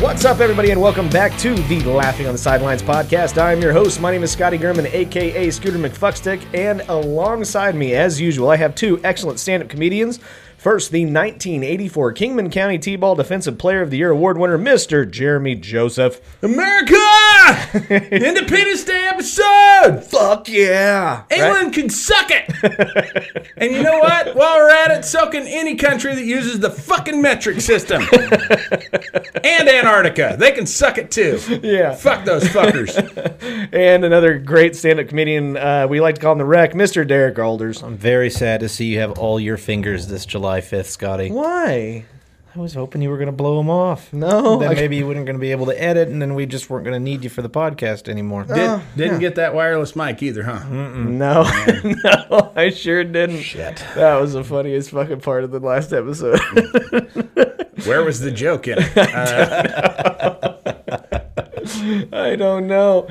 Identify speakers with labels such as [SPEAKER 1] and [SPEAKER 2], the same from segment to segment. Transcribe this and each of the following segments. [SPEAKER 1] What's up, everybody, and welcome back to the Laughing on the Sidelines podcast. I'm your host. My name is Scotty Gurman, aka Scooter McFuckstick, and alongside me, as usual, I have two excellent stand-up comedians. First, the 1984 Kingman County T-ball Defensive Player of the Year award winner, Mr. Jeremy Joseph.
[SPEAKER 2] America! Independence Day episode!
[SPEAKER 1] Fuck yeah!
[SPEAKER 2] England can suck it! and you know what? While we're at it, so can any country that uses the fucking metric system. and Antarctica. They can suck it too.
[SPEAKER 1] Yeah.
[SPEAKER 2] Fuck those fuckers.
[SPEAKER 1] And another great stand-up comedian, uh, we like to call him the Wreck, Mr. Derek Alders.
[SPEAKER 3] Very sad to see you have all your fingers this July 5th, Scotty.
[SPEAKER 1] Why?
[SPEAKER 3] I was hoping you were going to blow them off.
[SPEAKER 1] No,
[SPEAKER 3] Then
[SPEAKER 1] I-
[SPEAKER 3] maybe you weren't going to be able to edit, and then we just weren't going to need you for the podcast anymore.
[SPEAKER 2] Did, didn't get that wireless mic either, huh?
[SPEAKER 1] No, no, I sure didn't. That was the funniest fucking part of the last episode.
[SPEAKER 2] Where was the joke in it? Uh,
[SPEAKER 1] I don't know.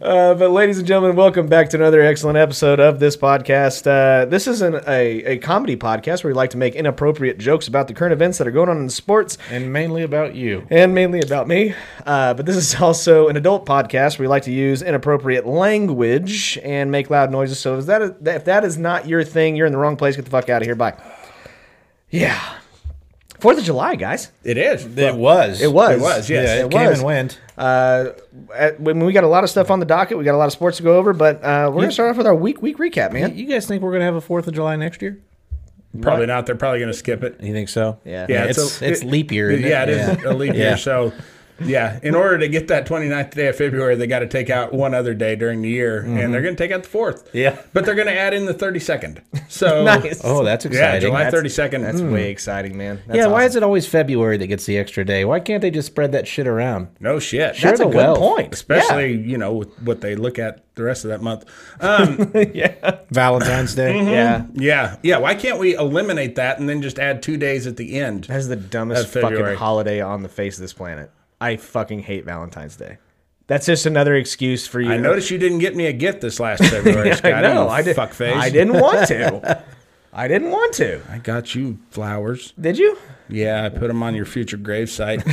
[SPEAKER 1] Uh, but ladies and gentlemen, welcome back to another excellent episode of this podcast. Uh, this is an, a, a comedy podcast where we like to make inappropriate jokes about the current events that are going on in sports
[SPEAKER 3] And mainly about you.
[SPEAKER 1] and mainly about me. Uh, but this is also an adult podcast where we like to use inappropriate language and make loud noises. So is that a, if that is not your thing, you're in the wrong place. Get the fuck out of here. Bye. Yeah. Fourth of July, guys.
[SPEAKER 2] it is.
[SPEAKER 3] It was.
[SPEAKER 1] It was.
[SPEAKER 2] It was, yes.
[SPEAKER 3] Yeah, it,
[SPEAKER 1] It
[SPEAKER 3] came
[SPEAKER 1] was.
[SPEAKER 3] and went.
[SPEAKER 1] Uh, at, when we got a lot of stuff on the docket, we got a lot of sports to go over, but uh, we're gonna start off with our week week recap, man.
[SPEAKER 3] You guys think we're going to have a 4th of July next year?
[SPEAKER 2] Probably not. They're probably going to skip it.
[SPEAKER 3] You think so?
[SPEAKER 1] Yeah.
[SPEAKER 2] Yeah,
[SPEAKER 3] it's, it's,
[SPEAKER 2] a- it-
[SPEAKER 3] leap year. isn't
[SPEAKER 2] yeah, it is a leap year.
[SPEAKER 3] Yeah.
[SPEAKER 2] So, yeah, in order to get that 29th day of February, they got to take out one other day during the year, and they're going to take out the fourth.
[SPEAKER 3] Yeah.
[SPEAKER 2] but they're going to add in the 32nd. So,
[SPEAKER 1] Nice.
[SPEAKER 3] Oh, that's
[SPEAKER 2] yeah,
[SPEAKER 3] exciting.
[SPEAKER 2] July
[SPEAKER 3] That's-
[SPEAKER 2] 32nd.
[SPEAKER 1] way exciting, man.
[SPEAKER 3] yeah, why is it always February that gets the extra day? Why can't they just spread that shit around?
[SPEAKER 2] no shit.
[SPEAKER 1] That's a
[SPEAKER 3] the
[SPEAKER 1] good
[SPEAKER 3] wealth.
[SPEAKER 1] point.
[SPEAKER 2] Especially, you know, with what they look at the rest of that month. Um,
[SPEAKER 3] Valentine's Day.
[SPEAKER 1] yeah. yeah.
[SPEAKER 2] yeah, yeah. Why can't we eliminate that and then just add two days at the end?
[SPEAKER 1] That's the dumbest
[SPEAKER 2] That's February.
[SPEAKER 1] fucking holiday on the face of this planet. I fucking hate Valentine's Day. That's just another excuse for you.
[SPEAKER 2] I noticed you didn't get me a gift this last February,
[SPEAKER 1] I
[SPEAKER 2] Scotty.
[SPEAKER 1] know.
[SPEAKER 2] you
[SPEAKER 1] I did.
[SPEAKER 2] Fuckface.
[SPEAKER 1] I didn't want to. I didn't want to.
[SPEAKER 2] I got you flowers.
[SPEAKER 1] Did you?
[SPEAKER 2] Yeah, I put them on your future gravesite.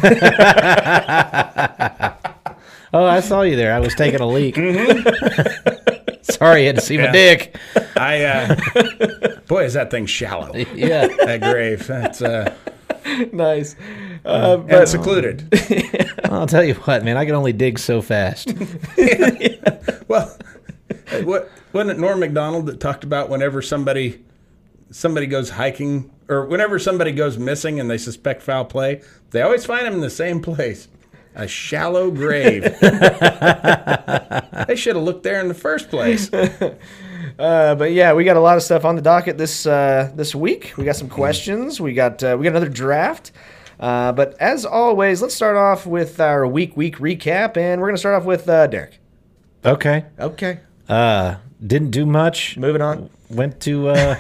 [SPEAKER 3] Oh, I saw you there. I was taking a leak. Mm-hmm. Sorry, you had to see my
[SPEAKER 2] Yeah.
[SPEAKER 3] dick.
[SPEAKER 2] I uh, boy, is that thing shallow?
[SPEAKER 3] Yeah.
[SPEAKER 2] That grave. That's uh,
[SPEAKER 1] Nice. Uh,
[SPEAKER 2] and
[SPEAKER 1] but
[SPEAKER 2] secluded.
[SPEAKER 3] I'll tell you what, man. I can only dig so fast.
[SPEAKER 2] Well, what wasn't it Norm Macdonald that talked about whenever somebody somebody goes hiking or whenever somebody goes missing and they suspect foul play, they always find them in the same place. A shallow grave. they should have looked there in the first place.
[SPEAKER 1] Uh, but yeah, we got a lot of stuff on the docket this uh, this week. We got some questions. We got uh, we got another draft. Uh, but as always, let's start off with our week week recap, and we're gonna start off with uh, Derek.
[SPEAKER 3] Okay.
[SPEAKER 1] Okay,
[SPEAKER 3] Uh, didn't do much.
[SPEAKER 1] moving on.
[SPEAKER 3] Went to uh,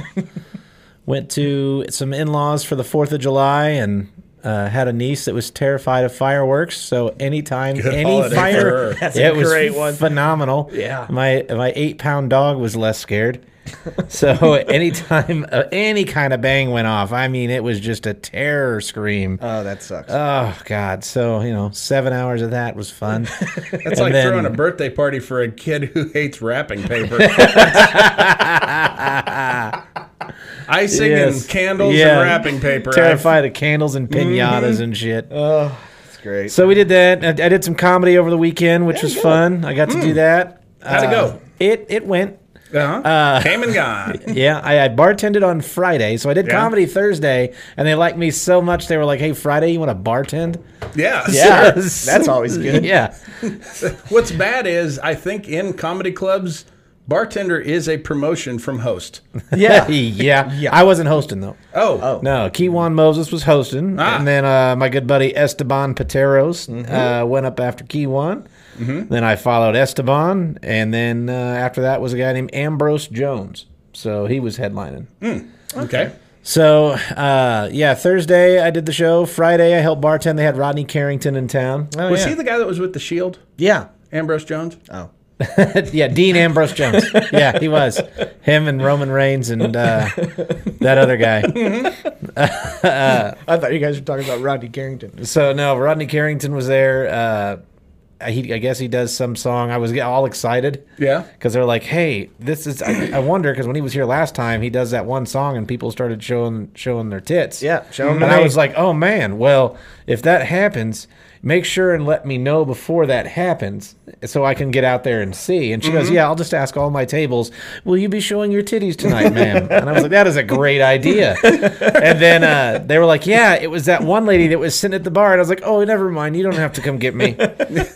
[SPEAKER 3] went to some in-laws for the Fourth of July and. Uh, had a niece that was terrified of fireworks, so anytime any
[SPEAKER 2] holiday for
[SPEAKER 3] fire,
[SPEAKER 2] her. That's
[SPEAKER 1] a
[SPEAKER 3] it was
[SPEAKER 1] great one.
[SPEAKER 3] phenomenal.
[SPEAKER 1] Yeah.
[SPEAKER 3] my my eight pound dog was less scared. so anytime uh, any kind of bang went off, I mean, it was just a terror scream.
[SPEAKER 1] Oh, that sucks.
[SPEAKER 3] Oh God! So you know, seven hours of that was fun.
[SPEAKER 2] That's
[SPEAKER 3] And
[SPEAKER 2] like
[SPEAKER 3] then-
[SPEAKER 2] throwing a birthday party for a kid who hates wrapping paper. Icing
[SPEAKER 3] Yes.
[SPEAKER 2] and candles
[SPEAKER 3] Yeah.
[SPEAKER 2] and wrapping paper. I- Mm-hmm.
[SPEAKER 3] terrified of candles and pinatas and shit.
[SPEAKER 1] That's great.
[SPEAKER 3] So we did that. I, I did some comedy over the weekend, which was fun. I got to do that.
[SPEAKER 2] Mm. How'd it
[SPEAKER 3] Uh,
[SPEAKER 2] go?
[SPEAKER 3] It it went.
[SPEAKER 2] Uh-huh.
[SPEAKER 3] Uh,
[SPEAKER 2] Came and gone.
[SPEAKER 3] Yeah, I, I bartended on Friday, so I did
[SPEAKER 2] Mm. Yeah.
[SPEAKER 3] comedy Thursday, and they liked me so much they were like, "Hey, Friday, you want to bartend?"
[SPEAKER 2] Yeah.
[SPEAKER 1] Yeah,
[SPEAKER 2] sure.
[SPEAKER 1] that's always good.
[SPEAKER 3] yeah,
[SPEAKER 2] What's bad is I think in comedy clubs, bartender is a promotion from host.
[SPEAKER 3] yeah, yeah, I wasn't hosting though.
[SPEAKER 2] Oh.
[SPEAKER 3] No, Kewan Moses was hosting,
[SPEAKER 2] Ah.
[SPEAKER 1] Mm-hmm.
[SPEAKER 3] and then uh, my good buddy Esteban Pateros uh, went up after Kewan. Then I followed Esteban, and then uh, after that was a guy named Ambrose Jones. So he was headlining.
[SPEAKER 1] Mm.
[SPEAKER 2] Okay.
[SPEAKER 3] So uh, yeah, Thursday I did the show. Friday I helped bartend. They had Rodney Carrington in town.
[SPEAKER 1] Oh,
[SPEAKER 2] was
[SPEAKER 1] yeah.
[SPEAKER 2] he the guy that was with the Shield?
[SPEAKER 3] Yeah,
[SPEAKER 2] Ambrose Jones?
[SPEAKER 1] oh.
[SPEAKER 3] yeah, Dean Ambrose Jones. Yeah, he was him and Roman Reigns and uh, that other guy.
[SPEAKER 1] Mm-hmm.
[SPEAKER 3] Uh,
[SPEAKER 1] I thought you guys were talking about Rodney Carrington.
[SPEAKER 3] So no, Rodney Carrington was there. Uh, he, I guess he does some song. I was all excited.
[SPEAKER 2] Yeah.
[SPEAKER 3] because they're like, hey, this is. I, I wonder because when he was here last time, he does that one song and people started showing showing their tits.
[SPEAKER 1] Yeah, show 'em to
[SPEAKER 3] and I
[SPEAKER 1] me.
[SPEAKER 3] was like, oh man, well if that happens, make sure and let me know before that happens so I can get out there and see. And she
[SPEAKER 1] Mm-hmm.
[SPEAKER 3] goes, yeah, I'll just ask all my tables, will you be showing your titties tonight, ma'am? and I was like, that is a great idea. and then uh, they were like, yeah, it was that one lady that was sitting at the bar, and I was like, oh, never mind, you don't have to come get me.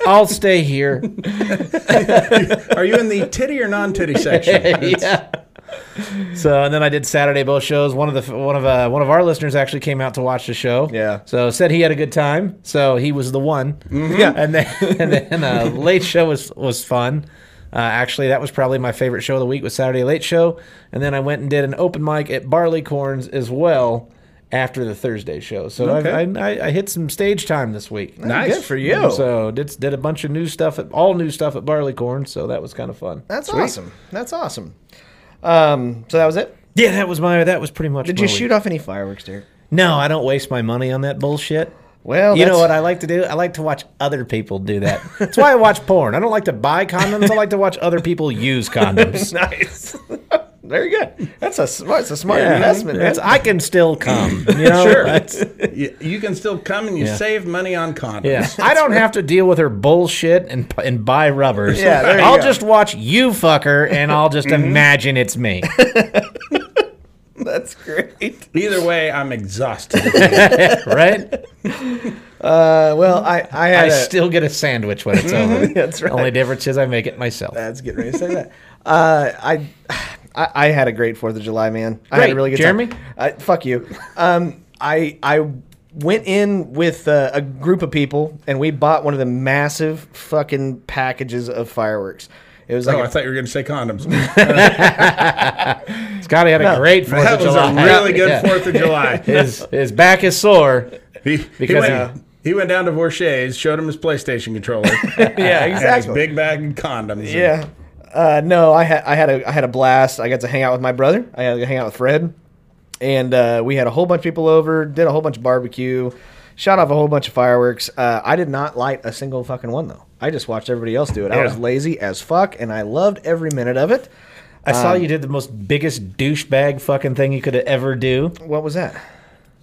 [SPEAKER 3] I'll stay here.
[SPEAKER 2] Are you in the titty or non titty section?
[SPEAKER 3] yeah. So and then I did Saturday both shows. One of the one of uh, one of our listeners actually came out to watch the show.
[SPEAKER 1] Yeah.
[SPEAKER 3] So said he had a good time. So he was the one.
[SPEAKER 1] Yeah.
[SPEAKER 3] And then and then uh, late show was was fun. Uh, actually, that was probably my favorite show of the week was Saturday late show. And then I went and did an open mic at Barleycorns as well after the Thursday show. So
[SPEAKER 2] Okay.
[SPEAKER 3] I, I, I I hit some stage time this week.
[SPEAKER 2] Nice.
[SPEAKER 1] Good for you.
[SPEAKER 3] So did did a bunch of new stuff at all new stuff at Barleycorns. So that was kind of fun.
[SPEAKER 1] That's awesome. That's awesome. Um, so that was it.
[SPEAKER 3] Yeah, that was my. That was pretty much.
[SPEAKER 1] Did
[SPEAKER 3] my
[SPEAKER 1] you
[SPEAKER 3] week.
[SPEAKER 1] shoot off any fireworks, Derek?
[SPEAKER 3] No, I don't waste my money on that bullshit.
[SPEAKER 1] Well,
[SPEAKER 3] you know
[SPEAKER 1] Oh, that's-
[SPEAKER 3] what I like to do? I like to watch other people do that. That's why I watch porn. I don't like to buy condoms. I like to watch other people use condoms.
[SPEAKER 1] Nice. Very good. That's a smart. That's a smart
[SPEAKER 3] Yeah.
[SPEAKER 1] investment.
[SPEAKER 3] That's-
[SPEAKER 1] That's
[SPEAKER 3] I can still come. You know?
[SPEAKER 2] Sure.
[SPEAKER 3] That's-
[SPEAKER 2] you, you can still come and you
[SPEAKER 3] Yeah.
[SPEAKER 2] save money on condoms.
[SPEAKER 3] yeah. I don't have to deal with her bullshit and p- and buy rubbers.
[SPEAKER 1] Yeah, there you
[SPEAKER 3] I'll
[SPEAKER 1] go.
[SPEAKER 3] just watch you fuck her and I'll just imagine it's me.
[SPEAKER 1] that's great.
[SPEAKER 2] Either way, I'm exhausted.
[SPEAKER 3] Right?
[SPEAKER 1] Uh, well, I I
[SPEAKER 3] I
[SPEAKER 1] had a-
[SPEAKER 3] still get a sandwich when it's over.
[SPEAKER 1] That's right.
[SPEAKER 3] Only difference is I make it myself.
[SPEAKER 1] That's getting ready to say that. Uh, I, I I had a great Fourth of July, man. I had a
[SPEAKER 3] Great.
[SPEAKER 1] really good
[SPEAKER 3] Jeremy?
[SPEAKER 1] time. Uh, fuck you. Um, I I went in with uh, a group of people and we bought one of the massive fucking packages of fireworks. It was like
[SPEAKER 2] oh,
[SPEAKER 1] a-
[SPEAKER 2] I thought you were going to say condoms.
[SPEAKER 3] Scotty had a great Fourth
[SPEAKER 2] that
[SPEAKER 3] of
[SPEAKER 2] was
[SPEAKER 3] July.
[SPEAKER 2] a really good
[SPEAKER 3] Yeah.
[SPEAKER 2] Fourth of July.
[SPEAKER 3] his his back is sore.
[SPEAKER 2] He, he,
[SPEAKER 3] Because,
[SPEAKER 2] went,
[SPEAKER 3] uh,
[SPEAKER 2] he went down to Vorshay's, showed him his PlayStation controller,
[SPEAKER 1] yeah,
[SPEAKER 2] and his
[SPEAKER 1] exactly.
[SPEAKER 2] big bag of condoms.
[SPEAKER 1] Yeah. Uh, no, I had I had a I had a blast. I got to hang out with my brother. I got to hang out with Fred, and uh, we had a whole bunch of people over. Did a whole bunch of barbecue, shot off a whole bunch of fireworks. Uh, I did not light a single fucking one though. I just watched everybody else do it. I
[SPEAKER 2] Yeah.
[SPEAKER 1] was lazy as fuck, and I loved every minute of it.
[SPEAKER 3] I saw you did the most biggest douchebag fucking thing you could ever do.
[SPEAKER 1] What was that?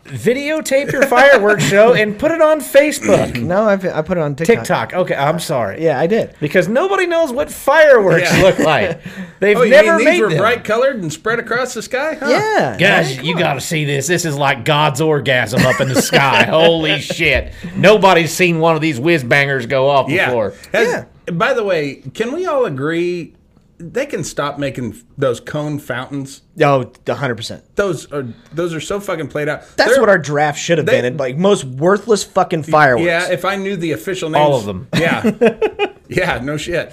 [SPEAKER 3] Videotape your fireworks show and put it on Facebook,
[SPEAKER 1] No, I, I put it on TikTok.
[SPEAKER 3] TikTok. Okay, I'm sorry.
[SPEAKER 1] Yeah, I did.
[SPEAKER 3] Because nobody knows what fireworks
[SPEAKER 2] Yeah.
[SPEAKER 3] look like. They've
[SPEAKER 2] Oh, you
[SPEAKER 3] never
[SPEAKER 2] mean these
[SPEAKER 3] made
[SPEAKER 2] were
[SPEAKER 3] them.
[SPEAKER 2] bright colored and spread across the sky? Huh?
[SPEAKER 1] Yeah,
[SPEAKER 3] Guys,
[SPEAKER 1] Like,
[SPEAKER 3] you got to see this. This is like God's orgasm up in the sky. Holy shit! Nobody's seen one of these whiz bangers go off
[SPEAKER 2] Yeah.
[SPEAKER 3] before.
[SPEAKER 2] Has- By the way, can we all agree they can stop making f- those cone fountains?
[SPEAKER 1] no, Oh, hundred percent.
[SPEAKER 2] Those are those are so fucking played out.
[SPEAKER 1] That's
[SPEAKER 2] They're-
[SPEAKER 1] what our draft should have
[SPEAKER 2] they-
[SPEAKER 1] been. Like most worthless fucking fireworks.
[SPEAKER 2] Yeah, if I knew the official names,
[SPEAKER 3] All of them.
[SPEAKER 2] Yeah, yeah, no shit.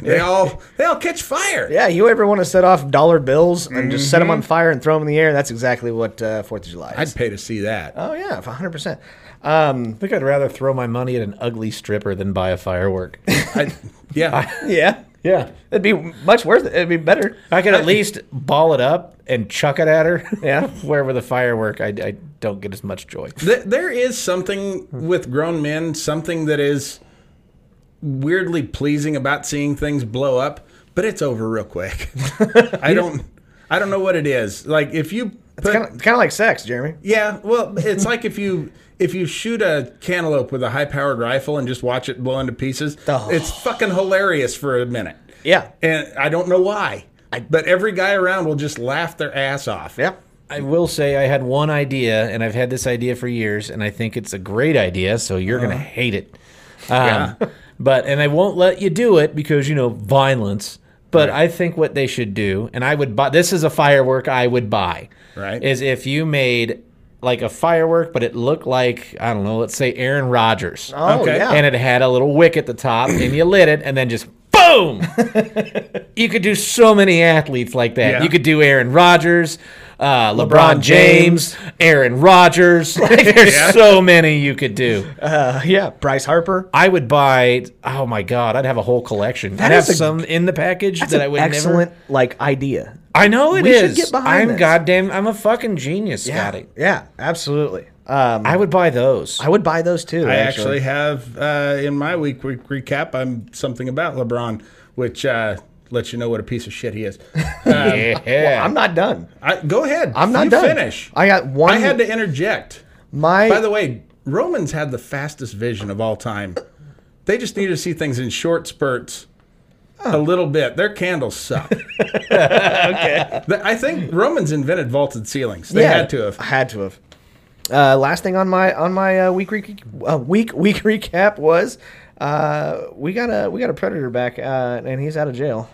[SPEAKER 2] They all they all catch fire.
[SPEAKER 1] Yeah, you ever want to set off dollar bills and just set them
[SPEAKER 2] Mm-hmm.
[SPEAKER 1] on fire and throw them in the air? That's exactly what uh, Fourth of July is.
[SPEAKER 2] I'd pay to see that.
[SPEAKER 1] oh yeah, one hundred percent. Um,
[SPEAKER 3] I think I'd rather throw my money at an ugly stripper than buy a firework.
[SPEAKER 2] I, yeah,
[SPEAKER 1] yeah,
[SPEAKER 3] yeah.
[SPEAKER 1] it'd be much worth it. It'd be better.
[SPEAKER 3] I could at least ball it up and chuck it at her.
[SPEAKER 1] Yeah.
[SPEAKER 3] Wherever the firework, I, I don't get as much joy.
[SPEAKER 2] Th- there is something with grown men, something that is weirdly pleasing about seeing things blow up, but it's over real quick. I don't, I don't know what it is. Like if you
[SPEAKER 1] It's
[SPEAKER 2] put-
[SPEAKER 1] kind of kind of like sex, Jeremy.
[SPEAKER 2] Yeah, well, it's like if you if you shoot a cantaloupe with a high powered rifle and just watch it blow into pieces,
[SPEAKER 1] Oh.
[SPEAKER 2] it's fucking hilarious for a minute.
[SPEAKER 1] Yeah.
[SPEAKER 2] and I don't know why, but every guy around will just laugh their ass off.
[SPEAKER 1] Yeah,
[SPEAKER 3] I will say I had one idea, and I've had this idea for years, and I think it's a great idea, so you're going to hate it. Um, But, and I won't let you do it because, you know, violence. But I think what they should do, and I would buy this is a firework I would buy,
[SPEAKER 2] Right.
[SPEAKER 3] Is if you made like a firework, but it looked like I don't know, let's say Aaron Rodgers.
[SPEAKER 1] Oh
[SPEAKER 2] Okay.
[SPEAKER 1] yeah.
[SPEAKER 3] And it had a little wick at the top, and you lit it, and then just boom! you could do so many athletes like that.
[SPEAKER 2] Yeah.
[SPEAKER 3] You could do Aaron Rodgers, uh, LeBron,
[SPEAKER 1] LeBron
[SPEAKER 3] James, Aaron Rodgers. Like, there's so many you could do.
[SPEAKER 1] Uh, yeah. Bryce Harper.
[SPEAKER 3] I would buy. Oh my god, I'd have a whole collection.
[SPEAKER 1] That
[SPEAKER 3] I'd have
[SPEAKER 1] is a-
[SPEAKER 3] some in the package
[SPEAKER 1] That's
[SPEAKER 3] that I
[SPEAKER 1] an
[SPEAKER 3] would
[SPEAKER 1] excellent
[SPEAKER 3] never.
[SPEAKER 1] like idea.
[SPEAKER 3] I know it
[SPEAKER 1] We should
[SPEAKER 3] is.
[SPEAKER 1] get behind
[SPEAKER 3] I'm
[SPEAKER 1] this.
[SPEAKER 3] goddamn. I'm a fucking genius, Scotty.
[SPEAKER 1] Yeah. Absolutely. Um,
[SPEAKER 3] I would buy those.
[SPEAKER 1] I would buy those too.
[SPEAKER 2] I actually have uh, in my week re- recap. I'm something about LeBron, which uh, lets you know what a piece of shit he is. Um,
[SPEAKER 3] yeah.
[SPEAKER 1] I'm not done.
[SPEAKER 2] I, go ahead.
[SPEAKER 1] I'm not
[SPEAKER 2] You
[SPEAKER 1] done.
[SPEAKER 2] Finish.
[SPEAKER 1] I got one.
[SPEAKER 2] I had to interject.
[SPEAKER 1] My
[SPEAKER 2] By the way, Romans had the fastest vision of all time. They just needed to see things in short spurts. A little bit. Their candles suck. okay. I think Romans invented vaulted ceilings. They had to have.
[SPEAKER 1] had to have. Uh, last thing on my on my uh, week re- uh, week week recap was uh, we got a we got a predator back uh, and he's out of jail.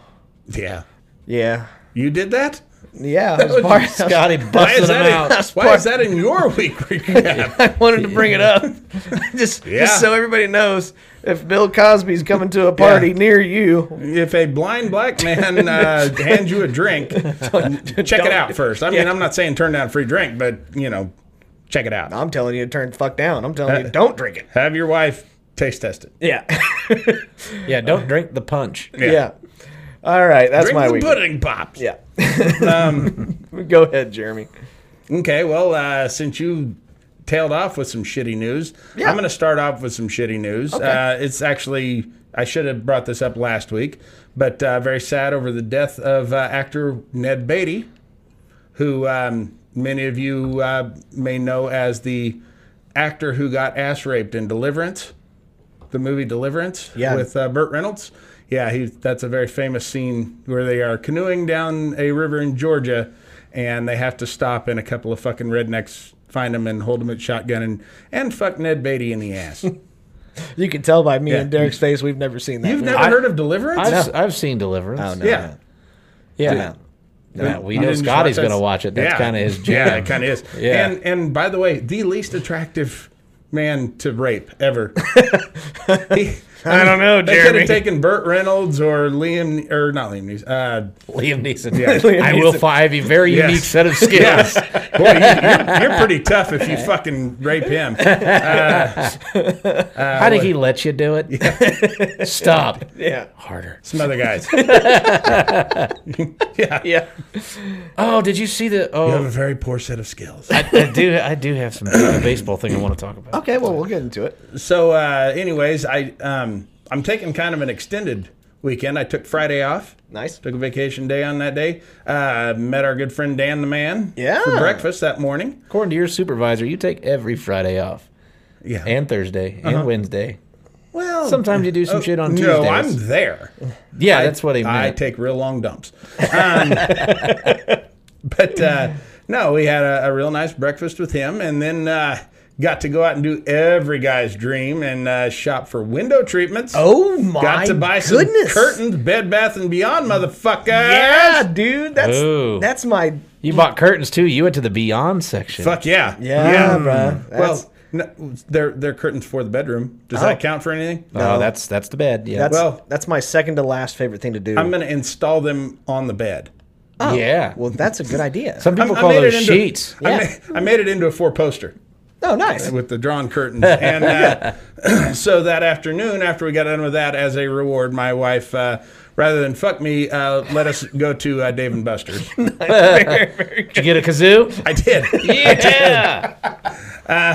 [SPEAKER 2] Yeah.
[SPEAKER 1] Yeah,
[SPEAKER 2] You did that?
[SPEAKER 1] yeah. That
[SPEAKER 2] was
[SPEAKER 1] part,
[SPEAKER 3] Scotty
[SPEAKER 2] Why
[SPEAKER 3] busting
[SPEAKER 2] is
[SPEAKER 3] them
[SPEAKER 2] that,
[SPEAKER 3] out.
[SPEAKER 2] in, why is that in your week recap?
[SPEAKER 1] I wanted to bring it up just
[SPEAKER 2] Yeah.
[SPEAKER 1] just so everybody knows if Bill Cosby's coming to a party
[SPEAKER 2] Yeah.
[SPEAKER 1] near you.
[SPEAKER 2] if a blind black man uh, hands you a drink, check it out first. I mean, I'm not saying turn down a free drink, but, you know, check it out.
[SPEAKER 1] I'm telling you to turn the fuck down. I'm telling you don't drink it.
[SPEAKER 2] Have your wife taste test it.
[SPEAKER 1] Yeah,
[SPEAKER 3] Yeah, don't drink the punch.
[SPEAKER 1] yeah. All right, that's
[SPEAKER 2] Drink
[SPEAKER 1] my
[SPEAKER 2] the
[SPEAKER 1] week.
[SPEAKER 2] pudding pops.
[SPEAKER 1] Yeah. Go ahead, Jeremy.
[SPEAKER 2] Okay, well, uh, since you tailed off with some shitty news,
[SPEAKER 1] Yeah.
[SPEAKER 2] I'm going to start off with some shitty news. Uh, it's actually, I should have brought this up last week, but uh, very sad over the death of uh, actor Ned Beatty, who um, many of you uh, may know as the actor who got ass raped in Deliverance, the movie Deliverance
[SPEAKER 1] Yeah.
[SPEAKER 2] with uh, Burt Reynolds. Yeah, he, that's a very famous scene where they are canoeing down a river in Georgia, and they have to stop, and a couple of fucking rednecks find him and hold him at shotgun and, and fuck Ned Beatty in the ass.
[SPEAKER 1] You can tell by me
[SPEAKER 2] Yeah.
[SPEAKER 1] and Derek's face we've never seen that.
[SPEAKER 2] You've
[SPEAKER 1] movie.
[SPEAKER 2] never
[SPEAKER 3] I-
[SPEAKER 2] heard of Deliverance?
[SPEAKER 3] I've, I've seen Deliverance.
[SPEAKER 1] Oh, no.
[SPEAKER 2] yeah.
[SPEAKER 3] Yeah.
[SPEAKER 2] You-
[SPEAKER 3] No, we
[SPEAKER 2] you
[SPEAKER 3] know
[SPEAKER 2] didn't
[SPEAKER 3] Scotty's
[SPEAKER 2] watch
[SPEAKER 3] going
[SPEAKER 2] that?
[SPEAKER 3] to watch it. That's
[SPEAKER 2] Yeah.
[SPEAKER 3] kind of his jam.
[SPEAKER 2] Yeah, it kind of is.
[SPEAKER 3] Yeah.
[SPEAKER 2] And and by the way, the least attractive man to rape ever. He-
[SPEAKER 3] I don't know,
[SPEAKER 2] They could
[SPEAKER 3] Jeremy.
[SPEAKER 2] have taken Burt Reynolds or Liam or not Liam Neeson. Uh,
[SPEAKER 3] Liam Neeson.
[SPEAKER 1] Liam
[SPEAKER 3] I will
[SPEAKER 1] Neeson.
[SPEAKER 3] fi- I have a very
[SPEAKER 2] Yes.
[SPEAKER 3] unique set of skills.
[SPEAKER 2] Boy, you, you're, you're pretty tough if you fucking rape him.
[SPEAKER 3] How did he let you do it? Stop.
[SPEAKER 1] Yeah.
[SPEAKER 3] Harder.
[SPEAKER 2] Some other guys.
[SPEAKER 1] Yeah.
[SPEAKER 3] Oh, did you see the?
[SPEAKER 2] You have
[SPEAKER 3] Oh,
[SPEAKER 2] a very poor set of skills.
[SPEAKER 3] I, I do. I do have some baseball thing I want to talk about.
[SPEAKER 2] Oh.
[SPEAKER 1] Okay, well, we'll get into it.
[SPEAKER 2] So, uh, anyways, I um, I'm taking kind of an extended weekend. I took Friday off.
[SPEAKER 1] Nice.
[SPEAKER 2] Took a vacation day on that day. Uh, met our good friend Dan the Man
[SPEAKER 1] Yeah.
[SPEAKER 2] for breakfast that morning.
[SPEAKER 3] According to your supervisor, you take every Friday off
[SPEAKER 2] Yeah.
[SPEAKER 3] and Thursday and Wednesday.
[SPEAKER 2] Uh-huh. well, oh,
[SPEAKER 3] Sometimes you do some shit on
[SPEAKER 2] no,
[SPEAKER 3] Tuesdays.
[SPEAKER 2] I'm there.
[SPEAKER 3] yeah, that's what he meant.
[SPEAKER 2] I take real long dumps. Um, but uh, no, we had a, a real nice breakfast with him, and then uh, got to go out and do every guy's dream and uh, shop for window treatments.
[SPEAKER 1] Oh my
[SPEAKER 2] got to buy
[SPEAKER 1] goodness.
[SPEAKER 2] some curtains, Bed Bath and Beyond, motherfucker.
[SPEAKER 1] Yeah, dude. That's
[SPEAKER 3] Ooh.
[SPEAKER 1] that's my
[SPEAKER 3] you bought curtains too. You went to the Beyond section.
[SPEAKER 2] Fuck yeah.
[SPEAKER 1] yeah, bruh. That's,
[SPEAKER 2] Well, no, they're they're curtains for the bedroom. Does
[SPEAKER 1] Oh.
[SPEAKER 2] that count for anything?
[SPEAKER 3] Oh, that's that's the bed. Yeah.
[SPEAKER 1] that's
[SPEAKER 2] well-
[SPEAKER 1] that's my second to last favorite thing to do.
[SPEAKER 2] I'm gonna install them on the bed.
[SPEAKER 3] yeah.
[SPEAKER 1] well, that's a good idea.
[SPEAKER 3] Some people
[SPEAKER 2] oh. I
[SPEAKER 3] call
[SPEAKER 2] made
[SPEAKER 3] those
[SPEAKER 2] it into-
[SPEAKER 3] sheets.
[SPEAKER 2] I,
[SPEAKER 1] Yeah.
[SPEAKER 2] ma- I made it into a four poster.
[SPEAKER 1] oh, nice.
[SPEAKER 2] with the drawn curtains. And uh, so that afternoon, after we got done with that, as a reward, my wife, uh, rather than fuck me, uh, let us go to uh, Dave and Buster's.
[SPEAKER 3] Did you get a kazoo?
[SPEAKER 2] I did.
[SPEAKER 3] Yeah.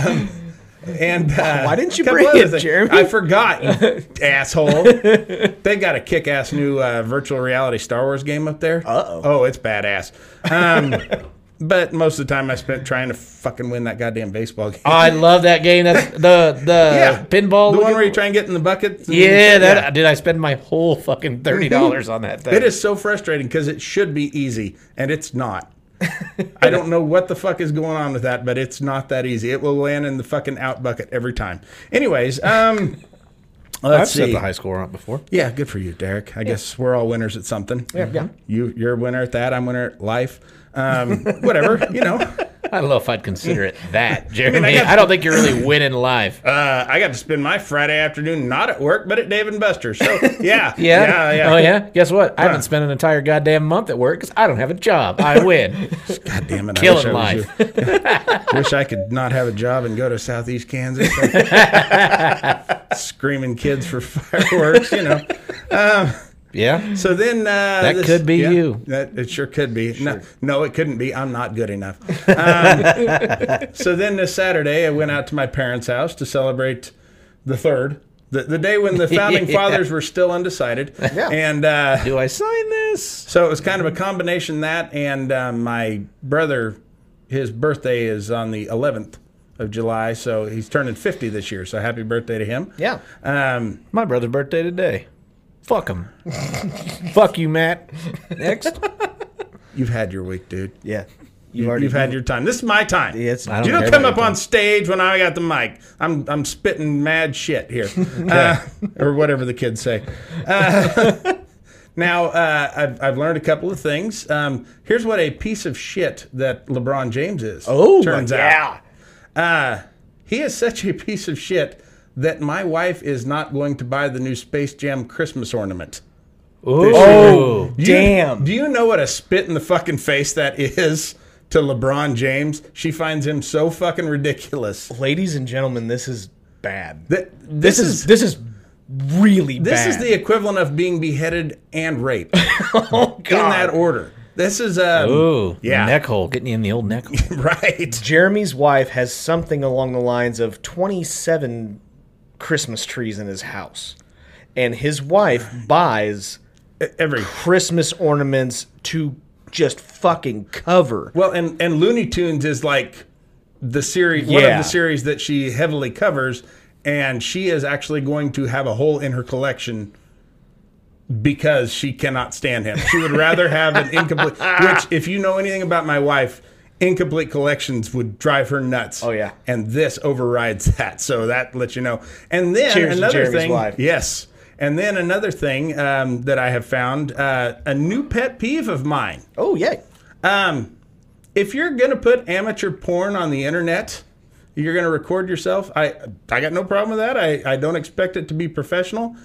[SPEAKER 2] And uh,
[SPEAKER 1] Why didn't you
[SPEAKER 2] couple
[SPEAKER 1] bring
[SPEAKER 2] other
[SPEAKER 1] it, Jeremy?
[SPEAKER 2] I forgot, you asshole. they got a kick-ass new uh, virtual reality Star Wars game up there.
[SPEAKER 1] Uh-oh.
[SPEAKER 2] Oh, it's badass. Um, but most of the time, I spent trying to fucking win that goddamn baseball game.
[SPEAKER 1] Uh,
[SPEAKER 3] I love that game. That's the the pinball.
[SPEAKER 2] the one
[SPEAKER 3] looking-
[SPEAKER 2] where you try and get in the bucket. and-
[SPEAKER 3] yeah, that did I spend my whole fucking thirty dollars on that thing.
[SPEAKER 2] Mm-hmm. It is so frustrating because it should be easy and it's not. I don't know what the fuck is going on with that, but it's not that easy. It will land in the fucking out bucket every time. Anyways, um,
[SPEAKER 3] I've
[SPEAKER 2] let's
[SPEAKER 3] set
[SPEAKER 2] see.
[SPEAKER 3] the high score on before.
[SPEAKER 2] Yeah, good for you, Derek. I guess we're all winners at something.
[SPEAKER 1] yeah.
[SPEAKER 2] You, you're a winner at that. I'm a winner at life. Um, whatever, you know.
[SPEAKER 3] I don't know if I'd consider it that, Jeremy. I,
[SPEAKER 2] got-
[SPEAKER 3] don't think you're really winning life.
[SPEAKER 2] Uh, I got to spend my Friday afternoon not at work, but at Dave and Buster's. So yeah, yeah, yeah.
[SPEAKER 3] Oh yeah. Guess what? I haven't spent an entire goddamn month at work because I don't have a job. I win.
[SPEAKER 2] God damn it! I wish
[SPEAKER 3] Killing
[SPEAKER 2] I was
[SPEAKER 3] life.
[SPEAKER 2] you. wish I could not have a job and go to Southeast Kansas, screaming kids for fireworks. You know.
[SPEAKER 3] Yeah.
[SPEAKER 2] So then uh,
[SPEAKER 3] That could be you.
[SPEAKER 2] That, it sure could be. No, no, it couldn't be. I'm not good enough. Um, so then this Saturday, I went out to my parents' house to celebrate the third, the, the day when the founding
[SPEAKER 3] Yeah.
[SPEAKER 2] fathers were still undecided.
[SPEAKER 1] Yeah.
[SPEAKER 2] And uh,
[SPEAKER 3] Do I sign this?
[SPEAKER 2] so it was kind of a combination of that and uh, my brother, his birthday is on the 11th of July, so he's turning 50 this year. So happy birthday to him.
[SPEAKER 1] Yeah.
[SPEAKER 2] Um,
[SPEAKER 3] My brother's birthday today. Fuck him. Fuck you, Matt. Next.
[SPEAKER 2] you've had your week, dude.
[SPEAKER 1] Yeah.
[SPEAKER 2] You, have had your time. This is my time.
[SPEAKER 1] Yeah, it's- I
[SPEAKER 3] don't
[SPEAKER 2] you don't
[SPEAKER 3] care
[SPEAKER 2] come
[SPEAKER 3] about
[SPEAKER 2] up
[SPEAKER 3] your
[SPEAKER 2] on
[SPEAKER 3] time.
[SPEAKER 2] stage when I got the mic. I'm I'm spitting mad shit here, uh, or whatever the kids say. Uh, now uh, I've I've learned a couple of things. Um, here's what a piece of shit that LeBron James is.
[SPEAKER 1] Oh,
[SPEAKER 2] turns out
[SPEAKER 1] yeah.
[SPEAKER 2] uh, he is such a piece of shit that my wife is not going to buy the new Space Jam Christmas ornament.
[SPEAKER 3] Ooh.
[SPEAKER 1] Oh.
[SPEAKER 2] Do you-
[SPEAKER 1] Damn.
[SPEAKER 2] do you know what a spit in the fucking face that is to LeBron James? She finds him so fucking ridiculous.
[SPEAKER 1] Ladies and gentlemen, this is bad.
[SPEAKER 2] Th-
[SPEAKER 1] This, is, this is really
[SPEAKER 2] this
[SPEAKER 1] bad.
[SPEAKER 2] is the equivalent of being beheaded and raped
[SPEAKER 1] oh,
[SPEAKER 2] in
[SPEAKER 1] God.
[SPEAKER 2] that order. This is um,
[SPEAKER 3] Ooh.
[SPEAKER 2] yeah.
[SPEAKER 3] Neck hole. Getting you in the old neck hole.
[SPEAKER 2] right.
[SPEAKER 1] Jeremy's wife has something along the lines of 27 Christmas trees in his house. And his wife buys
[SPEAKER 2] E, Every
[SPEAKER 1] Christmas ornaments to just fucking cover.
[SPEAKER 2] well, and and Looney Tunes is like the series one of
[SPEAKER 1] Yeah.
[SPEAKER 2] the series that she heavily covers, and she is actually going to have a hole in her collection. because she cannot stand him. She would rather have an incomplete. Which, if you know anything about my wife, incomplete collections would drive her nuts.
[SPEAKER 1] Oh, yeah.
[SPEAKER 2] and this overrides that. So that lets you know. And then
[SPEAKER 1] Cheers to
[SPEAKER 2] another
[SPEAKER 1] Jeremy's
[SPEAKER 2] thing,
[SPEAKER 1] wife.
[SPEAKER 2] yes. And then another thing um, that I have found uh, a new pet peeve of mine.
[SPEAKER 1] Oh, yeah.
[SPEAKER 2] Um, if you're gonna put amateur porn on the internet, you're gonna record yourself. I I got no problem with that. I, I don't expect it to be professional.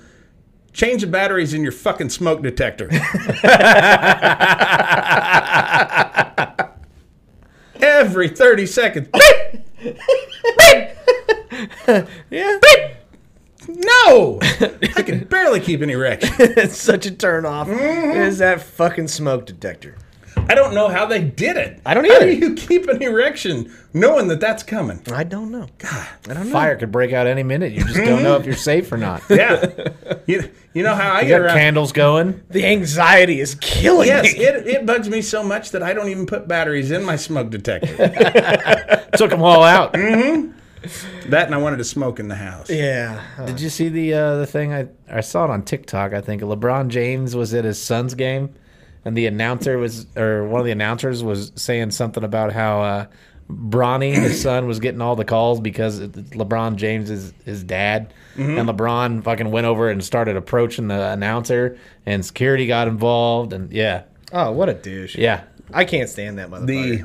[SPEAKER 2] Change the batteries in your fucking smoke detector. Every thirty seconds. Beep!
[SPEAKER 1] Yeah.
[SPEAKER 2] No, I can barely keep an erection.
[SPEAKER 1] it's such a turn off.
[SPEAKER 2] Mm-hmm.
[SPEAKER 1] Is that fucking smoke detector?
[SPEAKER 2] I don't know how they did it.
[SPEAKER 1] I don't
[SPEAKER 2] How do
[SPEAKER 1] either.
[SPEAKER 2] you keep an erection knowing that that's coming?
[SPEAKER 1] I don't know.
[SPEAKER 3] Fire could break out any minute. You just don't know if you're safe or not.
[SPEAKER 2] Yeah, you, you know how I
[SPEAKER 3] You
[SPEAKER 2] get
[SPEAKER 3] got
[SPEAKER 2] around.
[SPEAKER 3] candles going.
[SPEAKER 1] The anxiety is killing
[SPEAKER 2] Yes,
[SPEAKER 1] me.
[SPEAKER 2] it, it bugs me so much that I don't even put batteries in my smoke detector.
[SPEAKER 3] Took them all out.
[SPEAKER 2] that and I wanted to smoke in the house.
[SPEAKER 1] Yeah. Uh,
[SPEAKER 3] Did you see the uh, the thing I I saw it on TikTok? I think LeBron James was at his son's game, and the announcer was or one of the announcers was saying something about how uh, Bronny his son was getting all the calls because it- LeBron James is his dad,
[SPEAKER 1] Mm-hmm.
[SPEAKER 3] and LeBron fucking went over and started approaching the announcer, and security got involved, and yeah,
[SPEAKER 1] Oh, what a douche.
[SPEAKER 3] yeah,
[SPEAKER 1] I can't stand that motherfucker.
[SPEAKER 2] The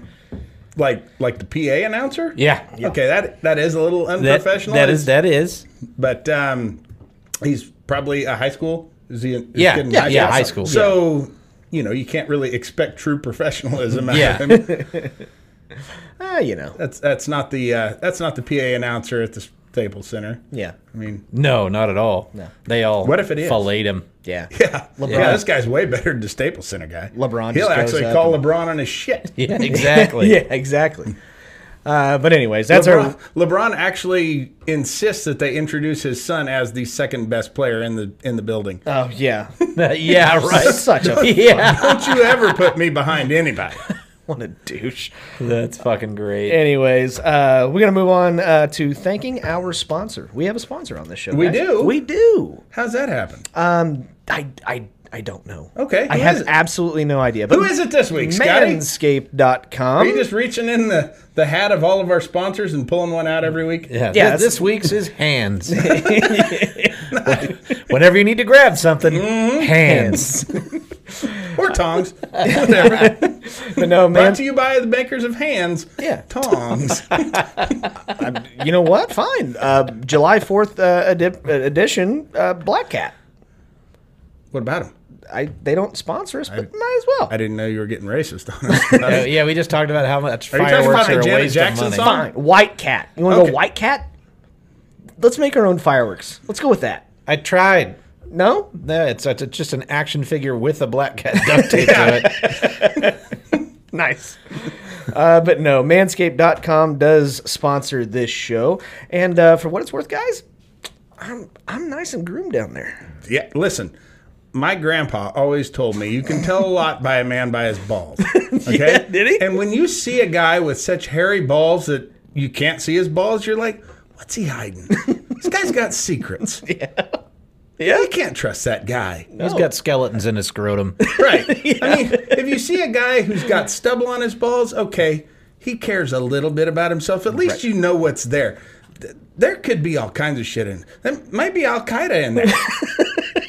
[SPEAKER 2] like like the PA announcer?
[SPEAKER 3] yeah.
[SPEAKER 2] Okay, that that is a little
[SPEAKER 3] That,
[SPEAKER 2] unprofessional.
[SPEAKER 3] that is that is
[SPEAKER 2] but um he's probably a high school. Is he is
[SPEAKER 3] Yeah,
[SPEAKER 2] kid in
[SPEAKER 3] yeah, yeah, high school,
[SPEAKER 2] So you know, you can't really expect true professionalism out
[SPEAKER 3] Yeah.
[SPEAKER 2] of him.
[SPEAKER 1] ah, you know.
[SPEAKER 2] That's that's not the uh, that's not the PA announcer at the Staples Center.
[SPEAKER 1] Yeah.
[SPEAKER 2] I mean,
[SPEAKER 3] no, not at all. They all
[SPEAKER 2] What if it is?
[SPEAKER 3] filleted him.
[SPEAKER 1] Yeah.
[SPEAKER 2] yeah,
[SPEAKER 1] LeBron.
[SPEAKER 2] yeah, this guy's way better than the Staples Center guy.
[SPEAKER 1] LeBron just
[SPEAKER 2] he'll
[SPEAKER 1] goes
[SPEAKER 2] actually
[SPEAKER 1] up
[SPEAKER 2] call
[SPEAKER 1] and-
[SPEAKER 2] LeBron on his shit.
[SPEAKER 3] Yeah, exactly.
[SPEAKER 1] yeah, exactly. Uh, but anyways, that's our
[SPEAKER 2] LeBron, LeBron actually insists that they introduce his son as the second best player in the in the building.
[SPEAKER 1] Oh yeah.
[SPEAKER 3] yeah, right.
[SPEAKER 1] Such a
[SPEAKER 3] yeah.
[SPEAKER 2] Don't you ever put me behind anybody?
[SPEAKER 1] what a douche.
[SPEAKER 3] That's fucking great.
[SPEAKER 1] Anyways, uh, we're gonna move on uh, to thanking our sponsor. We have a sponsor on this show.
[SPEAKER 2] We
[SPEAKER 1] guys.
[SPEAKER 2] do?
[SPEAKER 1] We do.
[SPEAKER 2] How's that happen?
[SPEAKER 1] I I I don't know.
[SPEAKER 2] Okay,
[SPEAKER 1] I
[SPEAKER 2] who
[SPEAKER 1] have
[SPEAKER 2] is it?
[SPEAKER 1] absolutely no idea. But
[SPEAKER 2] Who is it this week, Scotty? Are you
[SPEAKER 1] Manscaped.com.
[SPEAKER 2] just reaching in the, the hat of all of our sponsors and pulling one out every week?
[SPEAKER 3] Yeah,
[SPEAKER 1] Yeah,
[SPEAKER 3] yeah
[SPEAKER 1] that's-
[SPEAKER 3] this, week's is hands. Whenever you
[SPEAKER 2] Mm-hmm.
[SPEAKER 3] need to grab something, hands.
[SPEAKER 2] Or tongs. Whatever.
[SPEAKER 1] But no, man.
[SPEAKER 2] Brought to you by the Bakers of Hands.
[SPEAKER 1] Yeah.
[SPEAKER 2] Tongs.
[SPEAKER 1] You know what? Fine. Uh, July 4th uh, edi- uh, edition, uh, Black Cat.
[SPEAKER 2] what about them?
[SPEAKER 1] I, they don't sponsor us, but might as well.
[SPEAKER 2] I didn't know you were getting racist on us.
[SPEAKER 3] Uh, yeah, we just talked about how much
[SPEAKER 2] Are you talking
[SPEAKER 3] fireworks
[SPEAKER 2] about
[SPEAKER 3] are
[SPEAKER 2] that
[SPEAKER 3] a
[SPEAKER 2] Janet
[SPEAKER 3] waste
[SPEAKER 2] Jackson
[SPEAKER 3] of money.
[SPEAKER 2] song?
[SPEAKER 1] Fine. White Cat. You want to
[SPEAKER 2] Okay.
[SPEAKER 1] go White Cat? Let's make our own fireworks. Let's go with that.
[SPEAKER 3] I tried.
[SPEAKER 1] No?
[SPEAKER 3] No, it's, it's just an action figure with a black cat duct tape to it.
[SPEAKER 1] Nice. uh, but no, manscaped.com does sponsor this show. And uh, for what it's worth, guys, I'm, I'm nice and groomed down there.
[SPEAKER 2] yeah, listen. My grandpa always told me you can tell a lot by a man by his balls. Okay?
[SPEAKER 1] did he?
[SPEAKER 2] And when you see a guy with such hairy balls that you can't see his balls, you're like, what's he hiding? this guy's got secrets. Yeah. Yeah. You can't trust that guy.
[SPEAKER 3] He's got skeletons in his scrotum.
[SPEAKER 2] Right. I mean, if you see a guy who's got stubble on his balls, okay, he cares a little bit about himself. At least you know what's there. Th- There could be all kinds of shit in. There might be Al Qaeda in there,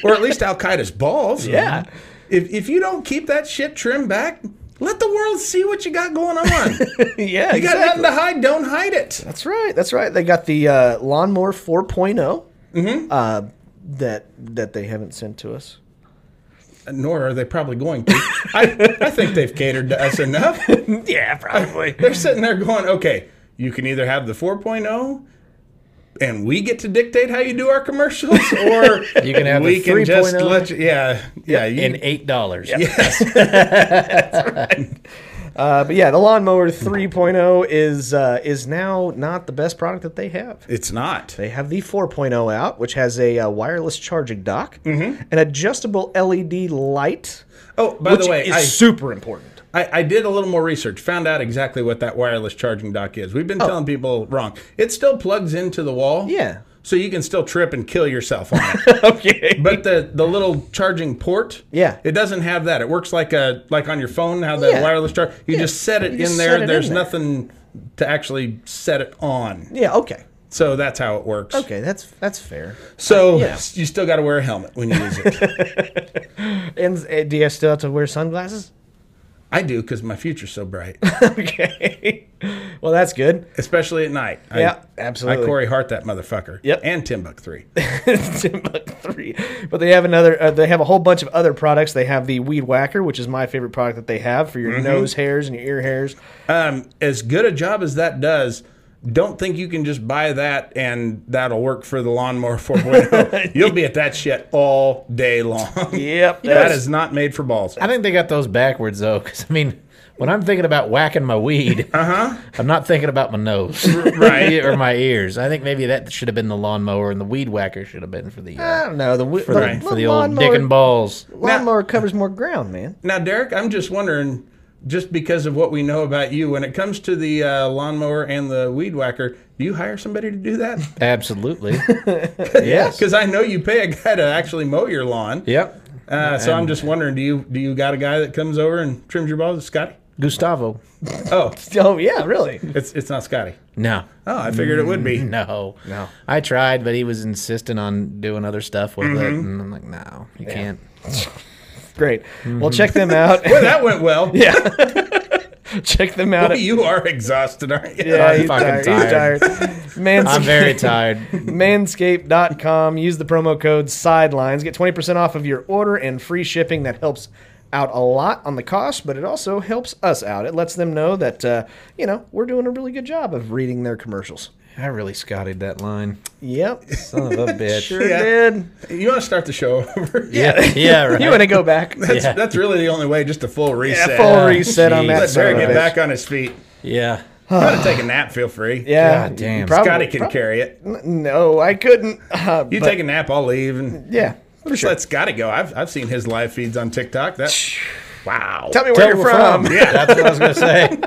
[SPEAKER 2] or at least Al Qaeda's balls.
[SPEAKER 1] Yeah.
[SPEAKER 2] If if you don't keep that shit trimmed back, let the world see what you got going on.
[SPEAKER 1] yeah,
[SPEAKER 2] you got nothing to hide. Don't hide it.
[SPEAKER 1] That's right. That's right. They got the uh, lawnmower 4.0 uh, that that they haven't sent to us.
[SPEAKER 2] Uh, Nor are they probably going to. I, I think they've catered to us enough.
[SPEAKER 1] Yeah, probably.
[SPEAKER 2] They're sitting there going, okay, you can either have the 4.0 and we get to dictate how you do our commercials, or
[SPEAKER 3] You can have
[SPEAKER 2] we
[SPEAKER 3] the
[SPEAKER 2] can just
[SPEAKER 3] 3.0.
[SPEAKER 2] let you, yeah, yeah, you,
[SPEAKER 3] and eight dollars.
[SPEAKER 1] Uh, but yeah, the lawnmower 3.0 is uh, is now not the best product that they have.
[SPEAKER 2] it's not.
[SPEAKER 1] They have the 4.0 out, which has a uh, wireless charging dock, an adjustable LED light,
[SPEAKER 2] Oh, by
[SPEAKER 1] which
[SPEAKER 2] the way,
[SPEAKER 1] is
[SPEAKER 2] I,
[SPEAKER 1] super important.
[SPEAKER 2] I, I did a little more research, found out exactly what that wireless charging dock is. We've
[SPEAKER 3] Oh.
[SPEAKER 2] been telling people wrong. It still plugs into the wall.
[SPEAKER 1] Yeah.
[SPEAKER 2] So you can still trip and kill yourself on it.
[SPEAKER 1] Okay.
[SPEAKER 2] but the, the little charging port,
[SPEAKER 1] Yeah.
[SPEAKER 2] it doesn't have that. It works like a like on your phone, how the
[SPEAKER 1] Yeah.
[SPEAKER 2] wireless charge. You just set it
[SPEAKER 1] You
[SPEAKER 2] in
[SPEAKER 1] just
[SPEAKER 2] there.
[SPEAKER 1] set it
[SPEAKER 2] There's
[SPEAKER 1] in there.
[SPEAKER 2] nothing to actually set it on.
[SPEAKER 1] Yeah. Okay.
[SPEAKER 2] So that's how it works.
[SPEAKER 1] Okay. That's that's fair.
[SPEAKER 2] So
[SPEAKER 1] Yeah.
[SPEAKER 2] you still got to wear a helmet when you use it.
[SPEAKER 1] And uh, do you still have to wear sunglasses?
[SPEAKER 2] I do because my future's so bright,
[SPEAKER 1] okay. Well, that's good.
[SPEAKER 2] especially at night. I-
[SPEAKER 1] Yeah, absolutely.
[SPEAKER 2] I Corey Hart that motherfucker.
[SPEAKER 1] Yep.
[SPEAKER 2] And Timbuk three.
[SPEAKER 1] Timbuk three, but they have another. Uh, they have a whole bunch of other products. They have the weed whacker, which is my favorite product that they have for your nose hairs and your ear hairs.
[SPEAKER 2] um, as good a job as that does, don't think you can just buy that and that'll work for the lawnmower 4.0. You'll be at that shit all day long.
[SPEAKER 1] Yep,
[SPEAKER 2] that
[SPEAKER 1] that's-
[SPEAKER 2] is not made for balls.
[SPEAKER 3] I think they got those backwards though, because I mean, when I'm thinking about whacking my weed, uh-huh. I'm not thinking about my nose,
[SPEAKER 2] right.
[SPEAKER 3] or my ears. I think maybe that should have been the lawnmower, and the weed whacker should have been for the
[SPEAKER 1] I
[SPEAKER 3] uh,
[SPEAKER 1] don't know the we-
[SPEAKER 3] for,
[SPEAKER 1] Ah, the,
[SPEAKER 3] the, for the old
[SPEAKER 1] lawnmower,
[SPEAKER 3] dick and balls.
[SPEAKER 1] lawnmower covers more ground, man.
[SPEAKER 2] Now, Derek, I'm just wondering, just because of what we know about you, when it comes to the uh, lawnmower and the weed whacker, do you hire somebody to do that?
[SPEAKER 3] Absolutely.
[SPEAKER 1] Yes.
[SPEAKER 2] Because I know you pay a guy to actually mow your lawn.
[SPEAKER 3] yep.
[SPEAKER 2] Uh, so I'm just wondering, do you do you got a guy that comes over and trims your balls, Scotty?
[SPEAKER 3] Gustavo.
[SPEAKER 2] Oh,
[SPEAKER 1] Oh yeah, really.
[SPEAKER 2] it's it's not Scotty.
[SPEAKER 3] No.
[SPEAKER 2] Oh, I figured it would be.
[SPEAKER 3] No. No. I tried, but he was insistent on doing other stuff with it, and I'm like, no, you can't.
[SPEAKER 1] Great. Well, check them out.
[SPEAKER 2] Well, that went well. Yeah.
[SPEAKER 1] check them out.
[SPEAKER 2] Boy,
[SPEAKER 1] at-
[SPEAKER 2] you are exhausted, aren't you?
[SPEAKER 1] yeah,
[SPEAKER 3] I'm
[SPEAKER 1] he's tired.
[SPEAKER 3] fucking
[SPEAKER 1] He's tired. Manscaped.
[SPEAKER 3] I'm very tired.
[SPEAKER 1] manscaped.com. Use the promo code sidelines. Get 20% off of your order and free shipping. That helps out a lot on the cost, but it also helps us out. It lets them know that, uh, you know, we're doing a really good job of reading their commercials.
[SPEAKER 3] I really scotted that line.
[SPEAKER 1] Yep.
[SPEAKER 3] Son of a bitch.
[SPEAKER 1] Sure
[SPEAKER 2] Yeah.
[SPEAKER 1] did.
[SPEAKER 2] Uh, You want to start the show over?
[SPEAKER 3] Yeah. Yeah. Right.
[SPEAKER 1] You want to go back?
[SPEAKER 2] That's, that's really the only way, just a full reset.
[SPEAKER 1] Yeah, full reset on that.
[SPEAKER 2] Let
[SPEAKER 1] son
[SPEAKER 2] Barry
[SPEAKER 1] of a
[SPEAKER 2] get
[SPEAKER 1] bitch.
[SPEAKER 2] back on his feet.
[SPEAKER 3] yeah.
[SPEAKER 2] Try to take a nap, feel free.
[SPEAKER 1] Yeah.
[SPEAKER 3] God damn.
[SPEAKER 1] Probably-
[SPEAKER 2] Scotty can carry it.
[SPEAKER 1] No, I couldn't. Uh,
[SPEAKER 2] You take a nap, I'll leave, and
[SPEAKER 1] yeah. For
[SPEAKER 2] just
[SPEAKER 1] sure.
[SPEAKER 2] let Scotty go. I've, I've seen his live feeds on TikTok. That wow.
[SPEAKER 1] Tell me where you're from.
[SPEAKER 3] Yeah. That's what I was going to say.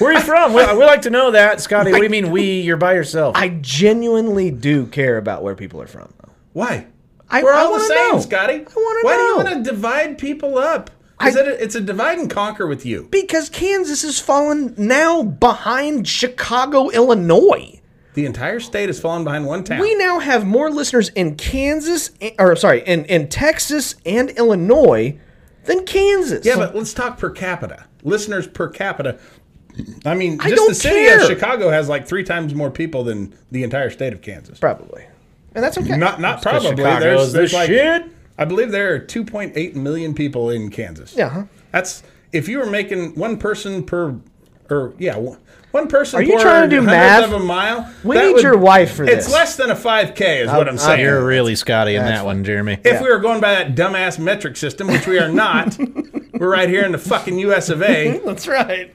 [SPEAKER 3] Where are you from? We, we like to know that, Scotty. What do you mean we? You're by yourself.
[SPEAKER 1] I genuinely do care about where people are from.
[SPEAKER 2] Why?
[SPEAKER 1] I-
[SPEAKER 2] We're
[SPEAKER 1] I
[SPEAKER 2] all the
[SPEAKER 1] wanna
[SPEAKER 2] same,
[SPEAKER 1] know.
[SPEAKER 2] Scotty.
[SPEAKER 1] wanna
[SPEAKER 2] Why do you
[SPEAKER 1] know.
[SPEAKER 2] want to divide people up? Is
[SPEAKER 1] I-
[SPEAKER 2] it a, it's a divide and conquer with you.
[SPEAKER 1] Because Kansas has fallen now behind Chicago, Illinois.
[SPEAKER 2] The entire state has fallen behind one town.
[SPEAKER 1] We now have eh, more listeners in Kansas, or sorry, in, in Texas and Illinois than Kansas.
[SPEAKER 2] Yeah, but let's talk per capita. Listeners per capita. I mean,
[SPEAKER 1] I
[SPEAKER 2] just
[SPEAKER 1] don't
[SPEAKER 2] the city
[SPEAKER 1] care.
[SPEAKER 2] of Chicago has like three times more people than the entire state of Kansas.
[SPEAKER 1] probably, and that's okay.
[SPEAKER 2] Not not
[SPEAKER 3] 'cause
[SPEAKER 2] probably.
[SPEAKER 3] Chicago
[SPEAKER 2] There's,
[SPEAKER 3] is
[SPEAKER 2] there's
[SPEAKER 3] the
[SPEAKER 2] like
[SPEAKER 3] shit.
[SPEAKER 2] I believe there are 2.8 million people in Kansas.
[SPEAKER 1] Yeah, huh?
[SPEAKER 2] That's if you were making one person per or yeah, one one person
[SPEAKER 1] Are you
[SPEAKER 2] per
[SPEAKER 1] trying to do
[SPEAKER 2] hundredth
[SPEAKER 1] math?
[SPEAKER 2] of a mile.
[SPEAKER 1] We
[SPEAKER 2] that
[SPEAKER 1] need your wife for
[SPEAKER 2] It's
[SPEAKER 1] this.
[SPEAKER 2] less than a 5k is what I'm
[SPEAKER 1] I'm-
[SPEAKER 2] saying.
[SPEAKER 3] You're really Scotty in
[SPEAKER 1] That's
[SPEAKER 3] that one, Jeremy.
[SPEAKER 2] If we were going by that dumbass metric system, which we are not, we're right here in the fucking US of A.
[SPEAKER 1] that's right.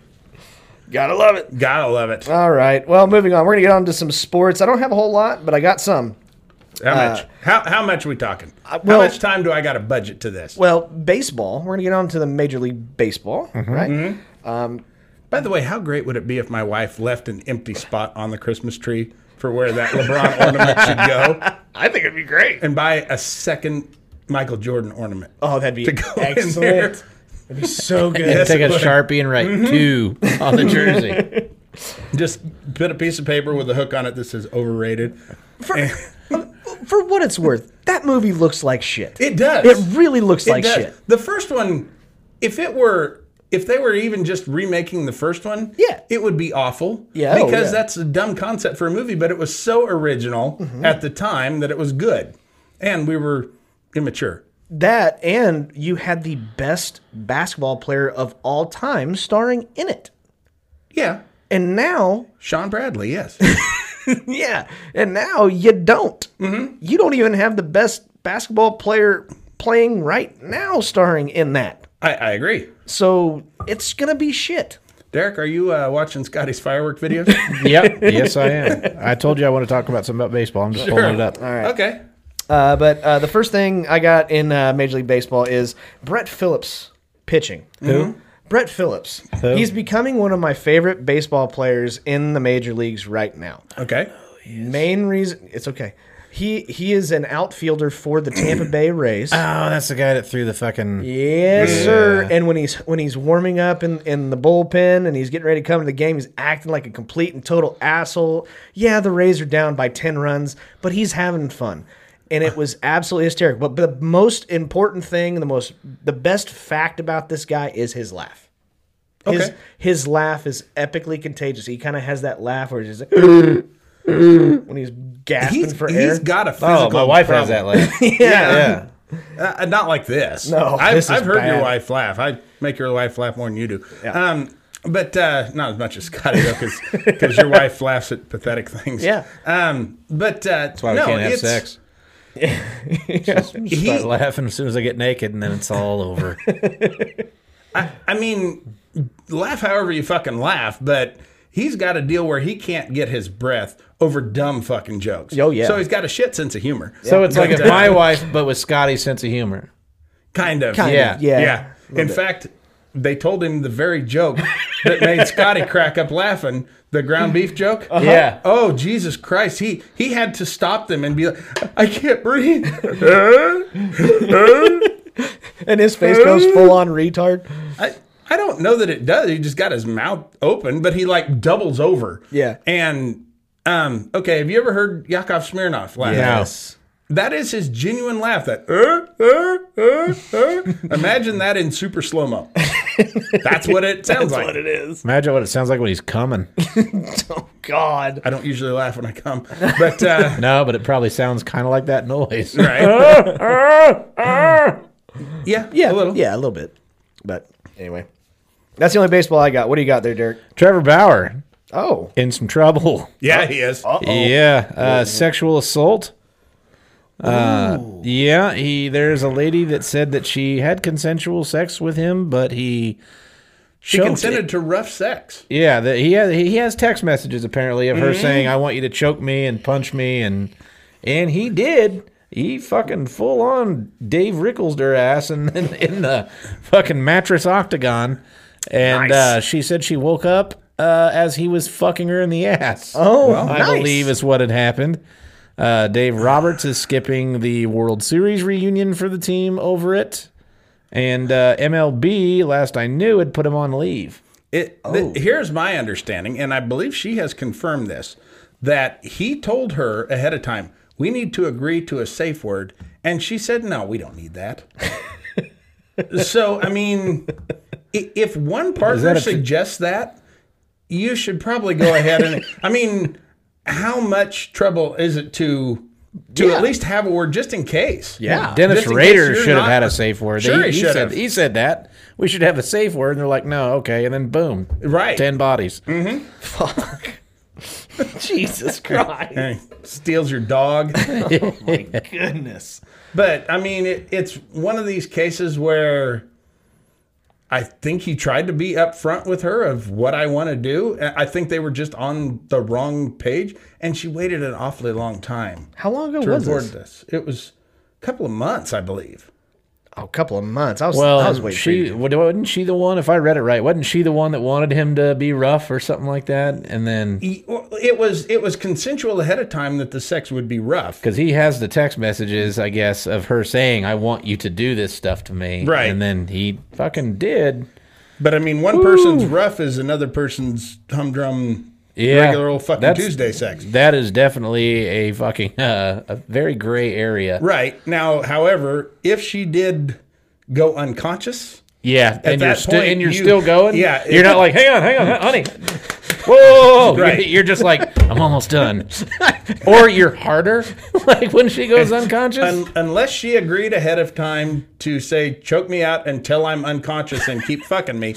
[SPEAKER 1] Gotta love it.
[SPEAKER 2] Gotta love it.
[SPEAKER 1] All right. Well, moving on. We're gonna get on to some sports. I don't have a whole lot, but I got some.
[SPEAKER 2] How much? How, how much are we talking?
[SPEAKER 1] Uh, well-
[SPEAKER 2] how much time do I got to budget to this?
[SPEAKER 1] Well, baseball. We're gonna get on to the Major League Baseball,
[SPEAKER 2] Mm-hmm.
[SPEAKER 1] right?
[SPEAKER 2] By the way, how great would it be if my wife left an empty spot on the Christmas tree for where that LeBron ornament should go
[SPEAKER 1] I think it'd be great.
[SPEAKER 2] and buy a second Michael Jordan ornament?
[SPEAKER 1] Oh, that'd be
[SPEAKER 2] to go in there.
[SPEAKER 1] excellent. That'd be so good.
[SPEAKER 2] Yes,
[SPEAKER 3] Take
[SPEAKER 2] it
[SPEAKER 3] a
[SPEAKER 2] would.
[SPEAKER 3] sharpie and write two on the jersey.
[SPEAKER 2] Just put a piece of paper with a hook on it that says overrated. Eh.
[SPEAKER 1] For what it's worth, that movie looks like shit.
[SPEAKER 2] It does.
[SPEAKER 1] It really looks
[SPEAKER 2] It
[SPEAKER 1] like
[SPEAKER 2] does.
[SPEAKER 1] shit.
[SPEAKER 2] The first one, if it were, if they were even just remaking the first one,
[SPEAKER 1] Yeah.
[SPEAKER 2] it would be awful.
[SPEAKER 1] Yeah, oh,
[SPEAKER 2] because
[SPEAKER 1] yeah.
[SPEAKER 2] that's a dumb concept for a movie, but it was so original
[SPEAKER 1] Mm-hmm.
[SPEAKER 2] at the time that it was good, and we were immature.
[SPEAKER 1] That and you had the best basketball player of all time starring in it.
[SPEAKER 2] Yeah,
[SPEAKER 1] And now,
[SPEAKER 2] Sean Bradley. Yes,
[SPEAKER 1] yeah, and now you don't.
[SPEAKER 2] Mm-hmm.
[SPEAKER 1] You don't even have the best basketball player playing right now starring in that.
[SPEAKER 2] I, I agree.
[SPEAKER 1] So it's gonna be shit.
[SPEAKER 2] Derek, are you uh, watching Scotty's firework videos?
[SPEAKER 3] yep. Yes, I am. I told you I want to talk about something about baseball. I'm just pulling it up. Oh,
[SPEAKER 2] Okay.
[SPEAKER 1] Uh, but uh, the first thing I got in uh, Major League Baseball is Brett Phillips pitching. Who? Brett Phillips. He's becoming one of my favorite baseball players in the major leagues right now.
[SPEAKER 2] Okay.
[SPEAKER 1] Main reason it's okay. He he is an outfielder for the Tampa Bay Rays.
[SPEAKER 3] Oh, that's the guy that threw the fucking.
[SPEAKER 1] Yes, sir. And when he's when he's warming up in, in the bullpen and he's getting ready to come to the game, he's acting like a complete and total asshole. Yeah, the Rays are down by ten runs, but he's having fun. And it was absolutely hysterical. But the most important thing, the most the best fact about this guy is his laugh. His
[SPEAKER 2] Okay.
[SPEAKER 1] his laugh is epically contagious. He kind of has that laugh where he's just like when he's gasping
[SPEAKER 2] He's,
[SPEAKER 1] for air.
[SPEAKER 2] he's got a physical.
[SPEAKER 3] Oh, my wife
[SPEAKER 2] problem.
[SPEAKER 3] has that laugh. yeah. yeah.
[SPEAKER 2] Uh, not like this.
[SPEAKER 1] No,
[SPEAKER 2] I've,
[SPEAKER 1] this is
[SPEAKER 2] I've heard
[SPEAKER 1] bad.
[SPEAKER 2] your wife laugh. I make your wife laugh more than you do. Um, but uh, not as much as Scotty though, because your wife laughs at pathetic things.
[SPEAKER 1] Yeah.
[SPEAKER 2] Um, but uh,
[SPEAKER 3] That's why we
[SPEAKER 2] no,
[SPEAKER 3] can't have
[SPEAKER 2] it's-
[SPEAKER 3] sex.
[SPEAKER 2] He,
[SPEAKER 3] Start laughing as soon as I get naked, and then it's all over.
[SPEAKER 2] I mean, laugh however you fucking laugh, but he's got a deal where he can't get his breath over dumb fucking jokes.
[SPEAKER 1] Oh, yeah.
[SPEAKER 2] So he's got a shit sense of humor.
[SPEAKER 3] So it's like
[SPEAKER 2] But,
[SPEAKER 3] if
[SPEAKER 2] uh,
[SPEAKER 3] my wife, but with Scotty's sense of humor.
[SPEAKER 2] kind of.
[SPEAKER 1] Kind
[SPEAKER 3] Yeah.
[SPEAKER 1] of, yeah.
[SPEAKER 2] Yeah. In fact, they told him the very joke that made Scotty crack up laughing, the ground beef joke.
[SPEAKER 3] Uh-huh. Yeah.
[SPEAKER 2] Oh Jesus Christ! He he had to stop them and be like, "I can't breathe."
[SPEAKER 1] And his face goes full on retard.
[SPEAKER 2] I I don't know that it does. He just got his mouth open, but he like doubles over.
[SPEAKER 1] Yeah.
[SPEAKER 2] And um, okay, have you ever heard Yakov Smirnov laugh?
[SPEAKER 3] Yes.
[SPEAKER 2] That is his genuine laugh. That uh, uh, uh, uh. imagine that in super slow mo. That's what it sounds like.
[SPEAKER 1] What it is.
[SPEAKER 3] Imagine what it sounds like when he's coming.
[SPEAKER 1] Oh God.
[SPEAKER 2] I don't usually laugh when I come, but uh,
[SPEAKER 3] No, but it probably sounds kind of like that noise.
[SPEAKER 2] right? yeah,
[SPEAKER 1] Yeah,
[SPEAKER 2] a little.
[SPEAKER 1] Yeah, a little bit. But anyway, that's the only baseball I got. What do you got there, Derek?
[SPEAKER 3] Trevor Bauer
[SPEAKER 1] Oh,
[SPEAKER 3] in some trouble.
[SPEAKER 2] Yeah, he is.
[SPEAKER 3] Yeah, uh, sexual assault. Uh, yeah, he. There's a lady that said that she had consensual sex with him, but he.
[SPEAKER 2] she
[SPEAKER 3] choked
[SPEAKER 2] consented to rough sex.
[SPEAKER 3] Yeah, that he has he has text messages apparently of her saying, "I want you to choke me and punch me," and and he did. He fucking full on Dave Rickles her ass in, in, in the fucking mattress octagon, and uh, she said she woke up uh, as he was fucking her in the ass.
[SPEAKER 1] oh,
[SPEAKER 3] I believe is what had happened. Uh, Dave Roberts is skipping the World Series reunion for the team over it, and uh, MLB last I knew had put him on leave.
[SPEAKER 2] It, th- here's my understanding, and I believe she has confirmed this that he told her ahead of time, we need to agree to a safe word. And she said, no, we don't need that. So I mean, i- if one partner
[SPEAKER 3] that a-
[SPEAKER 2] suggests that, you should probably go ahead and. I mean, how much trouble is it to to
[SPEAKER 1] Yeah.
[SPEAKER 2] at least have a word just in case?
[SPEAKER 1] Yeah.
[SPEAKER 3] Dennis
[SPEAKER 2] Just in case
[SPEAKER 3] Rader
[SPEAKER 2] you're
[SPEAKER 3] should have
[SPEAKER 2] not-
[SPEAKER 3] had a safe word.
[SPEAKER 2] Sure, he should
[SPEAKER 3] said,
[SPEAKER 2] have.
[SPEAKER 3] He said that. We should have a safe word. And they're like, no, okay. And then boom.
[SPEAKER 2] Right.
[SPEAKER 3] 10 bodies.
[SPEAKER 1] Fuck. Jesus Christ.
[SPEAKER 2] Hey, steals your dog.
[SPEAKER 1] Goodness.
[SPEAKER 2] But I mean, it, it's one of these cases where I think he tried to be upfront with her of what I want to do. and I think they were just on the wrong page, and she waited an awfully long time
[SPEAKER 1] How long ago
[SPEAKER 2] to
[SPEAKER 1] was
[SPEAKER 2] record
[SPEAKER 1] this?
[SPEAKER 2] this. It was a couple of months, I believe.
[SPEAKER 1] Oh, a couple of months. I was,
[SPEAKER 3] Well,
[SPEAKER 1] I was waiting for
[SPEAKER 3] she
[SPEAKER 1] you.
[SPEAKER 3] wa- wasn't she the one, if I read it right, wasn't she the one that wanted him to be rough or something like that? And then,
[SPEAKER 2] He- E, well, It was it was consensual ahead of time that the sex would be rough.
[SPEAKER 3] because he has the text messages, I guess, of her saying, I want you to do this stuff to me.
[SPEAKER 2] Right.
[SPEAKER 3] And then he fucking did.
[SPEAKER 2] But I mean, one person's rough is another person's humdrum,
[SPEAKER 3] Yeah.
[SPEAKER 2] regular old fucking
[SPEAKER 3] That's-
[SPEAKER 2] Tuesday sex.
[SPEAKER 3] That is definitely a fucking, uh, a very gray area.
[SPEAKER 2] Right now, however, if she did go unconscious.
[SPEAKER 3] Yeah, and
[SPEAKER 2] that
[SPEAKER 3] you're, sti-
[SPEAKER 2] point,
[SPEAKER 3] and you're
[SPEAKER 2] you-
[SPEAKER 3] still going.
[SPEAKER 2] yeah,
[SPEAKER 3] you're
[SPEAKER 2] it-
[SPEAKER 3] not like, hang on, hang on, hon- honey. Whoa, whoa, whoa.
[SPEAKER 2] Right.
[SPEAKER 3] You're just like, I'm almost done. or you're harder, like when she goes unconscious.
[SPEAKER 2] Un- unless she agreed ahead of time to say choke me out until I'm unconscious and keep fucking me.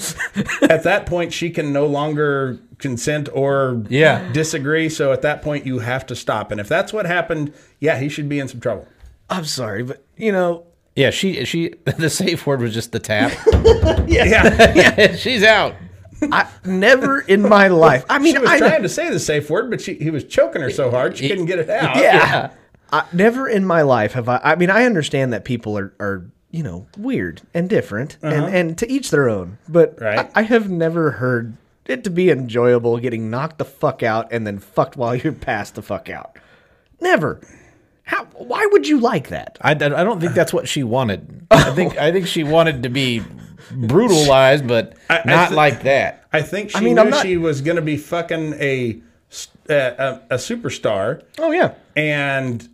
[SPEAKER 2] At that point, she can no longer consent or
[SPEAKER 3] Yeah.
[SPEAKER 2] disagree. So at that point, you have to stop. And if that's what happened, yeah, he should be in some trouble.
[SPEAKER 1] I'm sorry, but you know,
[SPEAKER 3] yeah, she she the safe word was just the tap.
[SPEAKER 2] Yeah,
[SPEAKER 3] She's out.
[SPEAKER 1] I never in my life. I mean,
[SPEAKER 2] she was
[SPEAKER 1] I
[SPEAKER 2] trying to say the safe word, but she, he was choking her so hard she couldn't get it out.
[SPEAKER 1] yeah. I, never in my life have I. I mean, I understand that people are are you know weird and different, and and to each their own. But
[SPEAKER 2] Right.
[SPEAKER 1] I, I have never heard it to be enjoyable getting knocked the fuck out and then fucked while you're passed the fuck out. Never. How? Why would you like that?
[SPEAKER 3] I, I don't think that's what she wanted. I think I think she wanted to be brutalized, but
[SPEAKER 2] I- I
[SPEAKER 3] not
[SPEAKER 2] thi-
[SPEAKER 3] like that.
[SPEAKER 2] I think she
[SPEAKER 1] mean,
[SPEAKER 2] knew
[SPEAKER 1] I'm not-
[SPEAKER 2] she was going to be fucking a, s- a, a, a superstar.
[SPEAKER 1] Oh yeah.
[SPEAKER 2] and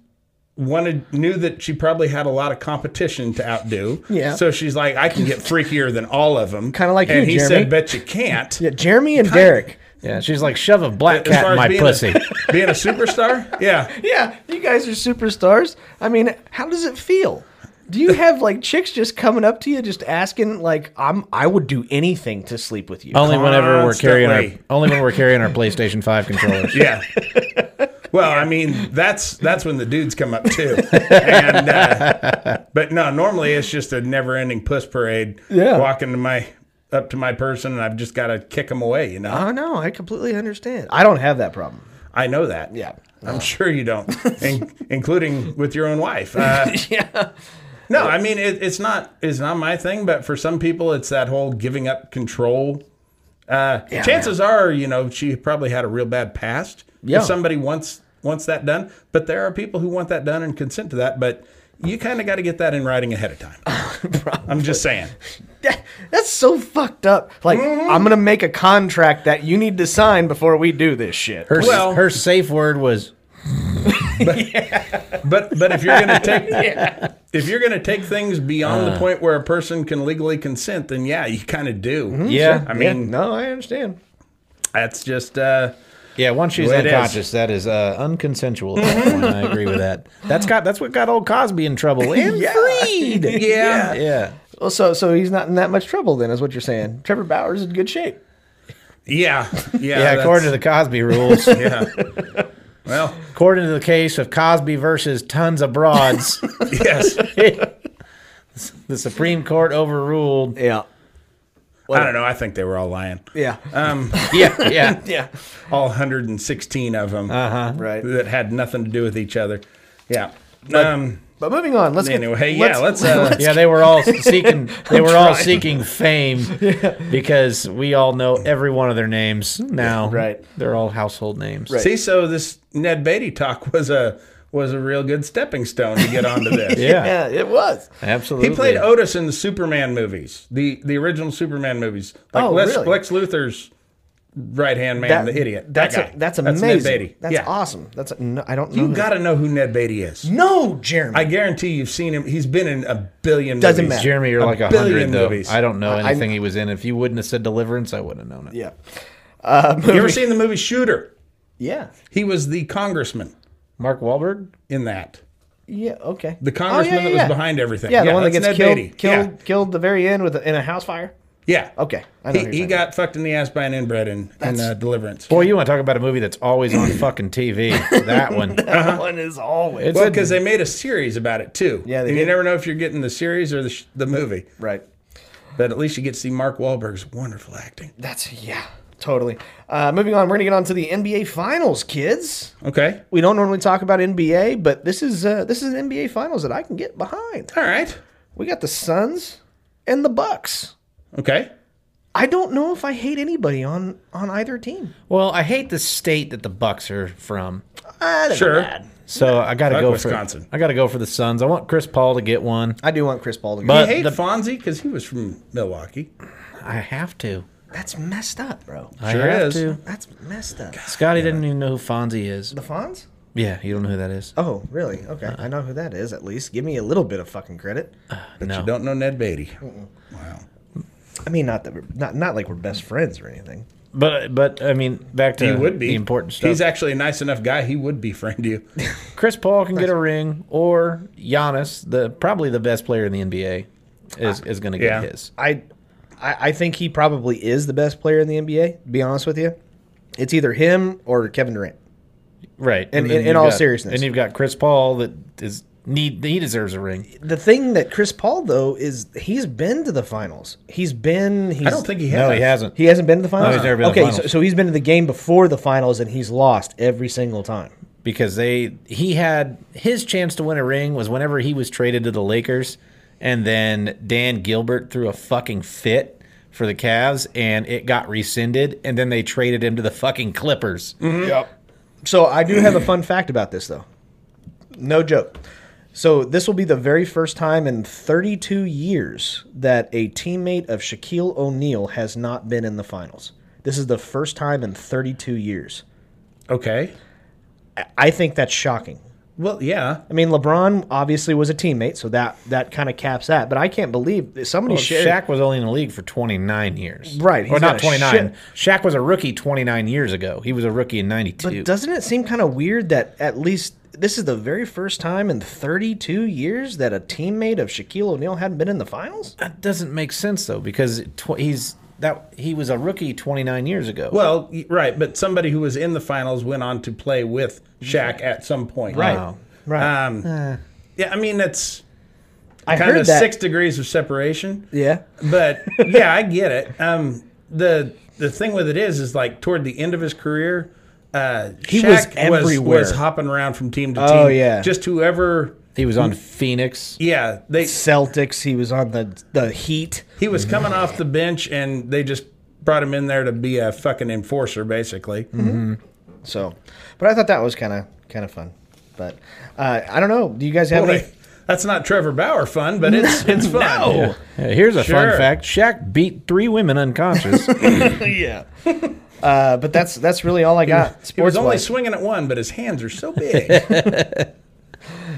[SPEAKER 2] wanted knew that she probably had a lot of competition to outdo.
[SPEAKER 1] Yeah.
[SPEAKER 2] So she's like, I can get freakier than all of them.
[SPEAKER 1] Kinda like
[SPEAKER 2] and
[SPEAKER 1] you,
[SPEAKER 2] he
[SPEAKER 1] Jeremy.
[SPEAKER 2] said, Bet you can't.
[SPEAKER 1] Yeah, Jeremy and Derek.
[SPEAKER 3] Yeah, she's like shove a black
[SPEAKER 2] As
[SPEAKER 3] cat
[SPEAKER 2] far
[SPEAKER 3] in
[SPEAKER 2] as
[SPEAKER 3] my
[SPEAKER 2] being
[SPEAKER 3] pussy.
[SPEAKER 2] A, being a superstar, yeah.
[SPEAKER 1] Yeah, you guys are superstars. I mean, how does it feel? Do you have like chicks just coming up to you, just asking like, "I'm I would do anything to sleep with you"?
[SPEAKER 3] only whenever we're carrying our
[SPEAKER 2] Constantly.
[SPEAKER 3] only when we're carrying our PlayStation Five controllers.
[SPEAKER 2] Yeah. Well, I mean, that's that's when the dudes come up too. And, uh, but no, normally it's just a never-ending puss parade.
[SPEAKER 1] Yeah.
[SPEAKER 2] Walking to my up to my person, and I've just got to kick them away. You know,
[SPEAKER 1] Oh no, I completely understand. I don't have that problem.
[SPEAKER 2] I know that.
[SPEAKER 1] Yeah.
[SPEAKER 2] I'm sure you don't, in, including with your own wife. Uh, yeah. No, I mean it, it's not it's not my thing, but for some people, it's that whole giving up control. Uh, chances are, you know, she probably had a real bad past.
[SPEAKER 1] Yeah.
[SPEAKER 2] If somebody wants wants that done, but there are people who want that done and consent to that, but. You kind of got to get that in writing ahead of time. I'm just saying.
[SPEAKER 1] That- that's so fucked up. Like,
[SPEAKER 2] Mm-hmm.
[SPEAKER 1] I'm gonna make a contract that you need to sign before we do this shit.
[SPEAKER 3] Her,
[SPEAKER 2] Well-
[SPEAKER 3] her safe word was
[SPEAKER 2] But but if you're gonna take if you're gonna take things beyond the point where a person can legally consent, then yeah, you kind of do.
[SPEAKER 3] yeah,
[SPEAKER 2] I
[SPEAKER 1] Yeah,
[SPEAKER 2] mean,
[SPEAKER 1] no, I understand.
[SPEAKER 2] That's just uh
[SPEAKER 3] yeah. Once she's
[SPEAKER 2] Well, it is.
[SPEAKER 3] unconscious, that is uh, unconsensual. At that point. I agree with that. That's got that's what got old Cosby in trouble and
[SPEAKER 1] Yeah.
[SPEAKER 3] freed.
[SPEAKER 2] yeah.
[SPEAKER 3] Yeah,
[SPEAKER 1] Well, so so he's not in that much trouble then, is what you're saying. Trevor Bowers is in good shape.
[SPEAKER 2] Yeah. Yeah.
[SPEAKER 3] yeah. According to
[SPEAKER 2] that's-
[SPEAKER 3] the Cosby rules,
[SPEAKER 2] Yeah. Well,
[SPEAKER 3] according to the case of Cosby versus tons of broads,
[SPEAKER 2] yes.
[SPEAKER 3] the Supreme Court overruled.
[SPEAKER 1] Yeah,
[SPEAKER 2] I don't know. I think they were all lying.
[SPEAKER 1] yeah,
[SPEAKER 2] Um
[SPEAKER 3] Yeah, yeah.
[SPEAKER 1] yeah.
[SPEAKER 2] all 116 of them
[SPEAKER 1] Uh-huh. Right.
[SPEAKER 2] that had nothing to do with each other. Yeah. um
[SPEAKER 1] But moving on, let's get,
[SPEAKER 2] anyway, yeah, let's, uh,
[SPEAKER 3] Yeah, they were all seeking. They were all seeking fame because we all know every one of their names now.
[SPEAKER 1] Right.
[SPEAKER 3] they're all household names. Right.
[SPEAKER 2] see so this Ned Beatty talk was a was a real good stepping stone to get onto this.
[SPEAKER 3] Yeah,
[SPEAKER 1] yeah, it was.
[SPEAKER 3] absolutely.
[SPEAKER 2] He played Otis in the Superman movies, the the original Superman movies, like
[SPEAKER 1] Oh,
[SPEAKER 2] Lex,
[SPEAKER 1] really?
[SPEAKER 2] Lex Luthor's right hand man,
[SPEAKER 1] That-
[SPEAKER 2] the idiot. That
[SPEAKER 1] That's
[SPEAKER 2] guy.
[SPEAKER 1] a, that's
[SPEAKER 2] Ned
[SPEAKER 1] amazing.
[SPEAKER 2] Beatty.
[SPEAKER 1] That's
[SPEAKER 2] Yeah.
[SPEAKER 1] awesome. That's a, no, I don't know.
[SPEAKER 2] You
[SPEAKER 1] who that-
[SPEAKER 2] got to know who Ned Beatty is.
[SPEAKER 1] no, Jeremy.
[SPEAKER 2] I guarantee you've seen him. He's been in a billion.
[SPEAKER 1] Doesn't
[SPEAKER 2] movies.
[SPEAKER 1] matter.
[SPEAKER 3] Jeremy, you're
[SPEAKER 2] A
[SPEAKER 3] like a
[SPEAKER 2] billion
[SPEAKER 3] hundred though.
[SPEAKER 2] movies.
[SPEAKER 3] I don't know
[SPEAKER 1] I- I-
[SPEAKER 3] anything he was in. If you wouldn't have said Deliverance, I would have known it.
[SPEAKER 1] yeah,
[SPEAKER 2] You ever seen the movie Shooter?
[SPEAKER 1] yeah,
[SPEAKER 2] He was the congressman
[SPEAKER 3] Mark Wahlberg.
[SPEAKER 2] in that.
[SPEAKER 1] yeah. Okay.
[SPEAKER 2] The congressman
[SPEAKER 1] Oh, yeah,
[SPEAKER 2] that was
[SPEAKER 1] yeah, yeah.
[SPEAKER 2] behind everything.
[SPEAKER 1] Yeah, the one that
[SPEAKER 2] that's
[SPEAKER 1] gets
[SPEAKER 2] Ned
[SPEAKER 1] killed,
[SPEAKER 2] Beatty.
[SPEAKER 1] killed, killed the very end with a, in a house fire.
[SPEAKER 2] Yeah. yeah.
[SPEAKER 1] Okay, I know who
[SPEAKER 2] He,
[SPEAKER 1] you're
[SPEAKER 2] he
[SPEAKER 1] talking
[SPEAKER 2] got fucked in the ass by an inbred in, in uh, Deliverance.
[SPEAKER 3] Boy, you want to talk about a movie that's always on fucking TV? That one.
[SPEAKER 2] uh-huh.
[SPEAKER 1] That one is always
[SPEAKER 3] It's
[SPEAKER 2] Well,
[SPEAKER 3] a-
[SPEAKER 2] because they made a series about it too.
[SPEAKER 1] Yeah, they
[SPEAKER 2] and you
[SPEAKER 1] did.
[SPEAKER 2] never know if you're getting the series or the, sh- the movie.
[SPEAKER 1] right.
[SPEAKER 2] But at least you get to see Mark Wahlberg's wonderful acting.
[SPEAKER 1] That's yeah, totally. Uh, moving on, we're gonna get on to the NBA Finals, kids.
[SPEAKER 2] Okay.
[SPEAKER 1] We don't normally talk about NBA, but this is uh, this is an NBA Finals that I can get behind.
[SPEAKER 2] All right.
[SPEAKER 1] We got the Suns and the Bucks.
[SPEAKER 2] Okay.
[SPEAKER 1] I don't know if I hate anybody on on either team.
[SPEAKER 3] well, I hate the state that the Bucks are from.
[SPEAKER 1] I don't
[SPEAKER 2] Sure.
[SPEAKER 3] So I got to
[SPEAKER 2] Fuck
[SPEAKER 3] go
[SPEAKER 2] Wisconsin.
[SPEAKER 3] for I got to go for the Suns. I want Chris Paul to get one.
[SPEAKER 1] I do want Chris Paul to go.
[SPEAKER 2] I
[SPEAKER 3] But-
[SPEAKER 2] hate
[SPEAKER 3] the-
[SPEAKER 2] Fonzie because he was from Milwaukee.
[SPEAKER 3] I have to.
[SPEAKER 1] That's messed up, bro.
[SPEAKER 3] I
[SPEAKER 2] Sure
[SPEAKER 3] have
[SPEAKER 2] is.
[SPEAKER 3] to.
[SPEAKER 1] That's messed up.
[SPEAKER 3] Scotty didn't even know who Fonzie is.
[SPEAKER 1] The Fonz?
[SPEAKER 3] Yeah, you don't know who that is.
[SPEAKER 1] Oh, really? Okay. I know who that is, at least. Give me a little bit of fucking credit.
[SPEAKER 2] You
[SPEAKER 3] no. Uh,
[SPEAKER 2] don't know Ned Beatty. Wow.
[SPEAKER 1] I mean, not that we're not, not like we're best friends or anything.
[SPEAKER 3] But but I mean, back to
[SPEAKER 2] He would be.
[SPEAKER 3] the important stuff.
[SPEAKER 2] He's actually a nice enough guy. He would befriend you.
[SPEAKER 3] Chris Paul can get a ring, or Giannis, the probably the best player in the NBA, is is going to get
[SPEAKER 2] Yeah.
[SPEAKER 3] his.
[SPEAKER 1] I, I I think he probably is the best player in the NBA, to be honest with you. It's either him or Kevin Durant.
[SPEAKER 3] Right.
[SPEAKER 1] In- in-
[SPEAKER 3] then
[SPEAKER 1] in
[SPEAKER 3] you've
[SPEAKER 1] all
[SPEAKER 3] got-
[SPEAKER 1] seriousness.
[SPEAKER 3] And you've got Chris Paul that is need he deserves a ring.
[SPEAKER 1] The thing that Chris Paul though is he's been to the finals. He's been he's
[SPEAKER 2] I don't think he has.
[SPEAKER 3] No, he hasn't.
[SPEAKER 1] he hasn't been to the finals.
[SPEAKER 3] he's never been to
[SPEAKER 1] okay,
[SPEAKER 3] the
[SPEAKER 1] So,
[SPEAKER 3] finals.
[SPEAKER 1] so he's been to the game before the finals and he's lost every single time.
[SPEAKER 3] because they he had his chance to win a ring was whenever he was traded to the Lakers and then Dan Gilbert threw a fucking fit for the Cavs and it got rescinded and then they traded him to the fucking Clippers.
[SPEAKER 1] So I do have a fun fact about this though. No joke. So this will be the very first time in 32 years that a teammate of Shaquille O'Neal has not been in the finals. This is the first time in 32 years.
[SPEAKER 2] Okay.
[SPEAKER 1] I think that's shocking.
[SPEAKER 2] Well, yeah.
[SPEAKER 1] I mean, LeBron obviously was a teammate, so that that kind of caps that. But I can't believe that somebody shared.
[SPEAKER 3] Oh, Shaq was only in the league for 29 years.
[SPEAKER 1] Right,
[SPEAKER 3] Or
[SPEAKER 1] he's
[SPEAKER 3] not
[SPEAKER 1] got a
[SPEAKER 3] 29. Shaq was a rookie 29 years ago. He was a rookie in 92.
[SPEAKER 1] but doesn't it seem kind of weird that at least this is the very first time in 32 years that a teammate of Shaquille O'Neal hadn't been in the finals?
[SPEAKER 3] that doesn't make sense though because tw- he's that he was a rookie 29 years ago.
[SPEAKER 2] Well, y- right. But somebody who was in the finals went on to play with Shaq at some point.
[SPEAKER 3] Wow.
[SPEAKER 1] Right. Eh.
[SPEAKER 2] Um, Yeah, I mean, that's
[SPEAKER 1] I
[SPEAKER 2] kind
[SPEAKER 1] heard
[SPEAKER 2] of
[SPEAKER 1] that.
[SPEAKER 2] six degrees of separation.
[SPEAKER 1] yeah.
[SPEAKER 2] But yeah, I get it. Um, the the thing with it is, is like toward the end of his career, uh,
[SPEAKER 1] He was
[SPEAKER 2] Shaq was, was
[SPEAKER 1] everywhere.
[SPEAKER 2] hopping around from team to team.
[SPEAKER 1] Oh, yeah.
[SPEAKER 2] just whoever.
[SPEAKER 3] He was on Phoenix.
[SPEAKER 2] Yeah, they
[SPEAKER 1] Celtics. He was on the the Heat.
[SPEAKER 2] he was coming off the bench, and they just brought him in there to be a fucking enforcer, basically.
[SPEAKER 1] Mm-hmm. So, but I thought that was kind of kind of fun. But uh, I don't know. Do you guys have any?
[SPEAKER 2] Boy, that's not Trevor Bauer fun, but it's it's fun.
[SPEAKER 1] No.
[SPEAKER 3] Yeah, here's a
[SPEAKER 2] Sure.
[SPEAKER 3] fun fact: Shaq beat three women unconscious.
[SPEAKER 1] yeah. Uh, but that's that's really all I got.
[SPEAKER 2] He was
[SPEAKER 1] Sports
[SPEAKER 2] only
[SPEAKER 1] wise.
[SPEAKER 2] swinging at one, but his hands are so big.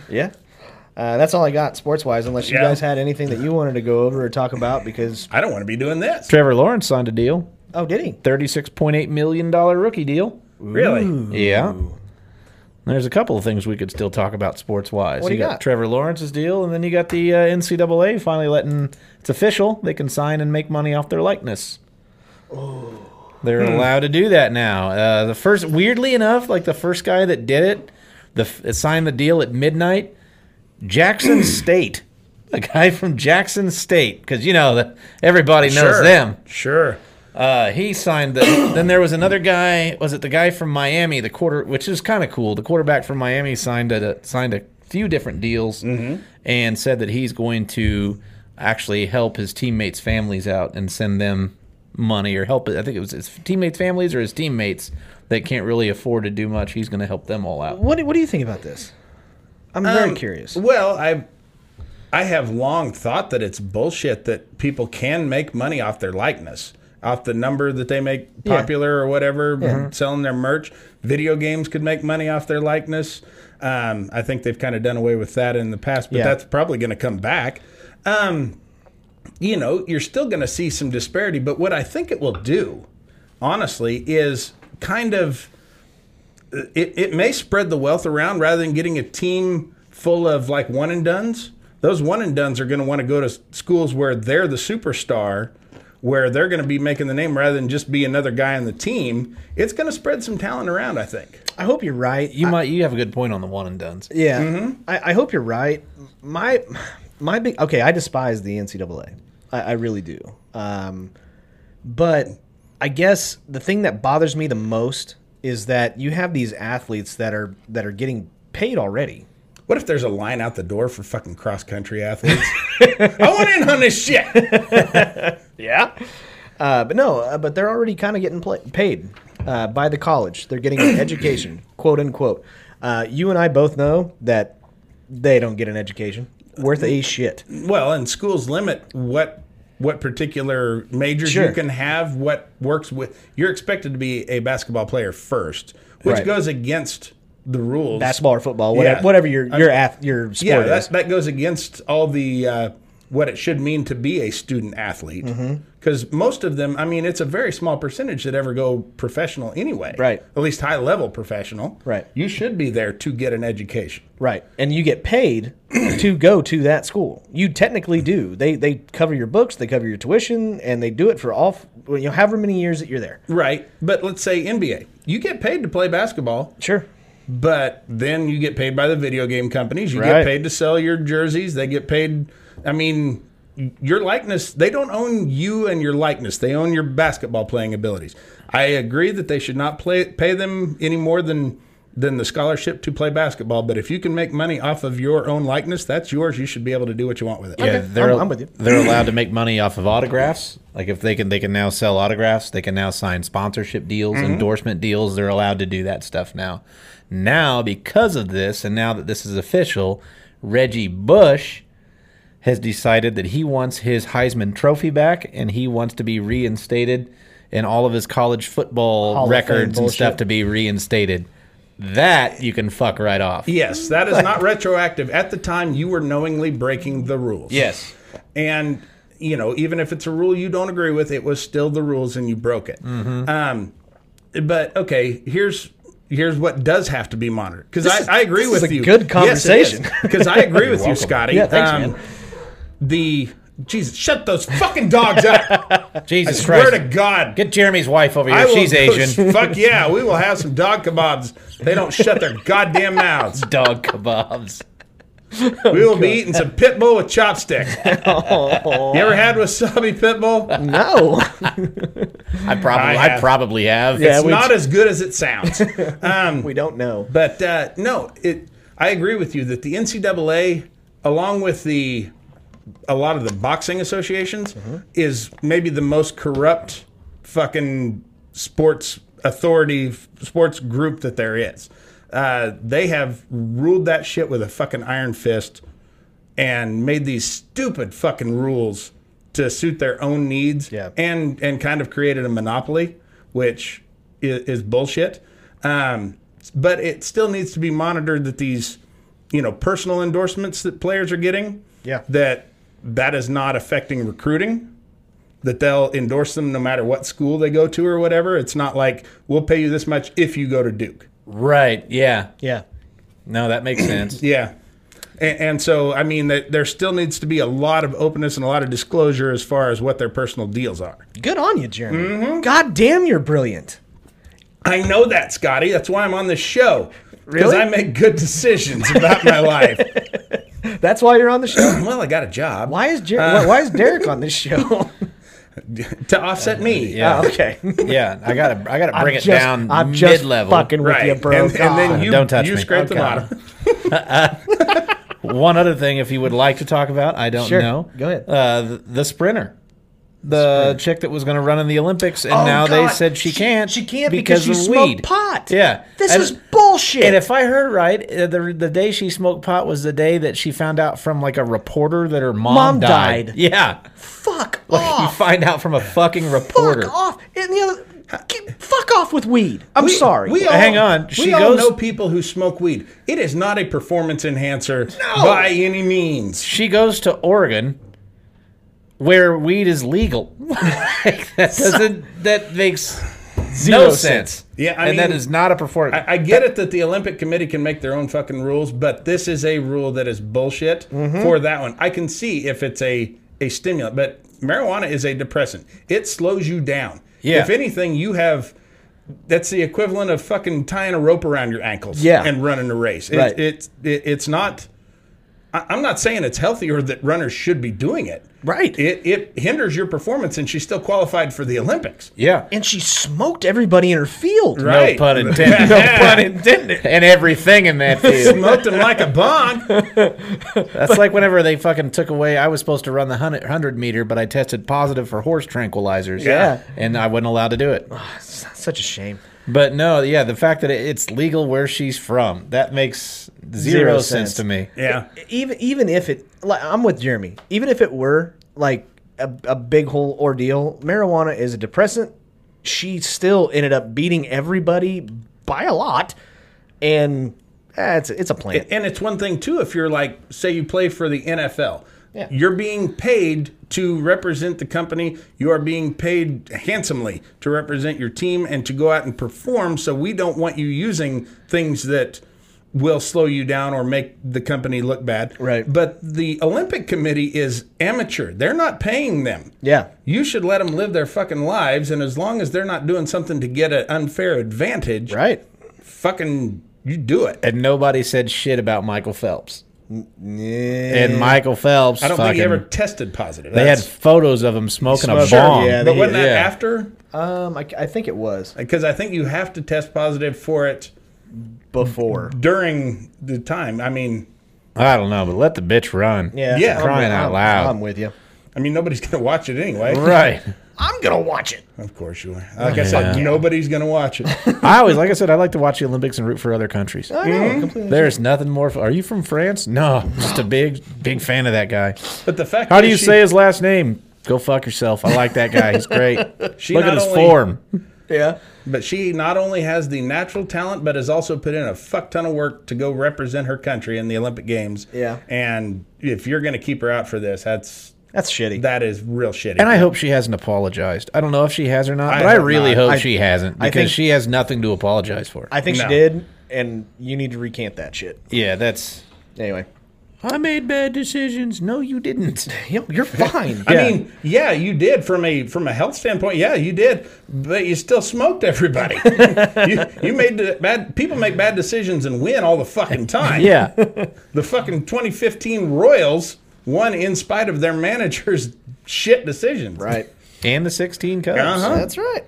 [SPEAKER 1] Yeah. Uh, that's all I got sports wise, unless you
[SPEAKER 2] Yeah.
[SPEAKER 1] guys had anything that you wanted to go over or talk about because.
[SPEAKER 2] I don't want to be doing this.
[SPEAKER 3] Trevor Lawrence signed a deal,
[SPEAKER 1] Oh, did he?
[SPEAKER 3] thirty-six point eight million dollar rookie deal.
[SPEAKER 2] Really?
[SPEAKER 3] Yeah. There's a couple of things we could still talk about sports wise.
[SPEAKER 1] What do you got?
[SPEAKER 3] Trevor Lawrence's deal, and then you got the uh, NCAA finally letting it's official. They can sign and make money off their likeness.
[SPEAKER 1] Oh. Hmm.
[SPEAKER 3] They're allowed to do that now. Uh, the first, weirdly enough, like the first guy that did it, the f- signed the deal at midnight. Jackson State, a guy from Jackson State, because you know that everybody knows
[SPEAKER 2] Sure.
[SPEAKER 3] them.
[SPEAKER 2] Sure.
[SPEAKER 3] Uh, he signed the. then there was another guy. Was it the guy from Miami? The quarter, which is kind of cool. The quarterback from Miami signed a signed a few different deals and said that he's going to actually help his teammates' families out and send them money or help. I think it was his teammates' families or his teammates that can't really afford to do much. He's going to help them all out.
[SPEAKER 1] What do, What do you think about this? I'm very
[SPEAKER 2] Um,
[SPEAKER 1] curious.
[SPEAKER 2] Well, I I have long thought that it's bullshit that people can make money off their likeness. off the number that they make
[SPEAKER 1] Yeah.
[SPEAKER 2] popular or whatever, selling their merch. Video games could make money off their likeness. Um, I think they've kind of done away with that in the past, but
[SPEAKER 1] Yeah.
[SPEAKER 2] that's probably going to come back. Um, you know, you're still going to see some disparity, but what I think it will do, honestly, is kind of it, it may spread the wealth around rather than getting a team full of like one and duns. Those one and duns are going to want to go to s- schools where they're the superstar, where they're going to be making the name rather than just be another guy on the team. It's going to spread some talent around, I think.
[SPEAKER 1] I hope you're right.
[SPEAKER 3] You might you have a good point on the one and duns.
[SPEAKER 1] Yeah, I, I hope you're right. My my big okay. I despise the NCAA. I, I really do. Um, but I guess the thing that bothers me the most is that you have these athletes that are that are getting paid already.
[SPEAKER 2] What if there's a line out the door for fucking cross country athletes? I want in on this shit.
[SPEAKER 1] Yeah. Uh, but no, uh, but they're already kind of getting pla paid uh, by the college. They're getting an education, quote unquote. Uh, you and I both know that they don't get an education worth a shit.
[SPEAKER 2] Well, and schools limit what what particular majors
[SPEAKER 1] Sure.
[SPEAKER 2] you can have, what works with. You're expected to be a basketball player first, which
[SPEAKER 1] Right.
[SPEAKER 2] goes against the rules.
[SPEAKER 1] Basketball or football, whatever,
[SPEAKER 2] Yeah.
[SPEAKER 1] whatever your
[SPEAKER 2] I
[SPEAKER 1] your
[SPEAKER 2] mean-
[SPEAKER 1] ath- your sport
[SPEAKER 2] yeah,
[SPEAKER 1] is.
[SPEAKER 2] that, that goes against all the uh, what it should mean to be a student athlete.
[SPEAKER 1] Mm-hmm.
[SPEAKER 2] Because most of them, I mean, it's a very small percentage that ever go professional anyway.
[SPEAKER 1] Right.
[SPEAKER 2] At least high level professional.
[SPEAKER 1] Right.
[SPEAKER 2] You should be there to get an education.
[SPEAKER 1] Right. And you get paid to go to that school. You technically do. They they cover your books, they cover your tuition, and they do it for all f- well, you know however many years that you're there.
[SPEAKER 2] Right. But let's say NBA. You get paid to play basketball.
[SPEAKER 1] Sure.
[SPEAKER 2] But then you get paid by the video game companies. You
[SPEAKER 1] Right.
[SPEAKER 2] get paid to sell your jerseys. They get paid. I mean, your likeness, they don't own you and your likeness. They own your basketball playing abilities. I agree that they should not play, pay them any more than than the scholarship to play basketball. But if you can make money off of your own likeness, that's yours. You should be able to do what you want with it.
[SPEAKER 3] Yeah, they're
[SPEAKER 1] I'm- I'm with you.
[SPEAKER 3] they're allowed to make money off of autographs. Like if they can they can now sell autographs, they can now sign sponsorship deals,
[SPEAKER 1] Mm-hmm.
[SPEAKER 3] endorsement deals. They're allowed to do that stuff now. Now because of this and now that this is official, Reggie Bush has decided that he wants his Heisman trophy back and he wants to be reinstated and all of his college football
[SPEAKER 1] Hall of Fame
[SPEAKER 3] records and stuff
[SPEAKER 1] bullshit.
[SPEAKER 3] to be reinstated. That you can fuck right off.
[SPEAKER 2] Yes, that is not retroactive. At the time, you were knowingly breaking the rules.
[SPEAKER 3] Yes.
[SPEAKER 2] and you know even if it's a rule you don't agree with it was still the rules and you broke it
[SPEAKER 1] Mm-hmm.
[SPEAKER 2] um, but okay here's here's what does have to be monitored because
[SPEAKER 1] is-
[SPEAKER 2] I, I agree
[SPEAKER 1] this
[SPEAKER 2] with
[SPEAKER 1] is a
[SPEAKER 2] you
[SPEAKER 1] good conversation.
[SPEAKER 2] because i agree with you scotty Um,
[SPEAKER 1] Yeah, thanks, man.
[SPEAKER 2] the jesus shut those fucking dogs up
[SPEAKER 3] Jesus
[SPEAKER 2] swear
[SPEAKER 3] Christ.
[SPEAKER 2] to god
[SPEAKER 3] Get Jeremy's wife over here.
[SPEAKER 2] will
[SPEAKER 3] She's
[SPEAKER 2] go-
[SPEAKER 3] Asian.
[SPEAKER 2] fuck yeah we will have some dog kebabs they don't shut their goddamn mouths
[SPEAKER 3] dog kebabs.
[SPEAKER 2] we will be eating some pit bull with chopsticks you ever had wasabi pit bull
[SPEAKER 1] Oh. No.
[SPEAKER 3] I probably,
[SPEAKER 2] I
[SPEAKER 3] I,
[SPEAKER 2] have.
[SPEAKER 3] probably have.
[SPEAKER 1] Yeah.
[SPEAKER 2] It's
[SPEAKER 1] we-
[SPEAKER 2] not as good as it sounds.
[SPEAKER 1] we don't know.
[SPEAKER 2] but uh, no, it. I agree with you that the NCAA, along with the a lot of the boxing associations, is maybe the most corrupt fucking sports authority f- sports group that there is. Uh, they have ruled that shit with a fucking iron fist and made these stupid fucking rules to suit their own needs
[SPEAKER 1] Yeah.
[SPEAKER 2] and and kind of created a monopoly which is, is bullshit um, but it still needs to be monitored that these you know personal endorsements that players are getting
[SPEAKER 1] Yeah.
[SPEAKER 2] that that is not affecting recruiting that they'll endorse them no matter what school they go to or whatever it's not like we'll pay you this much if you go to duke
[SPEAKER 3] Right. Yeah.
[SPEAKER 1] Yeah.
[SPEAKER 3] No, that makes sense.
[SPEAKER 2] Yeah. And, and so, I mean, that there still needs to be a lot of openness and a lot of disclosure as far as what their personal deals are.
[SPEAKER 1] Good on you, Jeremy.
[SPEAKER 2] Mm-hmm.
[SPEAKER 1] God damn, you're brilliant.
[SPEAKER 2] I know that, Scotty. That's why I'm on this show. Because
[SPEAKER 1] Really?
[SPEAKER 2] I make good decisions about my life.
[SPEAKER 1] That's why you're on the show.
[SPEAKER 2] Well, I got a job
[SPEAKER 1] Why is Jer- why, why is Derek on this show?
[SPEAKER 2] to offset me.
[SPEAKER 3] Yeah.
[SPEAKER 1] Oh, okay. Bring
[SPEAKER 3] Yeah. I gotta, I gotta bring it down
[SPEAKER 1] I'm
[SPEAKER 3] mid
[SPEAKER 1] just
[SPEAKER 3] level.
[SPEAKER 1] fucking with
[SPEAKER 2] Right.
[SPEAKER 1] you, bro.
[SPEAKER 2] and, and
[SPEAKER 1] God.
[SPEAKER 2] then you,
[SPEAKER 3] Don't touch
[SPEAKER 2] you
[SPEAKER 3] me.
[SPEAKER 2] scrape the
[SPEAKER 3] Okay.
[SPEAKER 2] bottom.
[SPEAKER 3] One other thing, if you would like to talk about, I don't
[SPEAKER 1] Sure.
[SPEAKER 3] know.
[SPEAKER 1] Go ahead.
[SPEAKER 3] Uh, the, the sprinter. the chick that was going to run in the Olympics, and now they said she can't.
[SPEAKER 1] Oh, She, can't because, she
[SPEAKER 3] of
[SPEAKER 1] smoked
[SPEAKER 3] weed.
[SPEAKER 1] pot.
[SPEAKER 3] Yeah,
[SPEAKER 1] This
[SPEAKER 3] And-
[SPEAKER 1] is bullshit.
[SPEAKER 3] And if I heard right, uh, the the day she smoked pot was the day that she found out from like a reporter that her mom,
[SPEAKER 1] Mom died.
[SPEAKER 3] Yeah,
[SPEAKER 1] fuck
[SPEAKER 3] like you
[SPEAKER 1] off.
[SPEAKER 3] find out from a fucking reporter.
[SPEAKER 1] Fuck off. And the other, get- fuck off with weed. I'm sorry.
[SPEAKER 2] We all,
[SPEAKER 3] Hang on.
[SPEAKER 2] We
[SPEAKER 3] She
[SPEAKER 2] all
[SPEAKER 3] goes-
[SPEAKER 2] know people who smoke weed. It is not a performance enhancer by any means.
[SPEAKER 3] She goes to Oregon, where weed is legal. Like, that doesn't that makes
[SPEAKER 1] Zero
[SPEAKER 3] no sense.
[SPEAKER 2] Yeah, I
[SPEAKER 3] and that
[SPEAKER 2] mean,
[SPEAKER 3] is not a performance.
[SPEAKER 2] I, I get it that the Olympic Committee can make their own fucking rules, but this is a rule that is bullshit
[SPEAKER 1] Mm-hmm.
[SPEAKER 2] for that one. I can see if it's a a stimulant, but marijuana is a depressant. It slows you down.
[SPEAKER 3] Yeah.
[SPEAKER 2] If anything, you have that's the equivalent of fucking tying a rope around your ankles
[SPEAKER 1] Yeah.
[SPEAKER 2] and running a race. It,
[SPEAKER 1] Right.
[SPEAKER 2] It's it, it's not. I- I'm not saying it's healthy or that runners should be doing it.
[SPEAKER 1] Right.
[SPEAKER 2] It it hinders your performance, and she's still qualified for the Olympics.
[SPEAKER 3] yeah,
[SPEAKER 1] And she smoked everybody in her field.
[SPEAKER 3] no
[SPEAKER 2] Right.
[SPEAKER 3] pun intended. no pun intended. And everything in that field.
[SPEAKER 2] Smoked them like a bong.
[SPEAKER 3] That's like whenever they fucking took away. I was supposed to run the hundred hundred meter, but I tested positive for horse tranquilizers.
[SPEAKER 1] Yeah.
[SPEAKER 3] and I wasn't allowed to do it.
[SPEAKER 1] Such a shame.
[SPEAKER 3] But no, yeah, the fact that it- it's legal where she's from that makes
[SPEAKER 1] Zero
[SPEAKER 3] zero, sense.
[SPEAKER 1] sense.
[SPEAKER 3] to me.
[SPEAKER 2] Yeah.
[SPEAKER 1] even even if it like I'm with Jeremy, even if it were like a, a big whole ordeal, marijuana is a depressant. She still ended up beating everybody by a lot, and eh, it's it's a plant.
[SPEAKER 2] And it's one thing too if you're like, say you play for the NFL.
[SPEAKER 1] Yeah.
[SPEAKER 2] You're being paid to represent the company. You are being paid handsomely to represent your team and to go out and perform. So we don't want you using things that will slow you down or make the company look bad.
[SPEAKER 1] Right.
[SPEAKER 2] But the Olympic committee is amateur. They're not paying them.
[SPEAKER 1] yeah,
[SPEAKER 2] You should let them live their fucking lives and as long as they're not doing something to get an unfair advantage,
[SPEAKER 1] right.
[SPEAKER 2] fucking you do it.
[SPEAKER 3] And nobody said shit about Michael Phelps. And Michael Phelps,
[SPEAKER 2] I don't think he
[SPEAKER 3] fucking-
[SPEAKER 2] ever tested positive.
[SPEAKER 3] They had
[SPEAKER 2] That's-
[SPEAKER 3] photos of him smoking a
[SPEAKER 1] Smoked. Sure,
[SPEAKER 3] bomb.
[SPEAKER 1] yeah,
[SPEAKER 2] But wasn't that
[SPEAKER 3] Yeah.
[SPEAKER 2] after?
[SPEAKER 1] Um, I, I think it was
[SPEAKER 2] Because I think you have to test positive for it
[SPEAKER 1] before.
[SPEAKER 2] during the time. I mean,
[SPEAKER 3] I don't know, but let the bitch run.
[SPEAKER 2] Yeah.
[SPEAKER 3] Crying
[SPEAKER 1] I'm-
[SPEAKER 3] out loud.
[SPEAKER 1] I'm with you.
[SPEAKER 2] I mean nobody's going to watch it anyway.
[SPEAKER 3] Right.
[SPEAKER 1] I'm gonna watch it.
[SPEAKER 2] Of course you are. Like I said, nobody's going to watch it.
[SPEAKER 3] I always, like I said, I like to watch the Olympics and root for other countries.
[SPEAKER 1] I know,
[SPEAKER 2] Mm-hmm.
[SPEAKER 1] completely.
[SPEAKER 3] There's nothing more. Are you from France? No, I'm just a big, big fan of that guy.
[SPEAKER 2] But the fact
[SPEAKER 3] How
[SPEAKER 2] that
[SPEAKER 3] do you
[SPEAKER 2] she-
[SPEAKER 3] say his last name? Go fuck yourself. I like that guy. He's great.
[SPEAKER 2] She
[SPEAKER 3] Look at
[SPEAKER 2] not
[SPEAKER 3] his
[SPEAKER 2] only-
[SPEAKER 3] form.
[SPEAKER 1] Yeah.
[SPEAKER 2] But she not only has the natural talent, but has also put in a fuck ton of work to go represent her country in the Olympic Games.
[SPEAKER 1] Yeah.
[SPEAKER 2] And if you're going to keep her out for this, that's
[SPEAKER 1] That's shitty.
[SPEAKER 2] that is real shitty.
[SPEAKER 3] And I hope she hasn't apologized. I don't know if she has or not,
[SPEAKER 2] I
[SPEAKER 3] but I
[SPEAKER 2] hope
[SPEAKER 3] really
[SPEAKER 2] not.
[SPEAKER 3] hope
[SPEAKER 1] I-
[SPEAKER 3] she hasn't
[SPEAKER 1] I
[SPEAKER 3] because
[SPEAKER 1] think-
[SPEAKER 3] she has nothing to apologize for.
[SPEAKER 1] I think she
[SPEAKER 2] No.
[SPEAKER 1] did, and you need to recant that shit.
[SPEAKER 3] yeah, that's.
[SPEAKER 1] Anyway,
[SPEAKER 3] I made bad decisions. No, you didn't.
[SPEAKER 1] Yo, you're fine.
[SPEAKER 2] I mean, yeah, you did from a from a health standpoint. Yeah, you did, but you still smoked everybody. you, you made the bad people make bad decisions and win all the fucking time.
[SPEAKER 3] Yeah.
[SPEAKER 2] the fucking 2015 Royals won in spite of their manager's shit decisions.
[SPEAKER 1] right.
[SPEAKER 3] and the 16 Cubs.
[SPEAKER 2] Uh-huh.
[SPEAKER 1] That's right.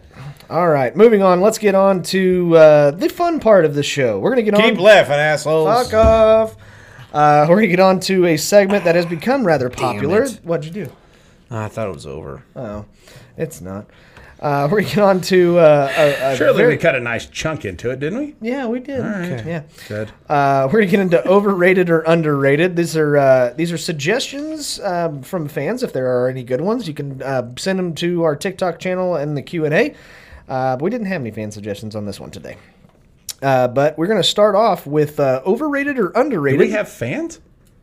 [SPEAKER 1] All right, moving on. Let's get on to uh, the fun part of the show. We're gonna get
[SPEAKER 3] Keep
[SPEAKER 1] on.
[SPEAKER 3] laughing, assholes.
[SPEAKER 1] Fuck off. Uh, we're gonna get on to a segment that has become rather popular.
[SPEAKER 3] it.
[SPEAKER 1] What'd you do?
[SPEAKER 3] I thought it was over.
[SPEAKER 1] Oh, it's not. Uh, we're gonna get on to uh, a, a
[SPEAKER 2] Surely
[SPEAKER 1] very-
[SPEAKER 2] we cut a nice chunk into it, didn't we?
[SPEAKER 1] Yeah, we did. Yeah.
[SPEAKER 2] Good.
[SPEAKER 1] Uh, we're gonna get into overrated or underrated. These are uh, these are suggestions um, from fans. If there are any good ones, you can uh, send them to our TikTok channel and the Q and A. Uh, but we didn't have any fan suggestions on this one today. Uh, but we're gonna start off with uh, overrated or
[SPEAKER 2] Do
[SPEAKER 1] underrated.
[SPEAKER 2] we have fans?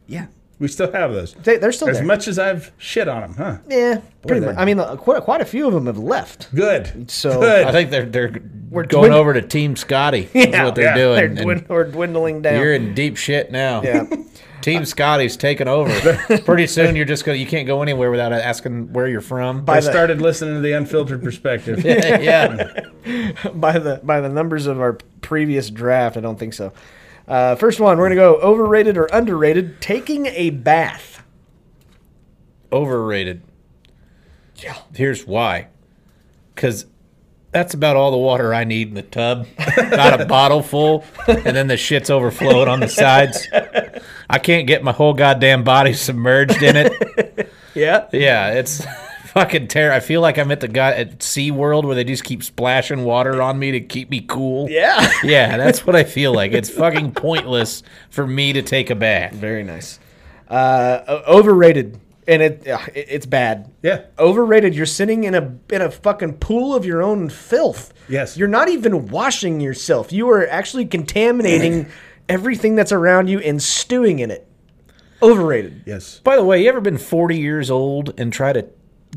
[SPEAKER 1] yeah,
[SPEAKER 2] We still have those.
[SPEAKER 1] they, they're still
[SPEAKER 2] As
[SPEAKER 1] there.
[SPEAKER 2] much as I've shit on them, huh?
[SPEAKER 1] yeah, pretty
[SPEAKER 2] they're-
[SPEAKER 1] much. I mean, uh, quite quite a few of them have left.
[SPEAKER 2] Good.
[SPEAKER 1] So-
[SPEAKER 2] Good.
[SPEAKER 3] I think they're they're
[SPEAKER 1] dwind-
[SPEAKER 3] going over to Team Scotty. Yeah, is what they're
[SPEAKER 2] yeah,
[SPEAKER 3] doing.
[SPEAKER 1] They're
[SPEAKER 3] and
[SPEAKER 1] dwind- we're dwindling down.
[SPEAKER 3] you're in deep shit now.
[SPEAKER 1] yeah.
[SPEAKER 3] Team Scotty's taking over. Pretty soon, you're just gonna you can't go anywhere without asking where you're from.
[SPEAKER 2] I
[SPEAKER 1] the-
[SPEAKER 2] started listening to the unfiltered perspective.
[SPEAKER 3] yeah,
[SPEAKER 1] by the by the numbers of our previous draft, I don't think so. Uh, first one, we're gonna go overrated or underrated. Taking a bath.
[SPEAKER 3] overrated. Yeah. Here's why. Because that's about all the water I need in the tub. Got a bottle full, and then the shit's overflowing on the sides. I can't get my whole goddamn body submerged in it.
[SPEAKER 1] Yeah.
[SPEAKER 3] Yeah, it's fucking tear. I feel like I'm at the guy at Sea World where they just keep splashing water on me to keep me cool.
[SPEAKER 1] Yeah.
[SPEAKER 3] Yeah, that's what I feel like. It's fucking pointless for me to take a bath.
[SPEAKER 1] Very nice. Uh, o- overrated, and it uh, it- it's bad.
[SPEAKER 2] Yeah.
[SPEAKER 1] Overrated. You're sitting in a in a fucking pool of your own filth.
[SPEAKER 2] Yes.
[SPEAKER 1] You're not even washing yourself. You are actually contaminating everything that's around you and stewing in it. Overrated.
[SPEAKER 2] Yes.
[SPEAKER 3] By the way, you ever been 40 years old and try to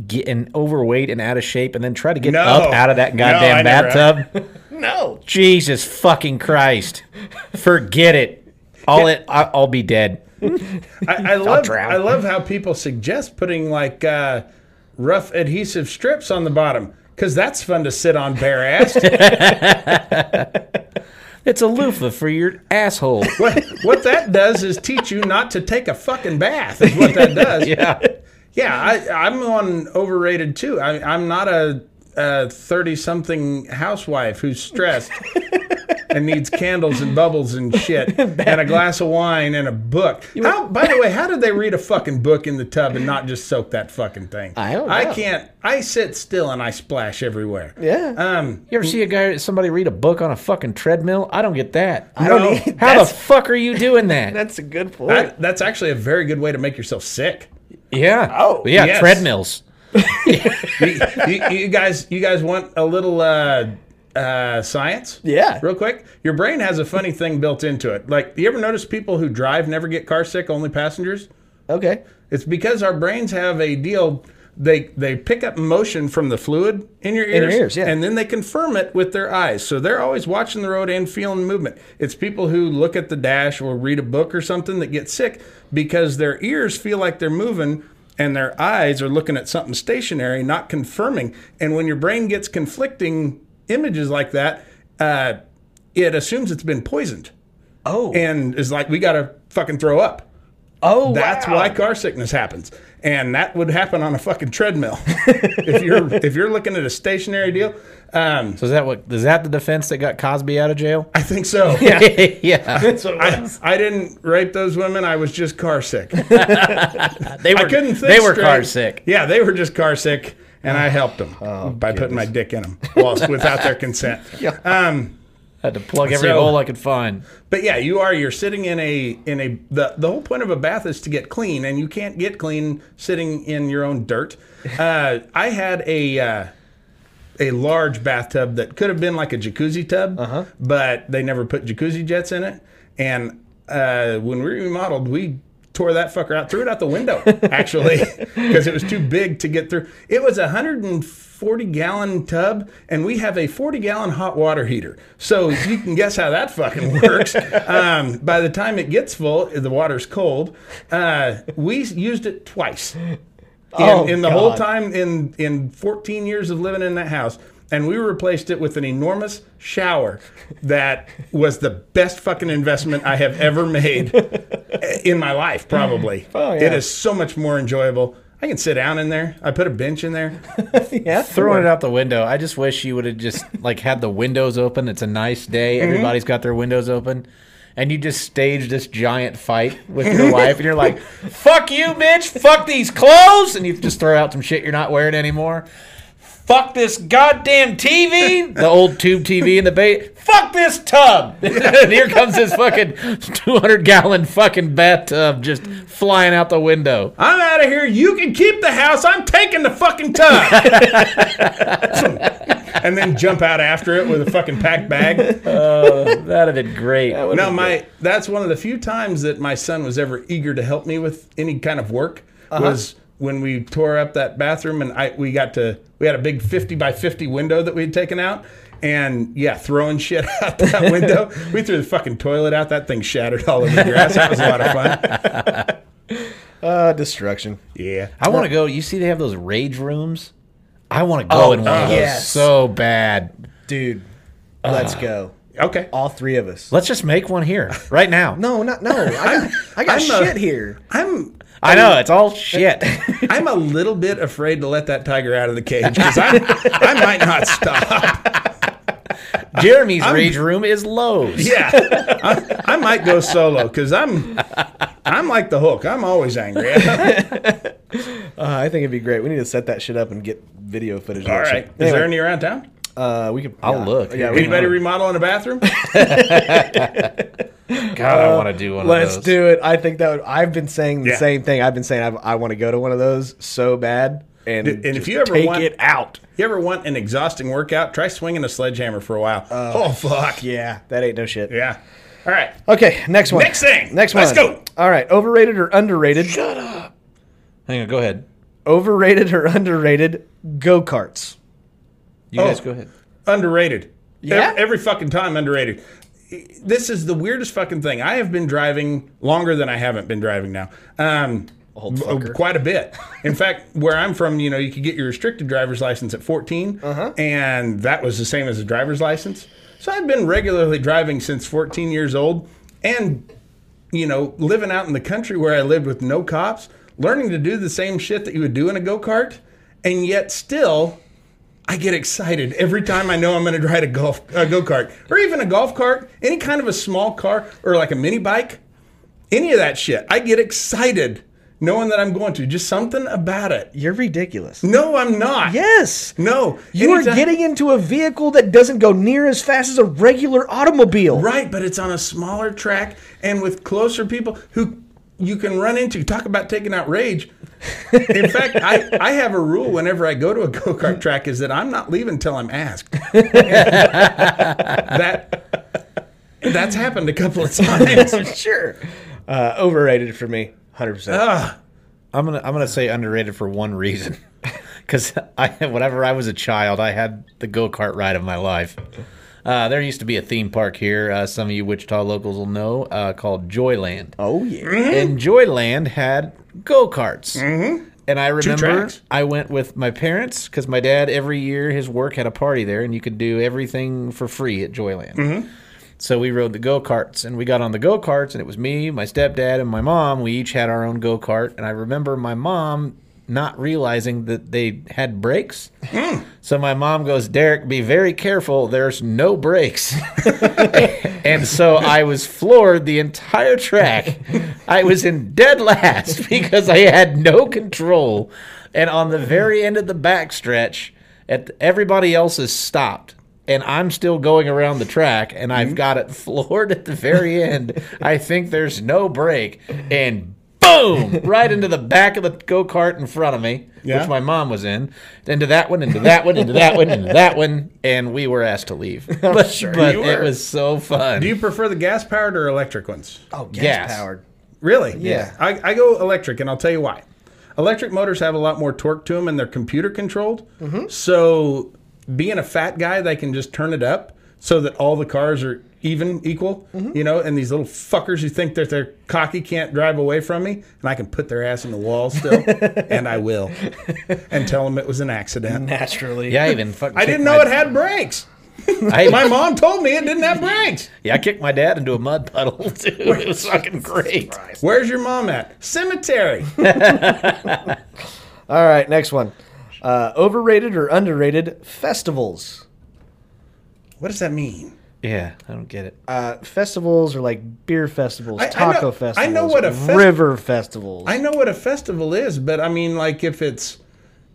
[SPEAKER 3] get and overweight and out of shape and then try to get
[SPEAKER 2] No.
[SPEAKER 3] up out of that
[SPEAKER 2] No, I
[SPEAKER 3] goddamn
[SPEAKER 2] never have.
[SPEAKER 3] bathtub?
[SPEAKER 1] No.
[SPEAKER 3] Jesus fucking Christ. Forget it. I'll it, I- I'll be dead.
[SPEAKER 2] I, I love
[SPEAKER 1] drown.
[SPEAKER 2] I love how people suggest putting like uh, rough adhesive strips on the bottom because that's fun to sit on bare ass.
[SPEAKER 3] It's a loofah for your asshole.
[SPEAKER 2] what, what that does is teach you not to take a fucking bath. Is what that does.
[SPEAKER 3] Yeah.
[SPEAKER 2] Yeah, I, I'm on overrated too. I, I'm not a thirty-something housewife who's stressed and needs candles and bubbles and shit and a glass of wine and a book. How, by the way, how did they read a fucking book in the tub and not just soak that fucking thing?
[SPEAKER 1] I don't know.
[SPEAKER 2] I can't. I sit still and I splash everywhere.
[SPEAKER 1] Yeah.
[SPEAKER 2] Um.
[SPEAKER 3] You ever see a guy somebody read a book on a fucking treadmill? I don't get that.
[SPEAKER 1] I don't
[SPEAKER 2] no.
[SPEAKER 1] need
[SPEAKER 3] How the
[SPEAKER 1] that's-
[SPEAKER 3] fuck are you doing that?
[SPEAKER 1] That's a good point.
[SPEAKER 2] That, that's actually a very good way to make yourself sick.
[SPEAKER 3] yeah.
[SPEAKER 1] Oh,
[SPEAKER 3] yeah,
[SPEAKER 2] yes.
[SPEAKER 3] treadmills.
[SPEAKER 2] you, you- you guys, you guys want a little uh, uh, science?
[SPEAKER 1] Yeah.
[SPEAKER 2] Real quick, your brain has a funny thing built into it. Like, you ever notice people who drive never get car sick, only passengers?
[SPEAKER 1] okay.
[SPEAKER 2] It's because our brains have a deal. They they pick up motion from the fluid in your ears,
[SPEAKER 1] your ears, yeah.
[SPEAKER 2] and then they confirm it with their eyes. So they're always watching the road and feeling movement. It's people who look at the dash or read a book or something that get sick because their ears feel like they're moving and their eyes are looking at something stationary, not confirming. And when your brain gets conflicting images like that, uh, it assumes it's been poisoned
[SPEAKER 1] Oh.
[SPEAKER 2] and is like, we got to fucking throw up.
[SPEAKER 1] oh.
[SPEAKER 2] That's
[SPEAKER 1] wow.
[SPEAKER 2] why car sickness happens, and that would happen on a fucking treadmill. if you're if you're looking at a stationary deal, um,
[SPEAKER 3] So is that what is that the defense that got Cosby out of jail?
[SPEAKER 2] I think so.
[SPEAKER 3] yeah.
[SPEAKER 1] That's what it
[SPEAKER 2] I, I didn't rape those women. I was just car sick.
[SPEAKER 3] They were
[SPEAKER 2] I couldn't think.
[SPEAKER 3] They were
[SPEAKER 2] straight.
[SPEAKER 3] car sick. Oh,
[SPEAKER 2] Yeah, they were just car sick, and I helped them by putting my dick in them whilst, without their consent.
[SPEAKER 3] I had to plug every
[SPEAKER 2] So-
[SPEAKER 3] hole I could find.
[SPEAKER 2] But yeah, you are. You're sitting in a in a the the whole point of a bath is to get clean, and you can't get clean sitting in your own dirt. Uh, I had a uh, a large bathtub that could have been like a jacuzzi tub, but they never put jacuzzi jets in it. And uh, when we remodeled, we tore that fucker out, threw it out the window actually because it was too big to get through. It was a hundred and forty gallon tub, and we have a forty gallon hot water heater, so you can guess how that fucking works. Um, by the time it gets full, the water's cold. Uh, we used it twice in,
[SPEAKER 1] Oh,
[SPEAKER 2] in the whole
[SPEAKER 1] God.
[SPEAKER 2] time in in 14 years of living in that house and we replaced it with an enormous shower that was the best fucking investment I have ever made in my life, probably.
[SPEAKER 1] Oh, yeah.
[SPEAKER 2] It is so much more enjoyable. I can sit down in there. I put a bench in there.
[SPEAKER 1] yeah.
[SPEAKER 3] Throwing it out the window. I just wish you would have just like had the windows open. It's a nice day. Everybody's got their windows open. And you just stage this giant fight with your wife, and you're like, "Fuck you, bitch! Fuck these clothes!" And you just throw out some shit you're not wearing anymore. Fuck this goddamn TV, the old tube TV in the bay. Fuck this tub. and here comes this fucking 200 gallon fucking bathtub just flying out the window.
[SPEAKER 2] I'm out of here. You can keep the house. I'm taking the fucking tub. and then jump out after it with a fucking packed bag.
[SPEAKER 3] That'd have been great.
[SPEAKER 2] Now my that's one of the few times that my son was ever eager to help me with any kind of work
[SPEAKER 3] Uh-huh.
[SPEAKER 2] was when we tore up that bathroom and I we got to we had a big 50 by 50 window that we had taken out and yeah throwing shit out that window we threw the fucking toilet out that thing shattered all over the grass that was a lot of fun
[SPEAKER 1] Uh, destruction.
[SPEAKER 2] yeah
[SPEAKER 3] I want to go. You see, they have those rage rooms. I want to go in one of those
[SPEAKER 1] yes.
[SPEAKER 3] so bad.
[SPEAKER 1] Dude, let's
[SPEAKER 2] Uh.
[SPEAKER 1] go.
[SPEAKER 2] okay
[SPEAKER 1] All three of us.
[SPEAKER 3] Let's just make one here right now.
[SPEAKER 1] No, not no. I got, I got
[SPEAKER 2] I'm a-
[SPEAKER 1] shit here.
[SPEAKER 2] I'm
[SPEAKER 3] I know it's all shit.
[SPEAKER 2] I'm a little bit afraid to let that tiger out of the cage because I I might not stop
[SPEAKER 3] Jeremy's rage room is Lowe's.
[SPEAKER 2] Yeah, I, I might go solo because I'm I'm like the Hulk. I'm always angry.
[SPEAKER 1] Uh, I think it'd be great. We need to set that shit up and get video footage. of
[SPEAKER 2] All
[SPEAKER 1] that shit.
[SPEAKER 2] right. Is
[SPEAKER 1] Anyway,
[SPEAKER 2] there any around town?
[SPEAKER 1] Uh, we could.
[SPEAKER 3] I'll
[SPEAKER 1] yeah.
[SPEAKER 3] look.
[SPEAKER 1] Yeah. We,
[SPEAKER 2] Anybody remodeling a bathroom?
[SPEAKER 3] God, I want to do one
[SPEAKER 1] let's
[SPEAKER 3] of those.
[SPEAKER 1] do it. I think that would, I've been saying the
[SPEAKER 2] Yeah.
[SPEAKER 1] same thing. I've been saying I've, I want to go to one of those so bad. And,
[SPEAKER 2] And if
[SPEAKER 1] just
[SPEAKER 2] you ever
[SPEAKER 1] take
[SPEAKER 2] want-
[SPEAKER 1] it out,
[SPEAKER 2] You ever want an exhausting workout? Try swinging a sledgehammer for a while. oh fuck.
[SPEAKER 1] yeah, that ain't no shit.
[SPEAKER 2] Yeah. All right.
[SPEAKER 1] Okay, next one.
[SPEAKER 2] Next thing.
[SPEAKER 1] Next one.
[SPEAKER 2] Let's go.
[SPEAKER 1] All right, overrated or underrated?
[SPEAKER 3] Hang on, go ahead.
[SPEAKER 1] Overrated or underrated go karts?
[SPEAKER 3] You
[SPEAKER 2] Oh.
[SPEAKER 3] guys go ahead.
[SPEAKER 2] Underrated.
[SPEAKER 1] Yeah?
[SPEAKER 2] Every, every fucking time underrated. This is the weirdest fucking thing. I have been driving longer than I haven't been driving now. Um,
[SPEAKER 1] Old
[SPEAKER 2] b-
[SPEAKER 1] fucker.
[SPEAKER 2] quite a bit. In fact, where I'm from, you know, you could get your restricted driver's license at 14,
[SPEAKER 1] Uh-huh.
[SPEAKER 2] and that was the same as a driver's license. So I've been regularly driving since 14 years old, and you know, living out in the country where I lived with no cops, learning to do the same shit that you would do in a go kart, and yet still, I get excited every time I know I'm going to ride a golf a go kart or even a golf cart, any kind of a small car or like a mini bike, any of that shit. I get excited knowing that I'm going to. Just something about it.
[SPEAKER 1] You're ridiculous.
[SPEAKER 2] No, I'm not.
[SPEAKER 1] Yes.
[SPEAKER 2] No.
[SPEAKER 1] You are
[SPEAKER 2] Anytime-
[SPEAKER 1] getting into a vehicle that doesn't go near as fast as a regular automobile.
[SPEAKER 2] Right, but it's on a smaller track and with closer people who you can run into. Talk about taking out rage. In fact, I, I have a rule whenever I go to a go kart track is that I'm not leaving until I'm asked. that that's happened a couple of times.
[SPEAKER 1] sure. Uh, overrated for me, hundred percent.
[SPEAKER 2] Ugh.
[SPEAKER 3] I'm gonna I'm gonna say underrated for one reason, because I whenever I was a child, I had the go kart ride of my life. Uh, there used to be a theme park here. Uh, some of you Wichita locals will know uh, called Joyland.
[SPEAKER 1] Oh yeah.
[SPEAKER 3] And Joyland had go karts. Mm-hmm. And I remember
[SPEAKER 2] tracks.
[SPEAKER 3] I went with my parents because my dad every year his work had a party there, and you could do everything for free at Joyland. So we rode the go karts, and we got on the go karts, and it was me, my stepdad, and my mom. We each had our own go kart, and I remember my mom not realizing that they had brakes. So my mom goes, Derek, be very careful. There's no brakes. and so I was floored the entire track. I was in dead last because I had no control. And on the very end of the backstretch, at everybody else is stopped. And I'm still going around the track, and I've got it floored at the very end. I think there's no break, and boom, right into the back of the go kart in front of me,
[SPEAKER 2] Yeah.
[SPEAKER 3] which my mom was in. Into that one, into that one, into that one, into that one, and we were asked to leave. But, but
[SPEAKER 2] you
[SPEAKER 3] it
[SPEAKER 2] were.
[SPEAKER 3] was so fun.
[SPEAKER 2] Do you prefer the gas powered or electric ones?
[SPEAKER 1] Oh, gas
[SPEAKER 3] Gas.
[SPEAKER 1] powered.
[SPEAKER 2] Really?
[SPEAKER 1] Yeah.
[SPEAKER 2] I, I go electric, and I'll tell you why. Electric motors have a lot more torque to them, and they're computer controlled. So, being a fat guy, they can just turn it up so that all the cars are even, equal. You know, and these little fuckers who think that they're cocky can't drive away from me, and I can put their ass in the wall still, and I will, and tell them it was an accident.
[SPEAKER 1] Naturally.
[SPEAKER 3] yeah, I even fucking
[SPEAKER 2] I
[SPEAKER 3] kicked
[SPEAKER 2] didn't know
[SPEAKER 3] my-
[SPEAKER 2] it had brakes.
[SPEAKER 3] I,
[SPEAKER 2] My mom told me it didn't have brakes.
[SPEAKER 3] yeah, I kicked my dad into a mud puddle too. It was fucking great.
[SPEAKER 2] Where's your mom at? Cemetery.
[SPEAKER 1] All right, next one. Uh, overrated or underrated festivals?
[SPEAKER 2] what does that mean?
[SPEAKER 3] Yeah, I don't get it.
[SPEAKER 1] Uh, festivals are like beer festivals,
[SPEAKER 2] I- I
[SPEAKER 1] taco
[SPEAKER 2] know-
[SPEAKER 1] festivals,
[SPEAKER 2] I know what a fes-
[SPEAKER 1] river festivals.
[SPEAKER 2] I know what a festival is, but I mean, like, if it's,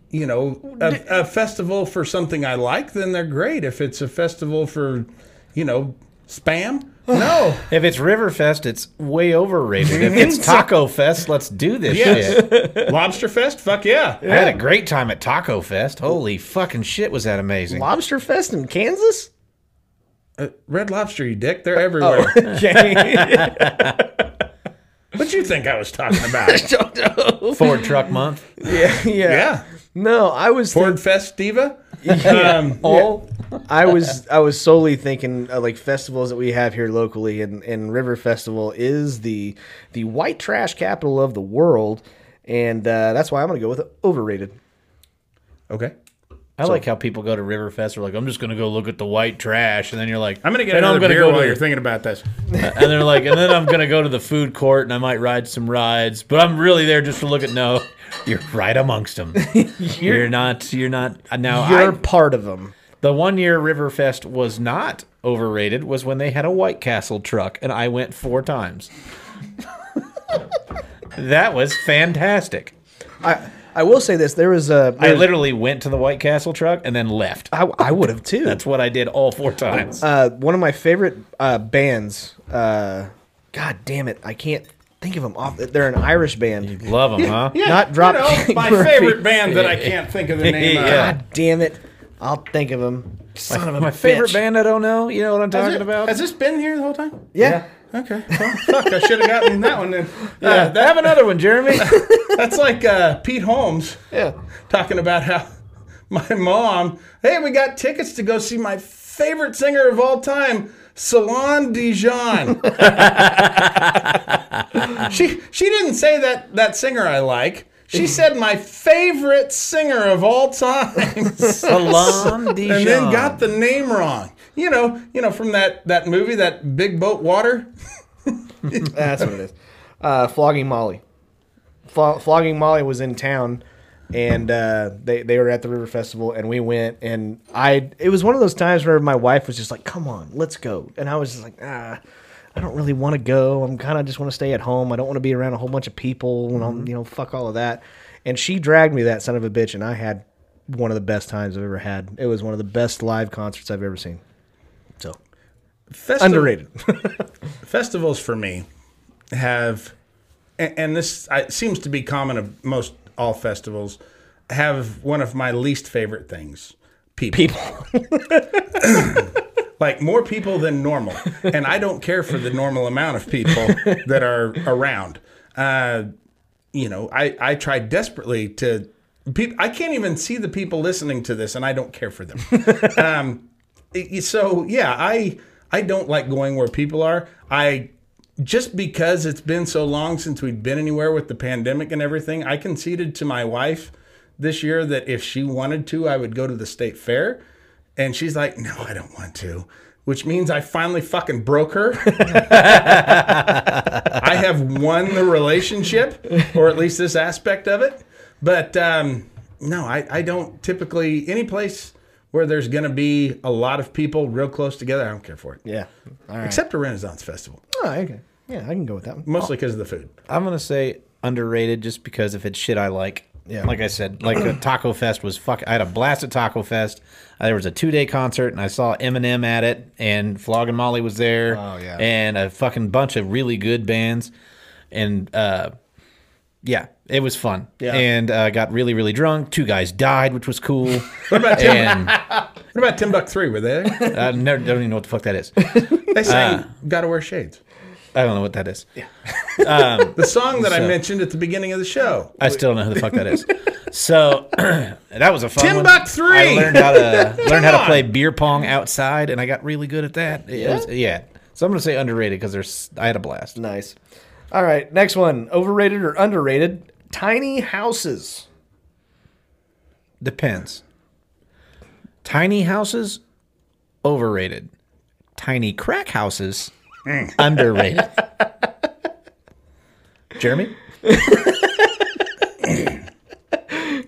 [SPEAKER 2] you know, a, a festival for something I like, then they're great. If it's a festival for, you know, spam, no.
[SPEAKER 3] If it's Riverfest, it's way overrated. If it's Taco Fest, let's do this
[SPEAKER 2] Yes.
[SPEAKER 3] shit.
[SPEAKER 2] Lobster Fest, fuck yeah.
[SPEAKER 3] I had a great time at Taco Fest. Holy fucking shit, was that amazing!
[SPEAKER 1] Lobster Fest in Kansas?
[SPEAKER 2] Red Lobster, you dick, they're everywhere.
[SPEAKER 1] Okay.
[SPEAKER 2] What'd you think I was talking about?
[SPEAKER 3] Ford Truck Month.
[SPEAKER 1] yeah,
[SPEAKER 2] yeah.
[SPEAKER 1] No, I was
[SPEAKER 2] Ford Fest Diva? Um,
[SPEAKER 3] Oh,
[SPEAKER 1] I was I was solely thinking uh, like festivals that we have here locally, and, and River Festival is the the white trash capital of the world, and uh, that's why I'm gonna go with overrated.
[SPEAKER 2] okay.
[SPEAKER 3] I like how people go to Riverfest. They're like, I'm just gonna go look at the white trash, and then you're like,
[SPEAKER 2] I'm going to get
[SPEAKER 3] "And
[SPEAKER 2] another
[SPEAKER 3] gonna
[SPEAKER 2] beer
[SPEAKER 3] go
[SPEAKER 2] while
[SPEAKER 3] to-
[SPEAKER 2] you're thinking about this.
[SPEAKER 3] and they're like, and then I'm gonna go to the food court, and I might ride some rides, but I'm really there just to look at. No, you're right amongst them. you're, not. You're not. uh, Now, I-
[SPEAKER 1] You're part of them.
[SPEAKER 3] the one year Riverfest was not overrated was when they had a White Castle truck, and I went four times. that was fantastic.
[SPEAKER 1] I, I will say this: there was a.
[SPEAKER 3] I literally went to the White Castle truck and then left.
[SPEAKER 1] I, I would have too.
[SPEAKER 3] That's what I did all four times.
[SPEAKER 1] uh, one of my favorite uh, bands. Uh, God damn it, I can't think of them off. They're an Irish band.
[SPEAKER 3] Love them, huh?
[SPEAKER 1] Not Dropkick
[SPEAKER 2] my
[SPEAKER 1] Murphy.
[SPEAKER 2] favorite band that I can't think of the name of.
[SPEAKER 3] Yeah.
[SPEAKER 1] God damn it, I'll think of them. Son of a
[SPEAKER 3] My favorite
[SPEAKER 1] bitch.
[SPEAKER 3] band I don't know. You know what I'm
[SPEAKER 2] Has
[SPEAKER 3] talking
[SPEAKER 2] it-
[SPEAKER 3] about?
[SPEAKER 2] Has this been here the whole time?
[SPEAKER 1] Yeah.
[SPEAKER 2] Okay. Well, fuck, I should have gotten that one then. Yeah,
[SPEAKER 3] Yeah,
[SPEAKER 2] that-
[SPEAKER 3] have another one, Jeremy.
[SPEAKER 2] that's like uh, Pete Holmes talking about how my mom, hey, we got tickets to go see my favorite singer of all time, Salon Dijon. she she didn't say that that singer I like. She said my favorite singer of all time.
[SPEAKER 3] Salon Dijon.
[SPEAKER 2] and then got the name wrong. You know, you know from that that movie, that Big Boat Water.
[SPEAKER 1] That's what it is. Uh, flogging Molly. Flo- flogging Molly was in town, and uh, they they were at the River Festival, and we went, and I it was one of those times where my wife was just like, "Come on, let's go," and I was just like, "Ah." I don't really want to go. I'm kind of just want to stay at home. I don't want to be around a whole bunch of people and all, you know, fuck all of that. And she dragged me that son of a bitch, and I had one of the best times I've ever had. It was one of the best live concerts I've ever seen. So
[SPEAKER 2] Festival,
[SPEAKER 1] underrated.
[SPEAKER 2] festivals for me have, and, and this I, seems to be common of most all festivals, have one of my least favorite things: people.
[SPEAKER 1] People.
[SPEAKER 2] like more people than normal, and I don't care for the normal amount of people that are around. Uh, you know, I I try desperately to. People, I can't even see the people listening to this, and I don't care for them. um, it- so yeah, I I don't like going where people are. I just because it's been so long since we've been anywhere with the pandemic and everything, I conceded to my wife this year that if she wanted to, I would go to the state fair. And she's like, no, I don't want to, which means I finally fucking broke her. I have won the relationship, or at least this aspect of it. But um, no, I, I don't typically, any place where there's going to be a lot of people real close together, I don't care for it.
[SPEAKER 1] yeah. All right.
[SPEAKER 2] Except a Renaissance festival,
[SPEAKER 1] Oh, okay. Yeah, I can go with that one.
[SPEAKER 2] mostly because of the food.
[SPEAKER 3] I'm gonna say underrated just because if it's shit I like.
[SPEAKER 1] Yeah.
[SPEAKER 3] Like I said, like a Taco Fest was fuck. I had a blast at Taco Fest. Uh, there was a two day concert, and I saw Eminem at it, and Flog and Molly was there.
[SPEAKER 1] Oh, yeah.
[SPEAKER 3] And a fucking bunch of really good bands, and uh, yeah, it was fun.
[SPEAKER 1] Yeah.
[SPEAKER 3] And uh, got really really drunk. Two guys died, which was cool.
[SPEAKER 2] What about Tim?
[SPEAKER 3] and I
[SPEAKER 2] what about Tim Buck Three? Were they? there?
[SPEAKER 3] never, don't even know what the fuck that is.
[SPEAKER 2] They sang
[SPEAKER 1] Ah.
[SPEAKER 2] "Gotta Wear Shades,"
[SPEAKER 3] I don't know what that is.
[SPEAKER 2] the song that I mentioned at the beginning of the show.
[SPEAKER 3] I still don't know who the fuck that is. So that was a fun
[SPEAKER 2] Ten
[SPEAKER 3] one.
[SPEAKER 2] buck three.
[SPEAKER 3] I learned how to learned how
[SPEAKER 2] on.
[SPEAKER 3] to play beer pong outside, and I got really good at that. It was- yeah. So I'm gonna say underrated because there's I had a blast.
[SPEAKER 1] Nice. All right, next one. Overrated or underrated? Tiny houses.
[SPEAKER 3] Depends. Tiny houses, overrated. Tiny crack houses, underrated. Jeremy,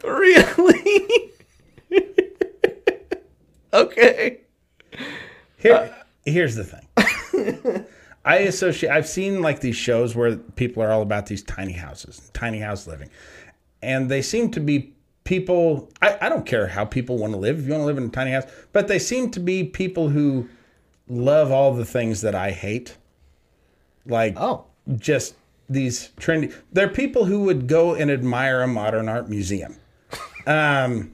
[SPEAKER 1] Really? okay. Uh.
[SPEAKER 2] Here, here's the thing. I associate. I've seen like these shows where people are all about these tiny houses, tiny house living, and they seem to be people. I, I don't care how people want to live. If you want to live in a tiny house, but they seem to be people who love all the things that I hate, like
[SPEAKER 1] Oh.
[SPEAKER 2] just these trendy. They're people who would go and admire a modern art museum. Um,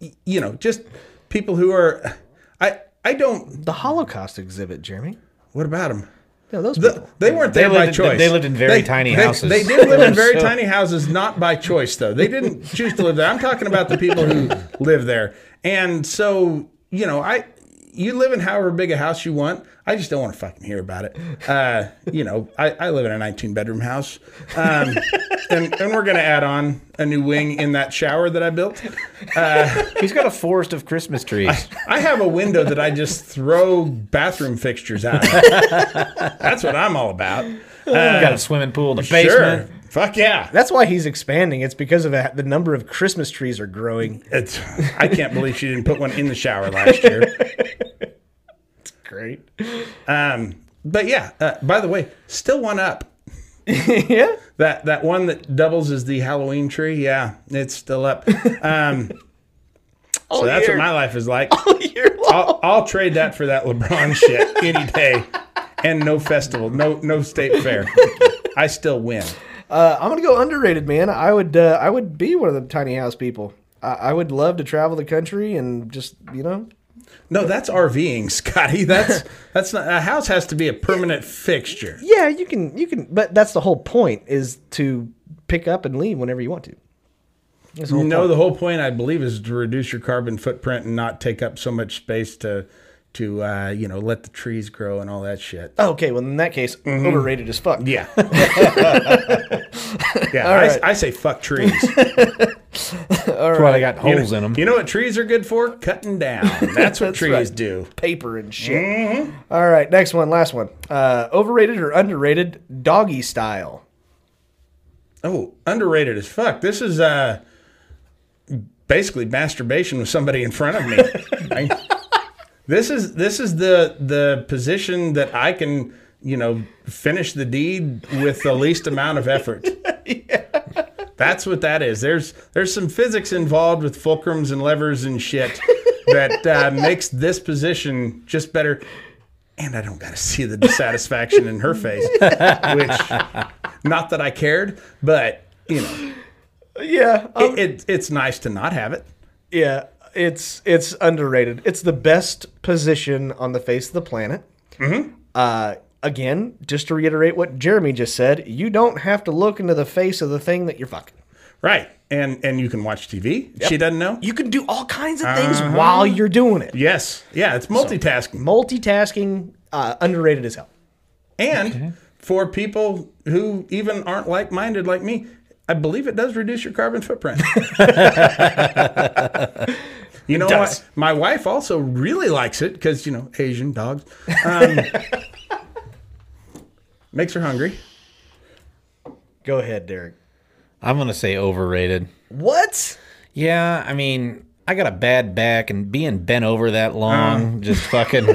[SPEAKER 2] y- you know, just people who are. I I don't.
[SPEAKER 1] The Holocaust exhibit, Jeremy.
[SPEAKER 2] What about them?
[SPEAKER 1] No, those
[SPEAKER 2] The-
[SPEAKER 1] people.
[SPEAKER 2] they weren't
[SPEAKER 3] They
[SPEAKER 2] there by
[SPEAKER 3] lived in-
[SPEAKER 2] choice.
[SPEAKER 3] they lived in very tiny
[SPEAKER 2] they-
[SPEAKER 3] houses.
[SPEAKER 2] They did live in very
[SPEAKER 3] So-
[SPEAKER 2] tiny houses, not by choice though. They didn't choose to live there. I'm talking about the people who live there. And so, you know, I you live in however big a house you want. I just don't want to fucking hear about it. Uh, you know, I, I live in a 19 bedroom house, um, and, and we're gonna add on a new wing in that shower that I built.
[SPEAKER 3] he's got a forest of Christmas trees.
[SPEAKER 2] I have a window that I just throw bathroom fixtures out. of. That's what I'm all about.
[SPEAKER 3] got a swimming pool in the basement.
[SPEAKER 2] Uh, Sure, fuck yeah.
[SPEAKER 1] That's why he's expanding. It's because of the number of Christmas trees are growing.
[SPEAKER 2] It's, I can't believe she didn't put one in the shower last year.
[SPEAKER 1] Great.
[SPEAKER 2] Um, but yeah, uh, by the way, still one up.
[SPEAKER 1] yeah.
[SPEAKER 2] That that one that doubles as the Halloween tree, yeah, it's still up. Um, so that's
[SPEAKER 1] year.
[SPEAKER 2] what my life is like.
[SPEAKER 1] Oh, You're lo-
[SPEAKER 2] I'll, I'll trade that for that LeBron shit any day, and no festival, no no state fair. I still win.
[SPEAKER 1] uh, I'm gonna go underrated, man. I would uh, I would be one of the tiny house people. I, I would love to travel the country and just you know.
[SPEAKER 2] No, that's RVing, Scotty. That's that's not a house has to be a permanent fixture.
[SPEAKER 1] Yeah, you can you can, but that's the whole point is to pick up and leave whenever you want to. That's the whole
[SPEAKER 2] no,
[SPEAKER 1] point.
[SPEAKER 2] the whole point I believe is to reduce your carbon footprint and not take up so much space to to uh, you know let the trees grow and all that shit.
[SPEAKER 1] okay, well in that case, overrated as fuck.
[SPEAKER 2] Yeah. yeah, I,
[SPEAKER 1] right.
[SPEAKER 2] I say fuck trees.
[SPEAKER 3] That's why they got
[SPEAKER 2] You
[SPEAKER 3] holes
[SPEAKER 2] know,
[SPEAKER 3] in them.
[SPEAKER 2] you know what trees are good for? Cutting down. That's what
[SPEAKER 1] That's
[SPEAKER 2] trees
[SPEAKER 1] right.
[SPEAKER 2] do.
[SPEAKER 1] Paper and shit. All right, next one, last one. Uh, overrated or underrated doggy style?
[SPEAKER 2] Oh, underrated as fuck. This is uh basically masturbation with somebody in front of me. I- this is this is the the position that I can, you know, finish the deed with the least amount of effort. That's what that is. There's there's some physics involved with fulcrums and levers and shit that uh, makes this position just better. And I don't got to see the dissatisfaction in her face, which not that I cared, but you know,
[SPEAKER 1] Yeah, um,
[SPEAKER 3] Oh.
[SPEAKER 2] it, it, it's nice to not have it.
[SPEAKER 1] Yeah, it's it's underrated. It's the best position on the face of the planet. Mm-hmm. Uh, again, just to reiterate what Jeremy just said, you don't have to look into the face of the thing that you're fucking.
[SPEAKER 2] Right. And and you can watch TV. She doesn't know.
[SPEAKER 1] You can do all kinds of things while you're doing it.
[SPEAKER 2] Yes. Yeah, it's multitasking.
[SPEAKER 1] Multitasking, uh, underrated as hell.
[SPEAKER 2] And for people who even aren't like-minded like me, I believe it does reduce your carbon footprint. you know what? My wife also really likes it cuz you know, Asian dogs. Um, makes her hungry.
[SPEAKER 1] Go ahead, Derek.
[SPEAKER 3] I'm gonna say overrated.
[SPEAKER 1] What?
[SPEAKER 3] Yeah, I mean, I got a bad back, and being bent over that
[SPEAKER 1] Uh.
[SPEAKER 3] long, just fucking.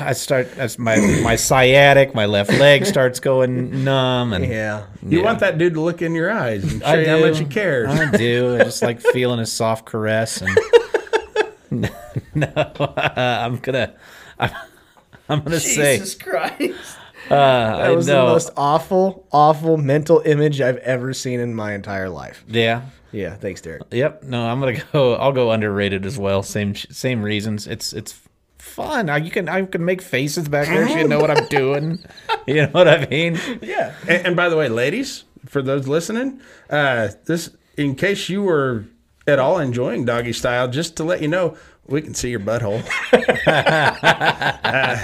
[SPEAKER 3] I start. That's my my sciatic. My left leg starts going numb, and
[SPEAKER 1] Yeah.
[SPEAKER 2] You want that dude to look in your eyes and show
[SPEAKER 3] I
[SPEAKER 2] you how
[SPEAKER 3] do.
[SPEAKER 2] much he cares.
[SPEAKER 3] I do. I just like feeling his soft caress, and no, uh, I'm gonna, I'm, I'm gonna say,
[SPEAKER 1] Christ.
[SPEAKER 3] uh,
[SPEAKER 1] That was
[SPEAKER 3] I know,
[SPEAKER 1] the most awful, awful mental image I've ever seen in my entire life.
[SPEAKER 3] yeah,
[SPEAKER 1] Yeah, thanks, Derek.
[SPEAKER 3] Yep. No, I'm gonna go. I'll go underrated as well. Same sh- same reasons. It's it's fun. I, you can I can make faces back there. so You know what I'm doing. You know what I mean?
[SPEAKER 1] Yeah.
[SPEAKER 2] And, and by the way, ladies, for those listening, uh, this in case you were at all enjoying doggy style, just to let you know, we can see your butthole. Uh,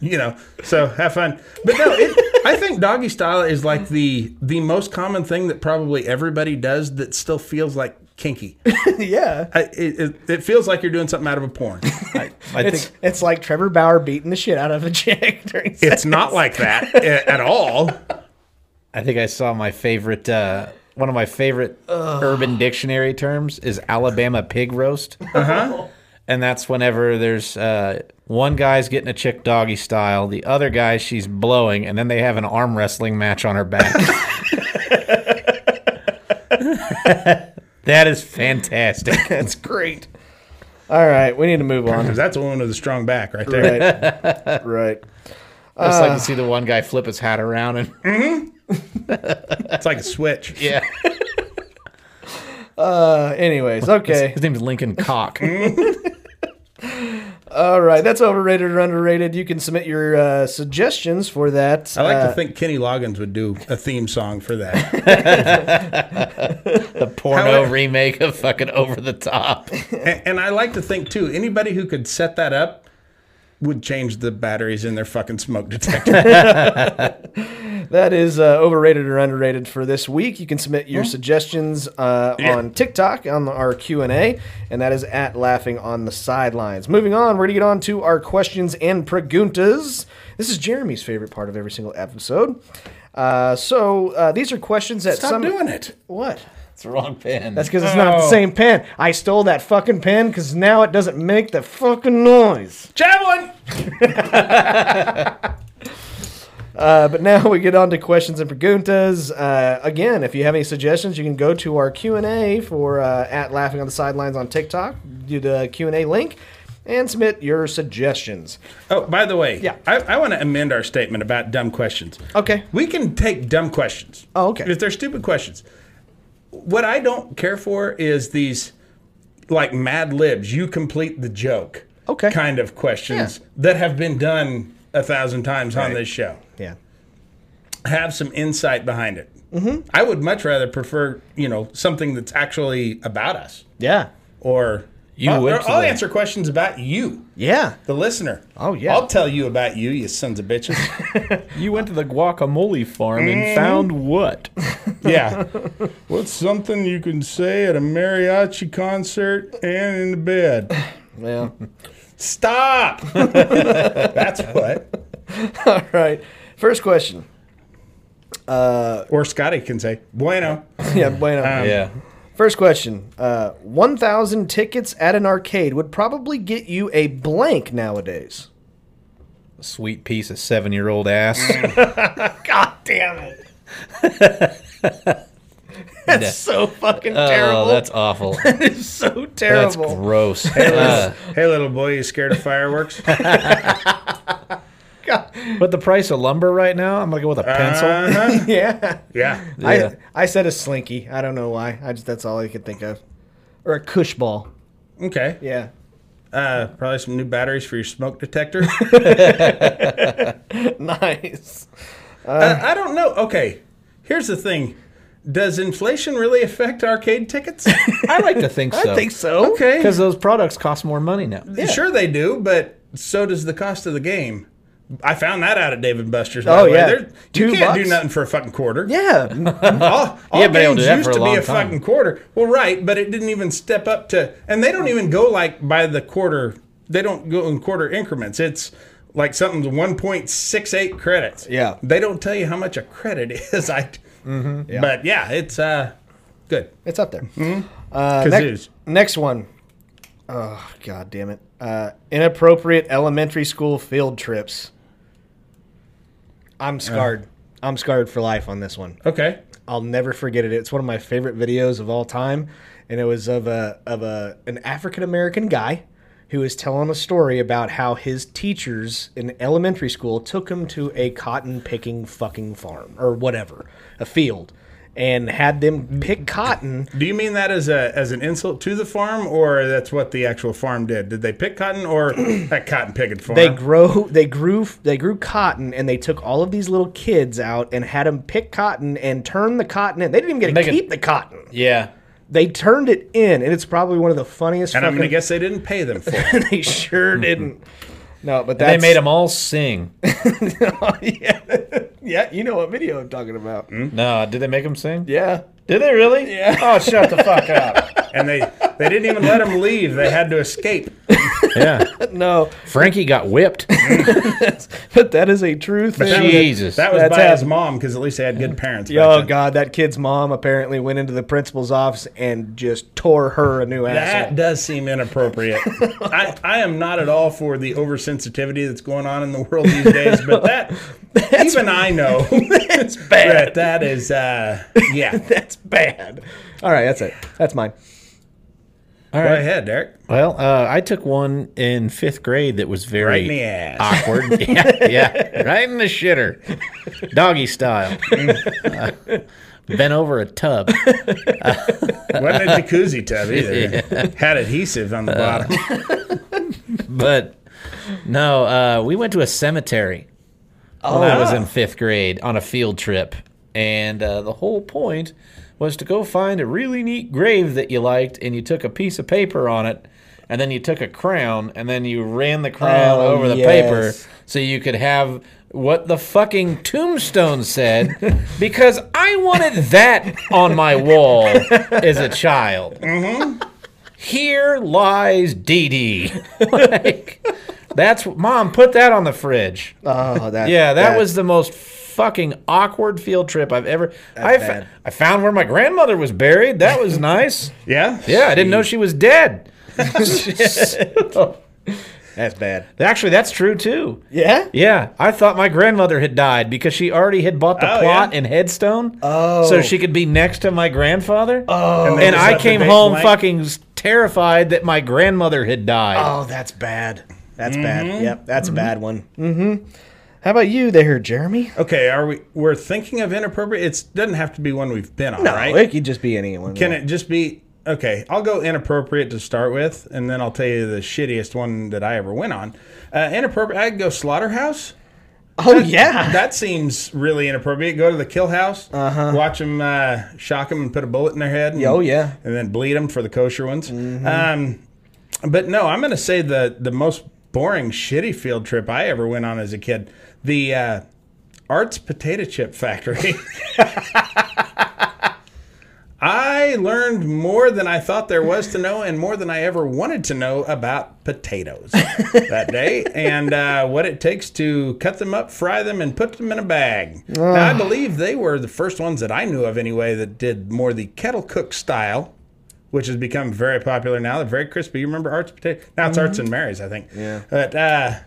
[SPEAKER 2] you know, so have fun. But no, it, I think doggy style is like the the most common thing that probably everybody does that still feels like kinky.
[SPEAKER 1] yeah.
[SPEAKER 2] I, it, it, it feels like you're doing something out of a porn.
[SPEAKER 3] I
[SPEAKER 1] It's
[SPEAKER 3] think
[SPEAKER 1] it's like Trevor Bauer beating the shit out of a chick during sex.
[SPEAKER 2] It's not like that a- at all.
[SPEAKER 3] I think I saw my favorite. Uh, one of my favorite Urban Dictionary terms is Alabama pig roast. And that's whenever there's uh, one guy's getting a chick doggy style, the other guy she's blowing, and then they have an arm wrestling match on her back. that is fantastic.
[SPEAKER 1] That's great. All right, we need to move on.
[SPEAKER 2] Because that's a woman with a strong back right there.
[SPEAKER 1] right. Right.
[SPEAKER 3] I just like to see the one guy flip his hat around and
[SPEAKER 2] It's like a switch.
[SPEAKER 3] yeah.
[SPEAKER 1] Uh, anyways, okay.
[SPEAKER 3] His name is Lincoln Cock.
[SPEAKER 1] All right, that's overrated or underrated. You can submit your uh, suggestions for that.
[SPEAKER 2] I like
[SPEAKER 1] uh,
[SPEAKER 2] to think Kenny Loggins would do a theme song for that.
[SPEAKER 3] The porno
[SPEAKER 2] However-
[SPEAKER 3] remake of fucking Over the Top.
[SPEAKER 2] and, and I like to think too, anybody who could set that up would change the batteries in their fucking smoke detector.
[SPEAKER 1] that is uh, overrated or underrated for this week. You can submit
[SPEAKER 2] Hmm.
[SPEAKER 1] your suggestions uh, on TikTok on our Q and A, and that is at Laughing on the Sidelines. Moving on, we're gonna get on to our questions and preguntas. This is Jeremy's favorite part of every single episode. Uh, so uh, these are questions that
[SPEAKER 2] Stop
[SPEAKER 1] some
[SPEAKER 2] doing it.
[SPEAKER 1] what.
[SPEAKER 3] It's the wrong pin.
[SPEAKER 1] That's because it's not the
[SPEAKER 2] Oh.
[SPEAKER 1] same pen. I stole that fucking pen because now it doesn't make the fucking noise.
[SPEAKER 2] Javelin.
[SPEAKER 1] Uh, but now we get on to questions and preguntas. Uh, again, if you have any suggestions, you can go to our Q and A for uh, at Laughing on the Sidelines on TikTok. Do the Q and A link and submit your suggestions.
[SPEAKER 2] Oh, by the way,
[SPEAKER 1] Yeah.
[SPEAKER 2] I, I want to amend our statement about dumb questions.
[SPEAKER 1] Okay.
[SPEAKER 2] We can take dumb questions.
[SPEAKER 1] Oh, okay.
[SPEAKER 2] If they're stupid questions. What I don't care for is these like mad libs, you complete the joke
[SPEAKER 1] Okay.
[SPEAKER 2] kind of questions that have been done a thousand times on
[SPEAKER 1] Right.
[SPEAKER 2] this show.
[SPEAKER 1] Yeah.
[SPEAKER 2] Have some insight behind it. Mm-hmm. I would much rather prefer, you know, something that's actually about us
[SPEAKER 1] Yeah.
[SPEAKER 2] or
[SPEAKER 3] You
[SPEAKER 2] I'll,
[SPEAKER 3] would
[SPEAKER 2] or
[SPEAKER 3] to
[SPEAKER 2] I'll
[SPEAKER 3] that.
[SPEAKER 2] answer questions about you,
[SPEAKER 1] Yeah.
[SPEAKER 2] the listener.
[SPEAKER 1] Oh, yeah.
[SPEAKER 2] I'll tell you about you, you sons of bitches.
[SPEAKER 3] You went to the guacamole farm
[SPEAKER 1] Mm-hmm.
[SPEAKER 3] and found what?
[SPEAKER 2] Yeah. What's something you can say at a mariachi concert and in the bed?
[SPEAKER 1] Yeah.
[SPEAKER 2] Stop. That's what.
[SPEAKER 1] All right. First question.
[SPEAKER 2] Or Scotty can say, bueno.
[SPEAKER 1] Yeah. Bueno.
[SPEAKER 3] Um, Yeah.
[SPEAKER 1] First question. Uh, 1,000 tickets at an arcade would probably get you a blank nowadays.
[SPEAKER 3] Sweet piece of seven year old ass.
[SPEAKER 1] Mm. God damn it. that's so fucking terrible.
[SPEAKER 3] oh, that's awful.
[SPEAKER 1] It's so
[SPEAKER 3] That's
[SPEAKER 1] terrible.
[SPEAKER 3] gross. Uh,
[SPEAKER 2] hey, little boy, you scared of fireworks?
[SPEAKER 3] but the price of lumber right now, I'm going to go with a pencil.
[SPEAKER 1] Uh,
[SPEAKER 2] Uh-huh.
[SPEAKER 1] yeah.
[SPEAKER 2] Yeah.
[SPEAKER 3] Yeah.
[SPEAKER 1] I, I said a slinky. I don't know why. I just that's all I could think of. Or a cush ball.
[SPEAKER 2] Okay.
[SPEAKER 1] Yeah.
[SPEAKER 2] Uh, probably some new batteries for your smoke detector.
[SPEAKER 1] nice.
[SPEAKER 2] I, I don't know. Okay. Here's the thing Does inflation really affect arcade tickets?
[SPEAKER 3] I like to think so.
[SPEAKER 1] I think so.
[SPEAKER 2] okay.
[SPEAKER 3] Because those products cost more money now.
[SPEAKER 2] Sure, they do, but so does the cost of the game. I found that out at Dave and Buster's. by
[SPEAKER 1] Oh,
[SPEAKER 2] the way.
[SPEAKER 1] yeah.
[SPEAKER 2] There- you
[SPEAKER 1] Two
[SPEAKER 2] can't do
[SPEAKER 1] bucks?
[SPEAKER 2] nothing for a fucking quarter.
[SPEAKER 1] Yeah.
[SPEAKER 2] all, all
[SPEAKER 3] Yeah, but they
[SPEAKER 2] games
[SPEAKER 3] don't do that
[SPEAKER 2] used
[SPEAKER 3] for a
[SPEAKER 2] to be
[SPEAKER 3] long
[SPEAKER 2] a
[SPEAKER 3] time.
[SPEAKER 2] fucking quarter. Well, right, but it didn't even step up to, and they don't even go like by the quarter. They don't go in quarter increments. It's like something's one point six eight credits.
[SPEAKER 1] Yeah.
[SPEAKER 2] they don't tell you how much a credit is. I,
[SPEAKER 1] Yeah.
[SPEAKER 2] but yeah, it's uh, good.
[SPEAKER 1] It's up there.
[SPEAKER 3] Hmm?
[SPEAKER 1] Uh,
[SPEAKER 2] Kazoos.
[SPEAKER 1] next, next one. Oh god damn it! Uh, inappropriate elementary school field trips. I'm scarred. I'm scarred for life on this one.
[SPEAKER 2] Okay,
[SPEAKER 1] I'll never forget it. It's one of my favorite videos of all time, and it was of a of a an African American guy who was telling a story about how his teachers in elementary school took him to a cotton picking fucking farm or whatever, a field, and had them pick cotton.
[SPEAKER 2] do you mean that as a as an insult to the farm, or that's what the actual farm did? Did they pick cotton or that cotton picking farm?
[SPEAKER 1] They grow, they grew, they grew cotton, and they took all of these little kids out and had them pick cotton and turn the cotton in. They didn't even get
[SPEAKER 3] Make
[SPEAKER 1] to
[SPEAKER 3] it-
[SPEAKER 1] keep the cotton.
[SPEAKER 3] Yeah.
[SPEAKER 1] They turned it in, and it's probably one of the funniest.
[SPEAKER 2] and I'm gonna
[SPEAKER 1] fucking-
[SPEAKER 2] guess they didn't pay them for it.
[SPEAKER 1] they sure didn't. No, but
[SPEAKER 3] They
[SPEAKER 1] that's,
[SPEAKER 3] made them all sing.
[SPEAKER 1] yeah, yeah, you know what video I'm talking about.
[SPEAKER 3] no, did they make them sing?
[SPEAKER 1] Yeah,
[SPEAKER 3] Did they really? Yeah. Oh, shut the fuck up.
[SPEAKER 2] and they they didn't even let them leave. They had to escape.
[SPEAKER 3] yeah.
[SPEAKER 1] no,
[SPEAKER 3] Frankie got whipped.
[SPEAKER 1] but that is a true thing.
[SPEAKER 3] she- Jesus.
[SPEAKER 2] that was
[SPEAKER 1] That's
[SPEAKER 2] by
[SPEAKER 1] happened.
[SPEAKER 2] his mom because at least they had good parents. back
[SPEAKER 1] Oh
[SPEAKER 2] then.
[SPEAKER 1] God, that kid's mom apparently went into the principal's office and just tore her a new
[SPEAKER 2] That
[SPEAKER 1] asshole.
[SPEAKER 2] does seem inappropriate. I, I am not at all for the oversensitivity that's going on in the world these days, but that even I know that's
[SPEAKER 1] bad.
[SPEAKER 2] That, that is, uh, yeah.
[SPEAKER 1] That's bad. All right, that's it. That's mine.
[SPEAKER 3] All
[SPEAKER 2] Go
[SPEAKER 3] right.
[SPEAKER 2] ahead, Derek.
[SPEAKER 3] Well, uh, I took one in fifth grade that was very
[SPEAKER 2] Right in the ass.
[SPEAKER 3] awkward. yeah, yeah, right in the shitter, doggy style. Uh,
[SPEAKER 2] Mm.
[SPEAKER 3] bent over a tub.
[SPEAKER 2] Wasn't a jacuzzi tub either. Had adhesive on the bottom.
[SPEAKER 3] But no, uh, we went to a cemetery when I was
[SPEAKER 1] Oh.
[SPEAKER 3] in fifth grade on a field trip, and uh, the whole point was to go find a really neat grave that you liked, and you took a piece of paper on it, and then you took a crown, and then you ran the crown
[SPEAKER 1] Oh,
[SPEAKER 3] over the
[SPEAKER 1] yes.
[SPEAKER 3] paper so you could have what the fucking tombstone said because I wanted that on my wall as a child. Here lies Dee Dee. like, that's mom. Put that on the fridge.
[SPEAKER 1] Oh, that.
[SPEAKER 3] Yeah, that, was the most fucking awkward field trip I've ever. I, fa-
[SPEAKER 1] bad.
[SPEAKER 3] I found where my grandmother was buried. That was nice.
[SPEAKER 2] Yeah?
[SPEAKER 3] yeah, I didn't know she was dead. That's bad. Actually, that's true too.
[SPEAKER 1] Yeah?
[SPEAKER 3] Yeah, I thought my grandmother had died because she already had bought the
[SPEAKER 2] Oh,
[SPEAKER 3] plot
[SPEAKER 2] yeah.
[SPEAKER 3] in Headstone,
[SPEAKER 1] Oh.
[SPEAKER 3] so she could be next to my grandfather. Oh, and,
[SPEAKER 2] they just
[SPEAKER 3] I
[SPEAKER 2] left the
[SPEAKER 3] came
[SPEAKER 2] big
[SPEAKER 3] home
[SPEAKER 2] blank?
[SPEAKER 3] fucking s- terrified that my grandmother had died.
[SPEAKER 1] Oh, that's bad. That's bad. Yep, that's a bad one. Mm-hmm. How about you there, Jeremy?
[SPEAKER 2] Okay, are we? We're thinking of inappropriate. It doesn't have to be one we've been on,
[SPEAKER 1] No,
[SPEAKER 2] right?
[SPEAKER 1] it could just be anyone.
[SPEAKER 2] Can it just be okay? I'll go inappropriate to start with, and then I'll tell you the shittiest one that I ever went on. Uh, inappropriate. I'd go slaughterhouse.
[SPEAKER 1] Oh yeah.
[SPEAKER 2] That seems really inappropriate. Go to the kill house. Uh-huh. Watch them uh, shock them and put a bullet in their head. And,
[SPEAKER 1] Oh, yeah. Mm-hmm.
[SPEAKER 2] and then bleed them for the kosher ones. Um, but no, I'm going to say the the most boring, shitty field trip I ever went on as a kid. The uh, Arts Potato Chip Factory. I learned more than I thought there was to know, and more than I ever wanted to know about potatoes that day, and uh, what it takes to cut them up, fry them, and put them in a bag. Now, I believe they were the first ones that I knew of, anyway, that did more the kettle cook style, which has become very popular now. They're very crispy. You remember Arts Potato? Now it's Arts and Mary's, I think.
[SPEAKER 1] Mm-hmm. Yeah.
[SPEAKER 2] But uh,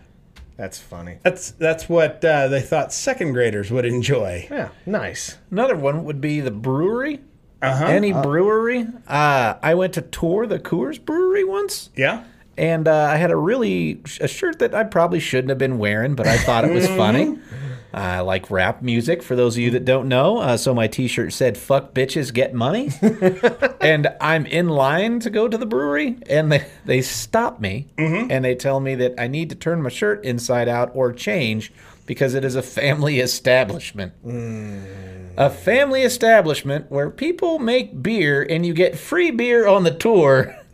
[SPEAKER 1] That's funny.
[SPEAKER 2] that's that's what uh, they thought second graders would enjoy.
[SPEAKER 1] Yeah, nice.
[SPEAKER 3] Another one would be the brewery.
[SPEAKER 2] Uh-huh.
[SPEAKER 3] Any brewery. Uh, I went to tour the Coors Brewery once.
[SPEAKER 2] Yeah.
[SPEAKER 3] and uh, I had a really a shirt that I probably shouldn't have been wearing, but I thought it was funny. I like rap music. For those of you that don't know, uh, so my T-shirt said "Fuck bitches, get money," and I'm in line to go to the brewery, and they they stop me and they tell me that I need to turn my shirt inside out or change because it is a family establishment. A family establishment where people make beer and you get free beer on the tour.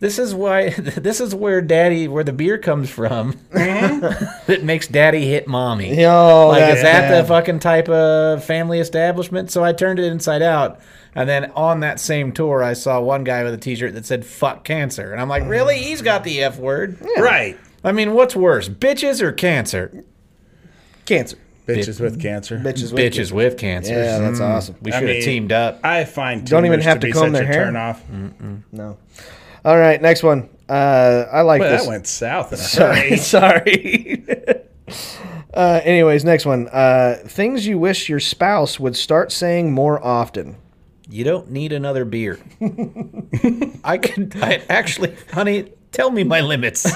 [SPEAKER 3] This is why. This is where Daddy, where the beer comes from, that makes Daddy hit mommy.
[SPEAKER 1] Oh,
[SPEAKER 3] like
[SPEAKER 1] that's
[SPEAKER 3] is that
[SPEAKER 1] bad.
[SPEAKER 3] the fucking type of family establishment? So I turned it inside out, and then on that same tour, I saw one guy with a T-shirt that said "fuck cancer," and I'm like, really? He's got the F word.
[SPEAKER 2] Right.
[SPEAKER 3] I mean, what's worse, bitches or cancer?
[SPEAKER 1] cancer.
[SPEAKER 2] Bitches with cancer.
[SPEAKER 1] Bitches. with
[SPEAKER 3] Bitches with cancer.
[SPEAKER 1] Yeah, that's
[SPEAKER 3] Mm.
[SPEAKER 1] awesome.
[SPEAKER 3] We
[SPEAKER 2] I
[SPEAKER 3] should have
[SPEAKER 2] mean,
[SPEAKER 3] teamed up.
[SPEAKER 2] I find
[SPEAKER 1] Don't even
[SPEAKER 2] tumors
[SPEAKER 1] have to
[SPEAKER 2] be
[SPEAKER 1] comb
[SPEAKER 2] such
[SPEAKER 1] their
[SPEAKER 2] a
[SPEAKER 1] hair. Mm.
[SPEAKER 2] Turn off.
[SPEAKER 1] No. All right, next one. Uh, I like
[SPEAKER 2] Well,
[SPEAKER 1] this.
[SPEAKER 2] that went south. In a
[SPEAKER 1] Sorry,
[SPEAKER 2] hurry.
[SPEAKER 1] sorry. uh, anyways, next one. Uh, things you wish your spouse would start saying more often.
[SPEAKER 3] You don't need another beer. I could I actually, honey, tell me my limits,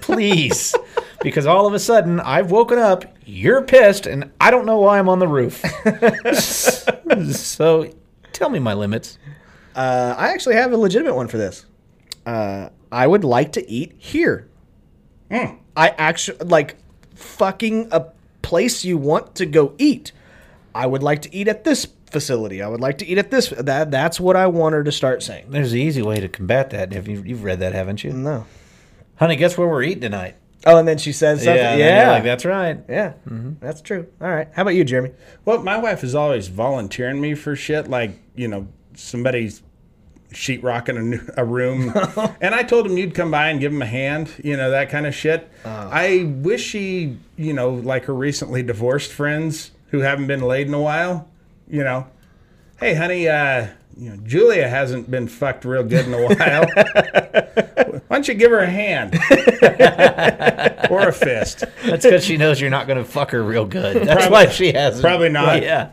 [SPEAKER 3] please, because all of a sudden I've woken up, you're pissed, and I don't know why I'm on the roof. so, tell me my limits.
[SPEAKER 1] Uh, I actually have a legitimate one for this. Uh, I would like to eat here.
[SPEAKER 3] Mm.
[SPEAKER 1] I actually like fucking a place you want to go eat. I would like to eat at this facility. I would like to eat at this. That that's what I want her to start saying.
[SPEAKER 3] There's an easy way to combat that. Have you, you've read that, haven't you,
[SPEAKER 1] No.
[SPEAKER 3] honey? Guess where we're eating tonight?
[SPEAKER 1] Oh, and then she says something. Yeah,
[SPEAKER 3] and then you're
[SPEAKER 1] yeah,
[SPEAKER 3] like Mm-hmm. that's right.
[SPEAKER 1] that's true. All right. How about you, Jeremy?
[SPEAKER 2] well, my wife is always volunteering me for shit, like you know somebody's sheetrocking a, new- a room, and I told him you'd come by and give him a hand, you know that kind of shit. I wish she, you know, like her recently divorced friends who haven't been laid in a while, you know, hey honey, uh, you know Julia hasn't been fucked real good in a while. Why don't you give her a hand or a fist?
[SPEAKER 3] That's because she knows you're not going to fuck her real good. That's
[SPEAKER 2] Probably-
[SPEAKER 3] why she has
[SPEAKER 2] probably not.
[SPEAKER 3] Yeah.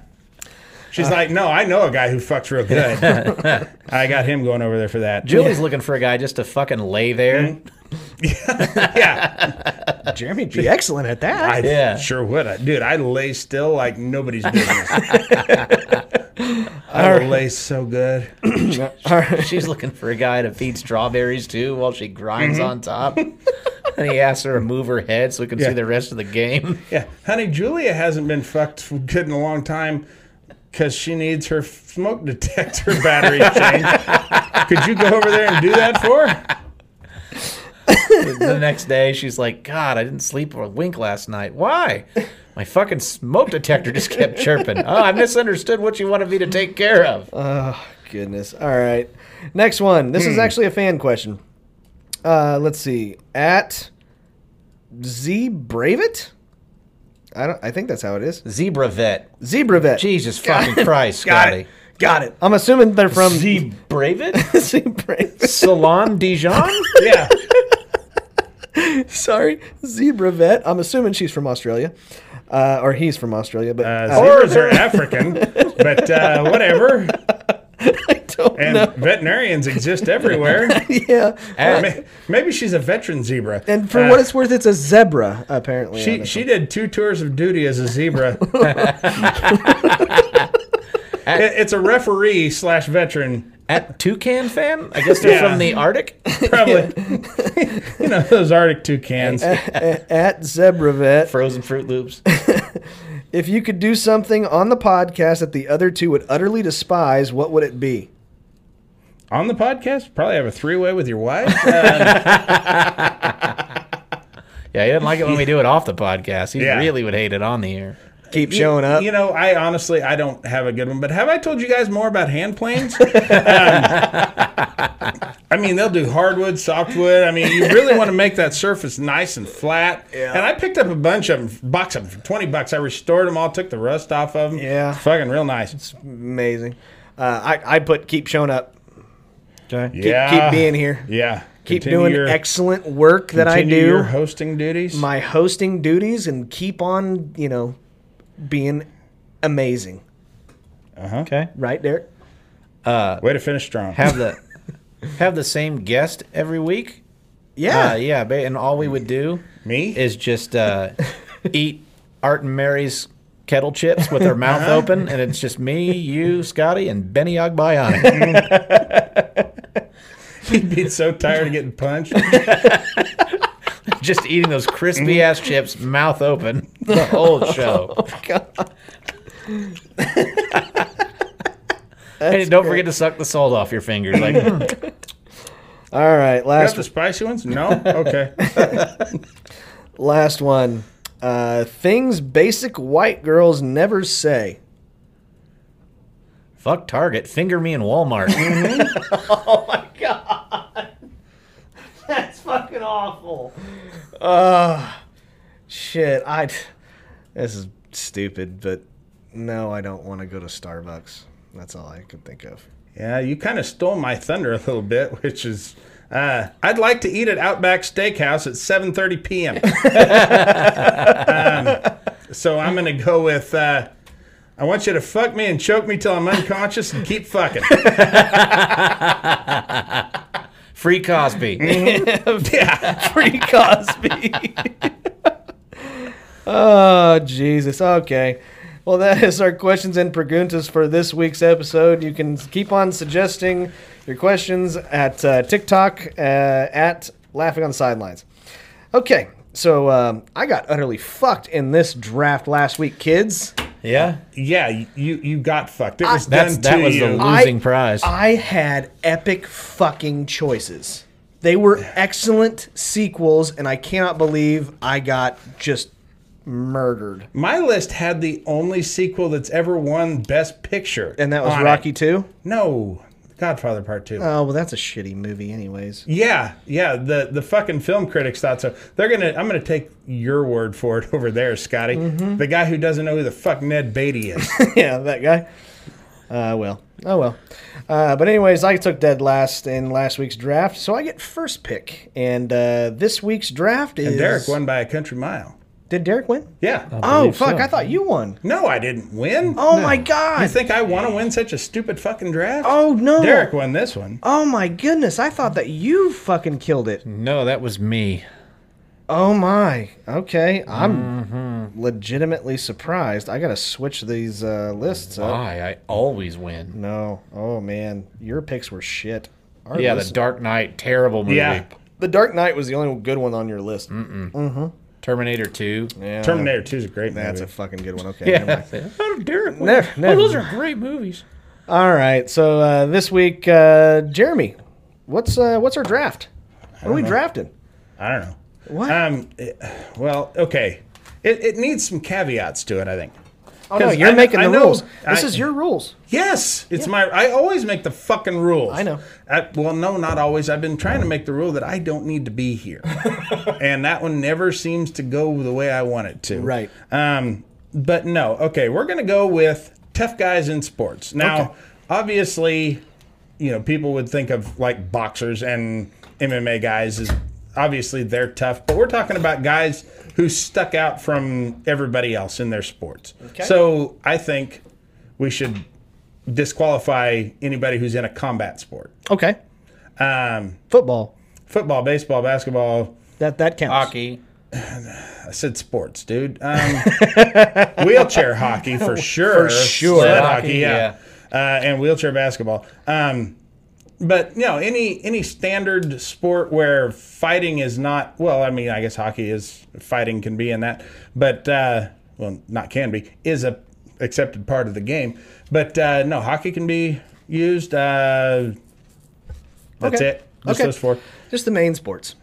[SPEAKER 2] She's like, no, I know a guy who fucks real good. I got him going over there for that.
[SPEAKER 3] Julie's looking for a guy just to fucking lay there.
[SPEAKER 2] yeah,
[SPEAKER 1] Jeremy'd be excellent at that.
[SPEAKER 2] I
[SPEAKER 3] Yeah.
[SPEAKER 2] sure would. I, dude, I lay still like nobody's business. I will lay so good.
[SPEAKER 3] She's looking for a guy to feed strawberries to while she grinds
[SPEAKER 1] Mm-hmm.
[SPEAKER 3] on top. and he asks her to move her head so we can
[SPEAKER 2] Yeah.
[SPEAKER 3] see the rest of the game.
[SPEAKER 2] Yeah, honey, Julia hasn't been fucked good in a long time because she needs her smoke detector battery changed. Could you go over there and do that for her?
[SPEAKER 3] the next day, she's like, God, I didn't sleep a wink last night. Why? My fucking smoke detector just kept chirping. Oh, I misunderstood what you wanted me to take care of.
[SPEAKER 1] Uh-huh. Goodness. All right. Next one. This is
[SPEAKER 2] Hmm.
[SPEAKER 1] actually a fan question. Uh, let's see. At Z Bravit? I don't I think that's how it is.
[SPEAKER 3] Zebra vet.
[SPEAKER 1] Zebra Vet.
[SPEAKER 3] Jesus fucking Christ,
[SPEAKER 1] Got
[SPEAKER 3] Scotty.
[SPEAKER 1] it. Got it. I'm assuming they're from
[SPEAKER 3] Z Bravit?
[SPEAKER 1] Z Bravit.
[SPEAKER 3] Salon Dijon?
[SPEAKER 2] Yeah.
[SPEAKER 1] sorry, zebra vet. I'm assuming she's from Australia, uh, or he's from Australia. But
[SPEAKER 2] Uh,
[SPEAKER 1] uh,
[SPEAKER 2] zebras are African, but uh, whatever.
[SPEAKER 1] I don't
[SPEAKER 2] And
[SPEAKER 1] know.
[SPEAKER 2] veterinarians exist everywhere.
[SPEAKER 1] yeah,
[SPEAKER 2] Or may- Maybe she's a veteran zebra.
[SPEAKER 1] and for
[SPEAKER 2] Uh,
[SPEAKER 1] what it's worth, it's a zebra apparently. on
[SPEAKER 2] she
[SPEAKER 1] this
[SPEAKER 2] she did two tours of duty as a zebra. It- it's a referee slash veteran,
[SPEAKER 3] At Toucan fan? I guess they're
[SPEAKER 2] Yeah.
[SPEAKER 3] from the Arctic.
[SPEAKER 2] probably. you know those Arctic toucans.
[SPEAKER 1] Uh, at zebra vet.
[SPEAKER 3] Frozen Fruit Loops.
[SPEAKER 1] If you could do something on the podcast that the other two would utterly despise, what would it be?
[SPEAKER 2] on the podcast, probably have a three way with your wife. Uh,
[SPEAKER 3] Yeah, he doesn't like it when we do it off the podcast. He
[SPEAKER 2] Yeah.
[SPEAKER 3] really would hate it on the air.
[SPEAKER 1] Keep showing up.
[SPEAKER 2] you know, I honestly I don't have a good one. But have I told you guys more about hand planes? um, I mean, they'll do hardwood, softwood. I mean, you really want to make that surface nice and flat.
[SPEAKER 1] Yeah.
[SPEAKER 2] And I picked up a bunch of them, box of them for twenty bucks. I restored them all, took the rust off of them.
[SPEAKER 1] Yeah.
[SPEAKER 2] it's fucking real nice.
[SPEAKER 1] Amazing. Uh, I I put keep showing up. Okay. Keep,
[SPEAKER 2] Yeah.
[SPEAKER 1] keep being here.
[SPEAKER 2] Yeah,
[SPEAKER 1] Keep
[SPEAKER 2] Continue
[SPEAKER 1] doing
[SPEAKER 2] your-
[SPEAKER 1] excellent work that I
[SPEAKER 2] continue Your
[SPEAKER 1] do.
[SPEAKER 2] hosting duties.
[SPEAKER 1] my hosting duties and keep on, you know, being amazing.
[SPEAKER 3] Okay.
[SPEAKER 1] Right, Derek?
[SPEAKER 2] Way to finish strong.
[SPEAKER 3] Have the have the same guest every week.
[SPEAKER 1] Yeah.
[SPEAKER 3] Uh, yeah, ba- and all we would do
[SPEAKER 2] Me?
[SPEAKER 3] is just uh, eat Art and Mary's kettle chips with our mouth open, and it's just me, you, Scotty, and Benny Ogbayani.
[SPEAKER 2] He'd be so tired of getting punched.
[SPEAKER 3] just eating those crispy ass chips, mouth open, the whole show. and don't forget to suck the salt off your fingers. Like, hmm,
[SPEAKER 1] All right,
[SPEAKER 2] Got
[SPEAKER 1] last
[SPEAKER 2] the spicy ones? No. Okay.
[SPEAKER 1] last one. Uh, things basic white girls never say.
[SPEAKER 3] fuck Target, finger me in Walmart.
[SPEAKER 1] That's fucking awful. Uh, shit. I. This is stupid, but no, I don't want to go to Starbucks. That's all I could think of.
[SPEAKER 2] Yeah, you kind of stole my thunder a little bit, which is uh, I'd like to eat at Outback Steakhouse at 7:30 p.m. um, so I'm gonna go with uh, I want you to fuck me and choke me till I'm unconscious and keep fucking.
[SPEAKER 3] Free Cosby.
[SPEAKER 2] yeah,
[SPEAKER 1] Free Cosby. oh, Jesus. Okay. Well, that is our questions and preguntas for this week's episode. You can keep on suggesting your questions at uh, TikTok uh, at Laughing on the Sidelines. Okay. So um, I got utterly fucked in this draft last week, kids.
[SPEAKER 3] yeah.
[SPEAKER 2] yeah, you you got fucked. It was
[SPEAKER 3] That's,
[SPEAKER 2] done
[SPEAKER 3] that
[SPEAKER 2] to
[SPEAKER 3] was
[SPEAKER 2] you.
[SPEAKER 3] the losing
[SPEAKER 1] I-
[SPEAKER 3] prize.
[SPEAKER 1] I had epic fucking choices. They were excellent sequels, and I cannot believe I got just murdered.
[SPEAKER 2] my list had the only sequel that's ever won Best Picture,
[SPEAKER 1] And that was
[SPEAKER 2] on it.
[SPEAKER 1] Rocky Two.
[SPEAKER 2] No, Godfather Part Two.
[SPEAKER 1] Oh well, that's a shitty movie, anyways.
[SPEAKER 2] Yeah, yeah. The the fucking film critics thought so. They're gonna. I'm gonna take your word for it over there, Scotty.
[SPEAKER 1] Mm-hmm.
[SPEAKER 2] The guy who doesn't know who the fuck Ned Beatty is.
[SPEAKER 1] yeah, that guy. Uh, well, oh well. Uh, but anyways, I took dead last in last week's draft, so I get first pick. And uh, this week's draft is
[SPEAKER 2] Derek won by a country mile.
[SPEAKER 1] Did Derek win?
[SPEAKER 2] Yeah.
[SPEAKER 1] Oh
[SPEAKER 3] believe
[SPEAKER 1] fuck!
[SPEAKER 3] so.
[SPEAKER 1] I thought you won.
[SPEAKER 2] no, I didn't win.
[SPEAKER 1] Oh my
[SPEAKER 2] You
[SPEAKER 1] god!
[SPEAKER 2] think I want to win such a stupid fucking draft?
[SPEAKER 1] oh no!
[SPEAKER 2] Derek won this one.
[SPEAKER 1] Oh my goodness! I thought that you fucking killed it.
[SPEAKER 3] no, that was me.
[SPEAKER 1] Oh my. Okay, I'm
[SPEAKER 2] Mm-hmm.
[SPEAKER 1] legitimately surprised. I gotta switch these uh, lists up.
[SPEAKER 3] Why? I always win.
[SPEAKER 1] No. Oh man, your picks were shit. Our
[SPEAKER 3] Yeah, the
[SPEAKER 1] list-
[SPEAKER 3] Dark Knight, terrible movie.
[SPEAKER 2] Yeah.
[SPEAKER 1] The Dark Knight was the only good one on your list.
[SPEAKER 3] Terminator 2.
[SPEAKER 1] Yeah,
[SPEAKER 2] Terminator Two is a great movie.
[SPEAKER 1] That's a fucking good one. Okay. never
[SPEAKER 3] Yeah.
[SPEAKER 1] mind.
[SPEAKER 3] Oh, Derek won.
[SPEAKER 1] Never-
[SPEAKER 3] Oh, those
[SPEAKER 1] never.
[SPEAKER 3] are great movies.
[SPEAKER 1] All right. So uh, this week, uh, Jeremy, what's uh, what's our draft? What are we drafting? Oh,
[SPEAKER 2] I don't know.
[SPEAKER 1] What?
[SPEAKER 2] Um. eh, Well, okay. It, it needs some caveats to it. I think.
[SPEAKER 1] Oh no,
[SPEAKER 2] 'cause
[SPEAKER 1] you're
[SPEAKER 2] I-
[SPEAKER 1] making
[SPEAKER 2] I
[SPEAKER 1] the
[SPEAKER 2] know.
[SPEAKER 1] rules. This
[SPEAKER 2] I-
[SPEAKER 1] is your rules.
[SPEAKER 2] Yes, it's my. I always make the fucking rules.
[SPEAKER 1] I know.
[SPEAKER 2] I, well, no, not always. I've been trying to make the rule that I don't need to be here, and that one never seems to go the way I want it to.
[SPEAKER 1] Right.
[SPEAKER 2] Um. But no. Okay, we're gonna go with tough guys in sports. Now,
[SPEAKER 1] Okay.
[SPEAKER 2] obviously, you know people would think of like boxers and MMA guys as obviously they're tough, but we're talking about guys who stuck out from everybody else in their sports. So I think we should disqualify anybody who's in a combat sport.
[SPEAKER 1] Okay.
[SPEAKER 2] Um,
[SPEAKER 1] Football.
[SPEAKER 2] football, baseball, basketball.
[SPEAKER 1] That that counts.
[SPEAKER 3] Hockey.
[SPEAKER 2] I said sports, dude. Um, wheelchair hockey for sure.
[SPEAKER 1] sure.
[SPEAKER 2] Sled
[SPEAKER 3] Hockey,
[SPEAKER 2] hockey, yeah. Uh, and wheelchair basketball. Um, but you know, any any standard sport where fighting is not well. I mean, I guess hockey is fighting can be in that, but uh, well, not can be is a accepted part of the game. But uh, no, hockey can be used. Uh, that's
[SPEAKER 1] Okay.
[SPEAKER 2] it. Just
[SPEAKER 1] Okay.
[SPEAKER 2] those four.
[SPEAKER 1] Just the main sports.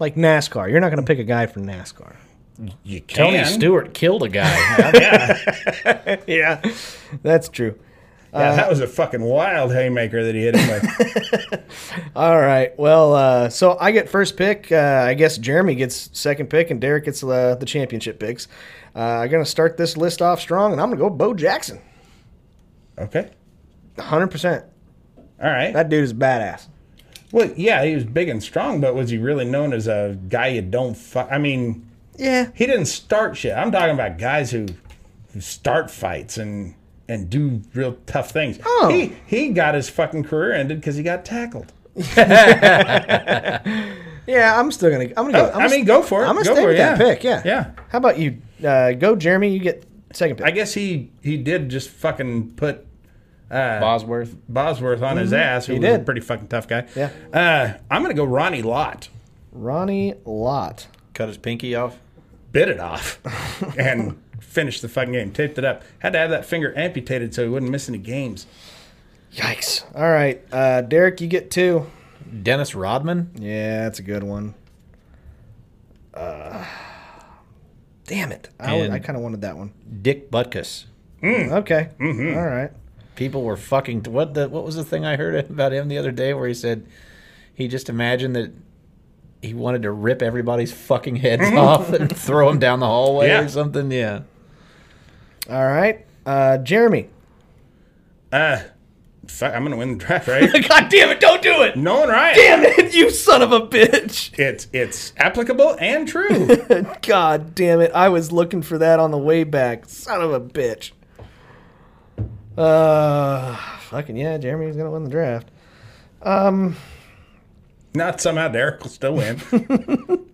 [SPEAKER 1] Like NASCAR. You're not going to pick a guy for NASCAR.
[SPEAKER 2] You can.
[SPEAKER 3] Tony Stewart killed a guy.
[SPEAKER 1] Yeah. That's true.
[SPEAKER 2] Yeah,
[SPEAKER 1] Uh,
[SPEAKER 2] that was a fucking wild haymaker that he hit him with.
[SPEAKER 1] All right. Well, uh, so I get first pick. Uh, I guess Jeremy gets second pick, and Derek gets uh, the championship picks. Uh, I'm going to start this list off strong, and I'm going to go Bo Jackson.
[SPEAKER 2] okay.
[SPEAKER 1] 100%.
[SPEAKER 2] All right.
[SPEAKER 1] That dude is badass.
[SPEAKER 2] well, yeah, he was big and strong, but was he really known as a guy you don't fuck? I mean,
[SPEAKER 1] Yeah.
[SPEAKER 2] he didn't start shit. I'm talking about guys who, who start fights and and do real tough things.
[SPEAKER 1] Oh.
[SPEAKER 2] He he got his fucking career ended because he got tackled.
[SPEAKER 1] Yeah, I'm still going to. I'm going to go.
[SPEAKER 2] Oh,
[SPEAKER 1] I'm
[SPEAKER 2] I
[SPEAKER 1] gonna-
[SPEAKER 2] mean, go for it.
[SPEAKER 1] I'm going to
[SPEAKER 2] Go
[SPEAKER 1] stay
[SPEAKER 2] for
[SPEAKER 1] with
[SPEAKER 2] it,
[SPEAKER 1] that
[SPEAKER 2] yeah.
[SPEAKER 1] pick. Yeah.
[SPEAKER 2] Yeah.
[SPEAKER 1] How about you? Uh, go, Jeremy. You get second pick.
[SPEAKER 2] I guess he he did just fucking put
[SPEAKER 3] Bosworth.
[SPEAKER 2] Bosworth on his ass, who
[SPEAKER 1] Mm-hmm. He
[SPEAKER 2] was a
[SPEAKER 1] did.
[SPEAKER 2] pretty fucking tough guy.
[SPEAKER 1] Yeah.
[SPEAKER 2] Uh, I'm gonna go Ronnie Lott.
[SPEAKER 1] Ronnie Lott.
[SPEAKER 4] Cut his pinky off.
[SPEAKER 2] bit it off and finished the fucking game. Taped it up. Had to have that finger amputated so he wouldn't miss any games.
[SPEAKER 1] Yikes. All right. Uh, Derek, you get two.
[SPEAKER 3] Dennis Rodman.
[SPEAKER 1] Yeah, that's a good one. Uh, damn it. I,
[SPEAKER 3] And-
[SPEAKER 1] I kind of wanted that one.
[SPEAKER 3] Dick Butkus.
[SPEAKER 1] Okay. All right.
[SPEAKER 3] People were fucking. What the? What was the thing I heard about him the other day where he said he just imagined that he wanted to rip everybody's fucking heads off and throw them down the hallway
[SPEAKER 2] Yeah.
[SPEAKER 3] or something? Yeah.
[SPEAKER 1] All right. Uh, Jeremy.
[SPEAKER 2] Uh, fuck, I'm gonna win the draft, right?
[SPEAKER 3] God damn it! Don't do it.
[SPEAKER 2] Nolan Ryan. Damn.
[SPEAKER 3] you son of a bitch.
[SPEAKER 2] It's it's applicable and true.
[SPEAKER 1] God damn it. I was looking for that on the way back. Son of a bitch. Uh, fucking yeah. Jeremy's going to win the draft.
[SPEAKER 2] Not somehow Derek will still win.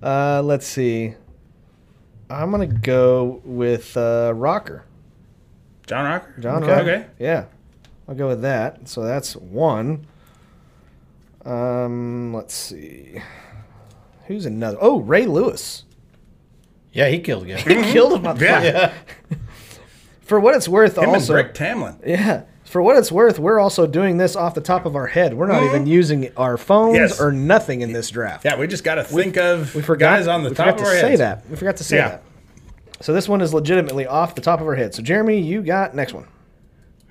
[SPEAKER 1] Uh, let's see. I'm going to go with uh, Rocker.
[SPEAKER 2] John Rocker.
[SPEAKER 1] John
[SPEAKER 2] okay.
[SPEAKER 1] Rocker.
[SPEAKER 2] Okay.
[SPEAKER 1] Yeah. I'll go with that. So that's one. Um, let's see. Who's another? Oh, Ray Lewis.
[SPEAKER 3] Yeah, he killed a guy.
[SPEAKER 1] Killed him.
[SPEAKER 2] Mm-hmm. Yeah.
[SPEAKER 1] For what it's worth,
[SPEAKER 2] Him
[SPEAKER 1] also.
[SPEAKER 2] and Rick Tamlin.
[SPEAKER 1] Yeah. For what it's worth, we're also doing this off the top of our head. We're not even using our phones
[SPEAKER 2] Mm-hmm. Yes.
[SPEAKER 1] or nothing in this draft.
[SPEAKER 2] Yeah, we just got to think of
[SPEAKER 1] We forgot,
[SPEAKER 2] guys on the
[SPEAKER 1] we
[SPEAKER 2] top
[SPEAKER 1] forgot
[SPEAKER 2] of
[SPEAKER 1] to
[SPEAKER 2] our
[SPEAKER 1] say
[SPEAKER 2] heads.
[SPEAKER 1] that. We forgot to say
[SPEAKER 2] Yeah.
[SPEAKER 1] that. So this one is legitimately off the top of our head. So Jeremy, you got next one.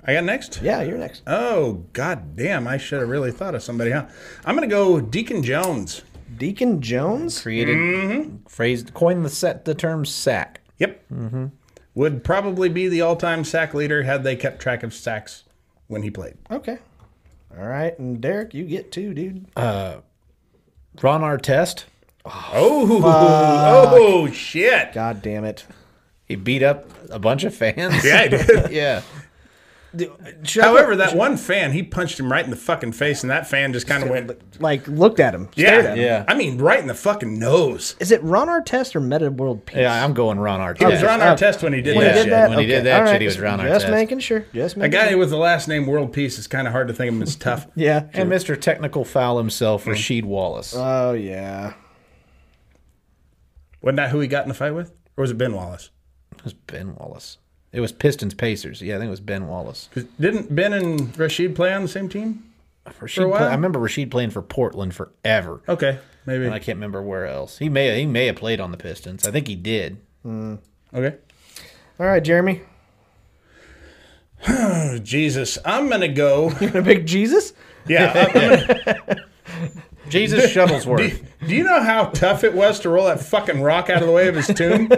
[SPEAKER 2] I got next.
[SPEAKER 1] Yeah, you're next.
[SPEAKER 2] Oh god damn! I should have really thought of somebody, huh? I'm gonna go Deacon Jones.
[SPEAKER 1] Deacon Jones.
[SPEAKER 3] Created, Mm-hmm. phrased, coined the set the term sack.
[SPEAKER 2] Yep. Mm-hmm. Would probably be the all time sack leader had they kept track of sacks when he played.
[SPEAKER 1] Okay. All right, and Derek, you get two, dude.
[SPEAKER 3] Ron Artest.
[SPEAKER 2] Oh, oh shit.
[SPEAKER 1] God damn it.
[SPEAKER 3] He beat up a bunch of fans.
[SPEAKER 2] Yeah, I did.
[SPEAKER 3] yeah.
[SPEAKER 2] However, that one fan, he punched him right in the fucking face, and that fan just kind of went,
[SPEAKER 1] like looked at him. stared
[SPEAKER 2] yeah,
[SPEAKER 1] at him.
[SPEAKER 3] Yeah.
[SPEAKER 2] I mean, right in the fucking nose.
[SPEAKER 1] Is it Ron Artest or Meta World Peace?
[SPEAKER 3] Yeah, I'm going Ron Artest.
[SPEAKER 2] He was Ron Artest when he did
[SPEAKER 3] When he
[SPEAKER 2] that
[SPEAKER 3] did
[SPEAKER 2] shit.
[SPEAKER 3] that? when he did that
[SPEAKER 1] all
[SPEAKER 3] shit, he was Ron
[SPEAKER 1] Just
[SPEAKER 3] Artest.
[SPEAKER 1] making sure. Just
[SPEAKER 2] A
[SPEAKER 1] making
[SPEAKER 2] guy
[SPEAKER 1] sure.
[SPEAKER 2] with the last name World Peace is kind of hard to think of him as tough.
[SPEAKER 1] Yeah.
[SPEAKER 3] And Mr. Technical Foul himself, Rasheed Wallace.
[SPEAKER 1] oh yeah.
[SPEAKER 2] Wasn't that who he got in a fight with? Or was it Ben Wallace?
[SPEAKER 3] it was Ben Wallace. It was Pistons Pacers. Yeah, I think it was Ben Wallace.
[SPEAKER 2] 'Cause Didn't Ben and Rashid play on the same team?
[SPEAKER 3] Rasheed play-
[SPEAKER 2] while?
[SPEAKER 3] I remember Rasheed playing for Portland forever.
[SPEAKER 2] Okay, maybe.
[SPEAKER 3] And I can't remember where else. He may he may have played on the Pistons. I think he did.
[SPEAKER 2] Okay.
[SPEAKER 1] All right, Jeremy.
[SPEAKER 2] Oh, Jesus, I'm gonna go.
[SPEAKER 1] Gonna pick Jesus?
[SPEAKER 2] Yeah, I'm- I'm gonna-
[SPEAKER 3] Jesus
[SPEAKER 2] Do,
[SPEAKER 3] Shuttlesworth.
[SPEAKER 2] do you know how tough it was to roll that fucking rock out of the way of his tomb?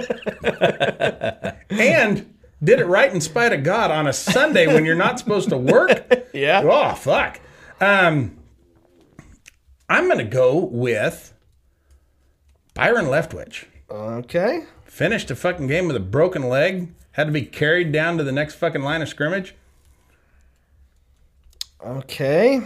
[SPEAKER 2] and did it right in spite of God on a Sunday when you're not supposed to work?
[SPEAKER 1] Yeah.
[SPEAKER 2] Oh, fuck. Um, I'm going to go with Byron Leftwich
[SPEAKER 1] Okay.
[SPEAKER 2] finished a fucking game with a broken leg, had to be carried down to the next fucking line of scrimmage.
[SPEAKER 1] Okay.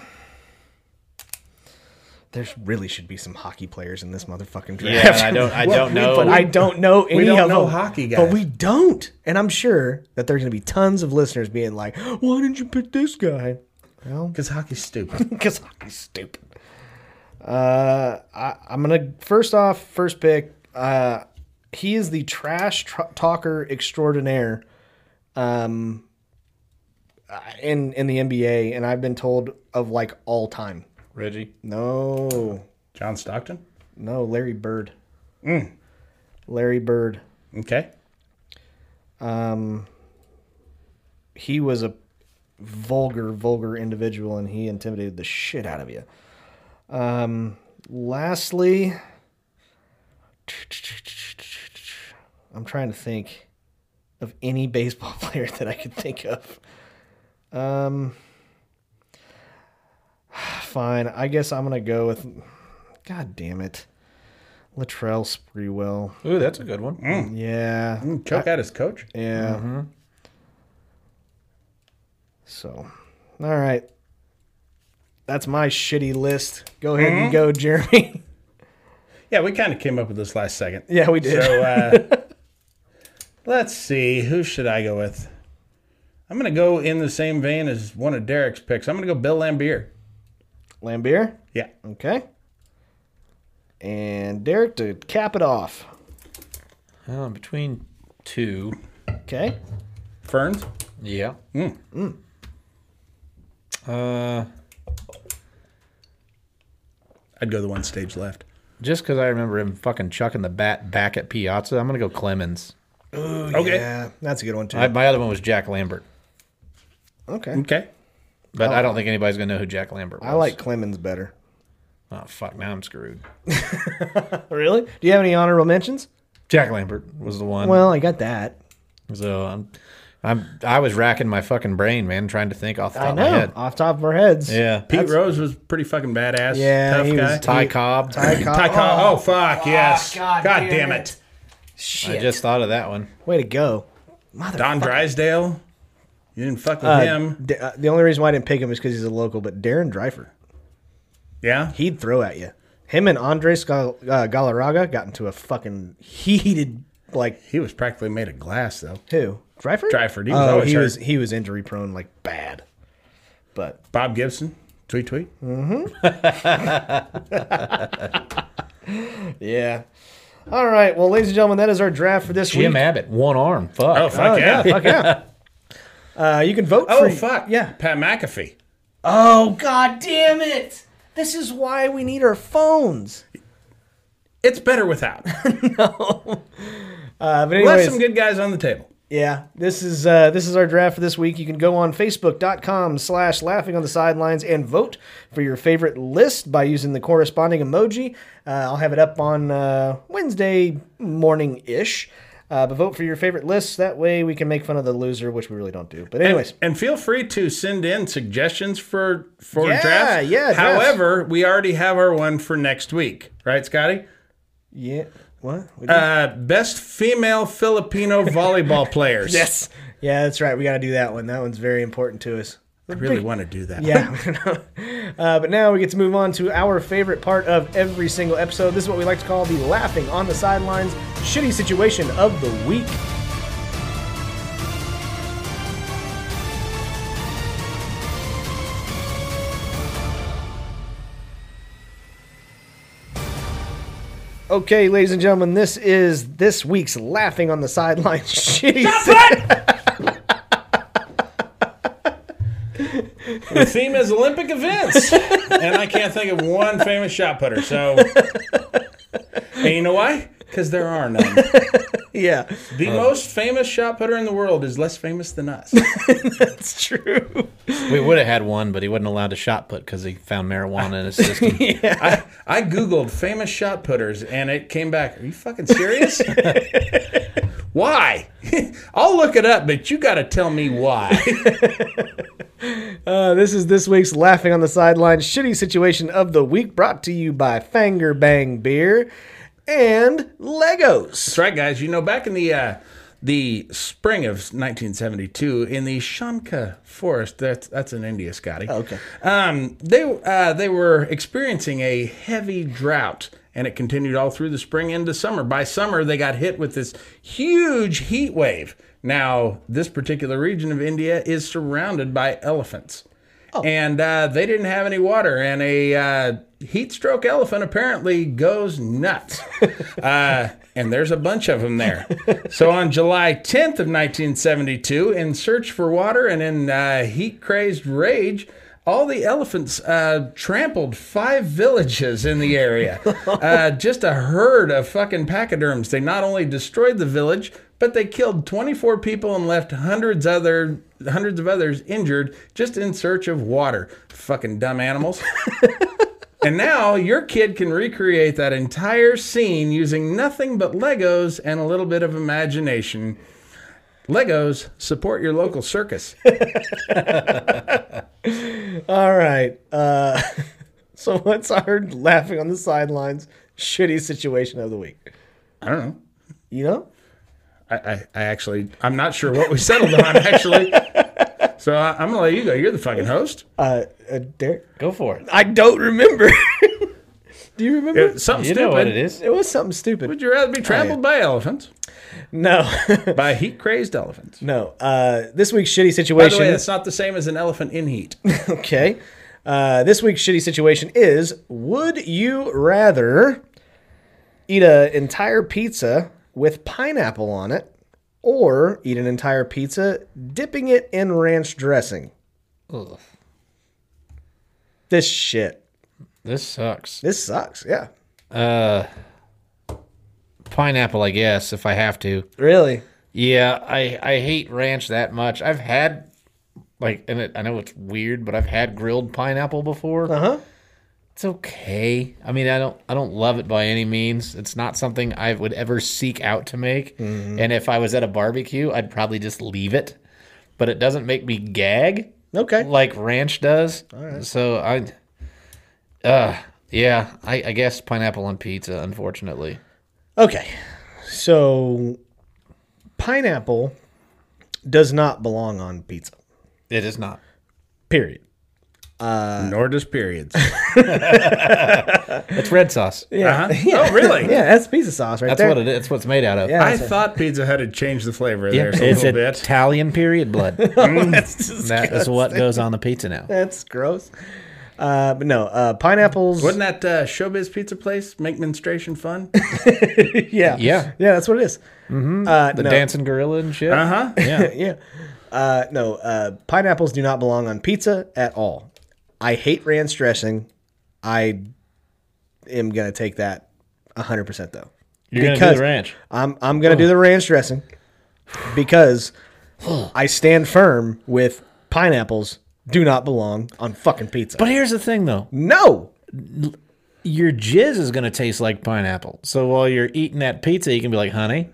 [SPEAKER 1] There really should be some hockey players in this motherfucking draft.
[SPEAKER 3] Yeah, and I don't- I don't know.
[SPEAKER 1] But I don't know any
[SPEAKER 2] Oh, don't
[SPEAKER 1] of
[SPEAKER 2] know
[SPEAKER 1] them.
[SPEAKER 2] hockey
[SPEAKER 1] But
[SPEAKER 2] guys.
[SPEAKER 1] we don't. And I'm sure that there's going to be tons of listeners being like, why didn't you pick this guy?
[SPEAKER 2] Because hockey's stupid.
[SPEAKER 1] Because hockey's stupid. Uh, I, I'm going to, first off, first pick, uh, he is the trash tr- talker extraordinaire um, uh, in, in the NBA. And I've been told of like all time.
[SPEAKER 3] Reggie.
[SPEAKER 1] No,
[SPEAKER 2] John Stockton?
[SPEAKER 1] no, Larry Bird.
[SPEAKER 2] Mm.
[SPEAKER 1] Larry Bird.
[SPEAKER 2] Okay.
[SPEAKER 1] He was a vulgar, vulgar individual, and he intimidated the shit out of you. Um, lastly, I'm trying to think of any baseball player that I could think of. Um, fine. I guess I'm gonna go with. God damn it, Latrell Sprewell.
[SPEAKER 3] Ooh, that's a good one.
[SPEAKER 1] Yeah.
[SPEAKER 2] Mm, Choke out his coach?
[SPEAKER 1] Yeah. So, all right. That's my shitty list. Go ahead and go, Jeremy.
[SPEAKER 2] Yeah, we kind of came up with this last second.
[SPEAKER 1] yeah, we did.
[SPEAKER 2] So uh, let's see. Who should I go with? I'm going to go in the same vein as one of Derek's picks. I'm going to go Bill Lambier.
[SPEAKER 1] Lambier.
[SPEAKER 2] Yeah.
[SPEAKER 1] Okay. And Derek to cap it off.
[SPEAKER 3] Uh, between two.
[SPEAKER 1] Okay.
[SPEAKER 2] Ferns?
[SPEAKER 3] Yeah. Mm. Uh,
[SPEAKER 2] I'd go the one stage left.
[SPEAKER 3] just because I remember him fucking chucking the bat back at Piazza, I'm gonna go Clemens.
[SPEAKER 2] Okay.
[SPEAKER 1] Yeah, that's a good one, too.
[SPEAKER 3] I, my other one was Jack Lambert,
[SPEAKER 1] okay.
[SPEAKER 2] Okay.
[SPEAKER 3] but I don't think anybody's gonna know who Jack Lambert was.
[SPEAKER 1] I like Clemens better.
[SPEAKER 3] Oh fuck! Now I'm screwed.
[SPEAKER 1] Really? Do you have any honorable mentions?
[SPEAKER 3] Jack Lambert was the one.
[SPEAKER 1] Well, I got that.
[SPEAKER 3] so I'm, I'm, I was racking my fucking brain, man, trying to think off the top
[SPEAKER 1] I
[SPEAKER 3] of my
[SPEAKER 1] know.
[SPEAKER 3] head.
[SPEAKER 1] Off top of our heads.
[SPEAKER 3] Yeah.
[SPEAKER 2] Pete Rose was pretty fucking badass.
[SPEAKER 1] Yeah,
[SPEAKER 2] Tough
[SPEAKER 1] he
[SPEAKER 2] guy.
[SPEAKER 1] was-
[SPEAKER 3] Ty Cobb.
[SPEAKER 1] Ty Cobb.
[SPEAKER 2] Ty Cobb. Oh, fuck. yes.
[SPEAKER 1] God
[SPEAKER 2] God,
[SPEAKER 1] damn
[SPEAKER 2] damn,
[SPEAKER 1] it.
[SPEAKER 2] it.
[SPEAKER 3] I
[SPEAKER 1] Shit.
[SPEAKER 3] just thought of that one.
[SPEAKER 1] Way to go. Mother.
[SPEAKER 2] Don Drysdale. You didn't fuck with him.
[SPEAKER 1] D- uh, the only reason why I didn't pick him is because he's a local, but Darren Dreifer,
[SPEAKER 2] Yeah.
[SPEAKER 1] he'd throw at you. Him and Andre Scal- uh, Galarraga got into a fucking heated like
[SPEAKER 2] He was practically made of glass, though.
[SPEAKER 1] who Dreifer?
[SPEAKER 2] Dreifer, he was
[SPEAKER 1] oh,
[SPEAKER 2] always
[SPEAKER 1] he
[SPEAKER 2] hurt.
[SPEAKER 1] was he was injury prone like bad. But
[SPEAKER 2] Bob Gibson. Tweet, tweet.
[SPEAKER 1] yeah, all right. Well, ladies and gentlemen, that is our draft for this
[SPEAKER 3] Jim
[SPEAKER 1] week.
[SPEAKER 3] Abbott, one arm. Fuck.
[SPEAKER 2] Oh, fuck yeah.
[SPEAKER 1] Fuck yeah. Uh, you can vote
[SPEAKER 2] Oh,
[SPEAKER 1] for
[SPEAKER 2] fuck.
[SPEAKER 1] yeah.
[SPEAKER 2] Pat McAfee.
[SPEAKER 1] Oh god damn it! This is why we need our phones.
[SPEAKER 2] It's better without.
[SPEAKER 1] Uh, but
[SPEAKER 2] Left
[SPEAKER 1] anyways,
[SPEAKER 2] some good guys on the table.
[SPEAKER 1] Yeah, this is uh, this is our draft for this week. You can go on facebook.com slash laughing on the sidelines and vote for your favorite list by using the corresponding emoji. Uh, I'll have it up on uh, Wednesday morning ish. Uh, but vote for your favorite lists. That way we can make fun of the loser, which we really don't do. But anyways,
[SPEAKER 2] And feel free to send in suggestions for for
[SPEAKER 1] Yeah,
[SPEAKER 2] drafts.
[SPEAKER 1] yeah, drafts.
[SPEAKER 2] However, we already have our one for next week, right, Scotty?
[SPEAKER 1] yeah, what? We
[SPEAKER 2] Uh, best female Filipino volleyball players.
[SPEAKER 1] yes, yeah, that's right. We got to do that one. That one's very important to us.
[SPEAKER 2] I really want to do that.
[SPEAKER 1] Yeah. uh, but now we get to move on to our favorite part of every single episode. This is what we like to call the laughing on the sidelines shitty situation of the week. Okay, ladies and gentlemen, this is this week's laughing on the sidelines shitty. si-
[SPEAKER 2] The theme is Olympic events. and I can't think of one famous shot putter. So, and you know why? Because there are none.
[SPEAKER 1] yeah,
[SPEAKER 2] The most famous shot putter in the world is less famous than us.
[SPEAKER 1] it's true.
[SPEAKER 3] We would have had one, but he wasn't allowed to shot put because he found marijuana in his system.
[SPEAKER 2] I, I Googled famous shot putters and it came back. Are you fucking serious? why? I'll look it up, but you got to tell me why.
[SPEAKER 1] Uh, this is this week's Laughing on the Sidelines Shitty Situation of the Week, brought to you by Fanger Bang Beer. and Legos.
[SPEAKER 2] That's right, guys. You know, back in the uh, the spring of 1972, in the Shanka Forest, that's that's in India, Scotty.
[SPEAKER 1] Okay.
[SPEAKER 2] Um, they uh, they were experiencing a heavy drought, and it continued all through the spring into summer. By summer, they got hit with this huge heat wave. Now, this particular region of India is surrounded by elephants. And uh, they didn't have any water, and a uh, heat stroke elephant apparently goes nuts. uh, and there's a bunch of them there. So on July 10th of 1972, in search for water and in uh, heat crazed rage, all the elephants uh, trampled five villages in the area. Uh, just a herd of fucking pachyderms. They not only destroyed the village, but they killed 24 people and left hundreds other hundreds of others injured just in search of water. Fucking dumb animals. And now your kid can recreate that entire scene using nothing but Legos and a little bit of imagination. Legos support your local circus.
[SPEAKER 1] All right. Uh, so what's our laughing on the sidelines shitty situation of the week?
[SPEAKER 2] I don't know.
[SPEAKER 1] You know?
[SPEAKER 2] I, I, I actually, I'm not sure what we settled on actually. So I, I'm gonna let you go. You're the fucking host.
[SPEAKER 1] Uh, uh, Derek?
[SPEAKER 3] Go for it.
[SPEAKER 1] I don't remember. Do you remember?
[SPEAKER 2] It's Something
[SPEAKER 3] You
[SPEAKER 2] stupid.
[SPEAKER 3] know what it is.
[SPEAKER 1] It was something stupid.
[SPEAKER 2] Would you rather be trampled by elephants,
[SPEAKER 1] No,
[SPEAKER 2] by heat crazed elephants?
[SPEAKER 1] no. Uh, this week's shitty
[SPEAKER 2] By the
[SPEAKER 1] situation.
[SPEAKER 2] way, that's not the same as an elephant in heat.
[SPEAKER 1] okay. Uh, this week's shitty situation is: Would you rather eat an entire pizza with pineapple on it, or eat an entire pizza dipping it in ranch dressing?
[SPEAKER 3] Ugh.
[SPEAKER 1] This shit.
[SPEAKER 3] This sucks.
[SPEAKER 1] This sucks. Yeah.
[SPEAKER 3] Pineapple, I guess, if I have to.
[SPEAKER 1] Really.
[SPEAKER 3] Yeah, I I hate ranch that much. I've had like, and it, I know it's weird, but I've had grilled pineapple before. Uh
[SPEAKER 1] Uh-huh.
[SPEAKER 3] It's okay. I mean, I don't I don't love it by any means. It's not something I would ever seek out to make.
[SPEAKER 1] Mm-hmm.
[SPEAKER 3] And if I was at a barbecue, I'd probably just leave it. But it doesn't make me gag
[SPEAKER 1] Okay.
[SPEAKER 3] like ranch does. So I, uh, yeah, I, I guess pineapple on pizza, unfortunately.
[SPEAKER 1] Okay. So, pineapple does not belong on pizza.
[SPEAKER 3] It is not.
[SPEAKER 1] Period.
[SPEAKER 2] Nor does periods.
[SPEAKER 3] It's red sauce.
[SPEAKER 2] Uh-huh. Oh, really?
[SPEAKER 1] Yeah, that's pizza sauce right
[SPEAKER 3] That's
[SPEAKER 1] there.
[SPEAKER 3] what it is. That's what it's made out of.
[SPEAKER 1] Yeah,
[SPEAKER 2] I
[SPEAKER 1] that's it.
[SPEAKER 2] thought Pizza Hut had changed the flavor there a
[SPEAKER 3] it's
[SPEAKER 2] little bit.
[SPEAKER 3] Italian period blood. Mm.
[SPEAKER 1] that's
[SPEAKER 3] that is what goes on the pizza now.
[SPEAKER 1] That's gross. Uh, but no, uh, pineapples.
[SPEAKER 2] Wouldn't that uh, showbiz pizza place make menstruation fun?
[SPEAKER 1] Yeah,
[SPEAKER 3] Yeah.
[SPEAKER 1] yeah. That's what it is. Uh,
[SPEAKER 3] The
[SPEAKER 1] no,
[SPEAKER 3] dancing gorilla and shit.
[SPEAKER 2] Uh huh.
[SPEAKER 3] Yeah.
[SPEAKER 1] Yeah. Uh, no, uh, pineapples do not belong on pizza at all. I hate ranch dressing. I am gonna take that 100 percent though.
[SPEAKER 3] You're gonna do
[SPEAKER 1] Because-
[SPEAKER 3] the ranch.
[SPEAKER 1] I'm I'm gonna do the ranch dressing because I stand firm with pineapples do not belong on fucking pizza.
[SPEAKER 3] But here's the thing, though.
[SPEAKER 1] no,
[SPEAKER 3] Your jizz is gonna taste like pineapple. So while you're eating that pizza, you can be like, "Honey,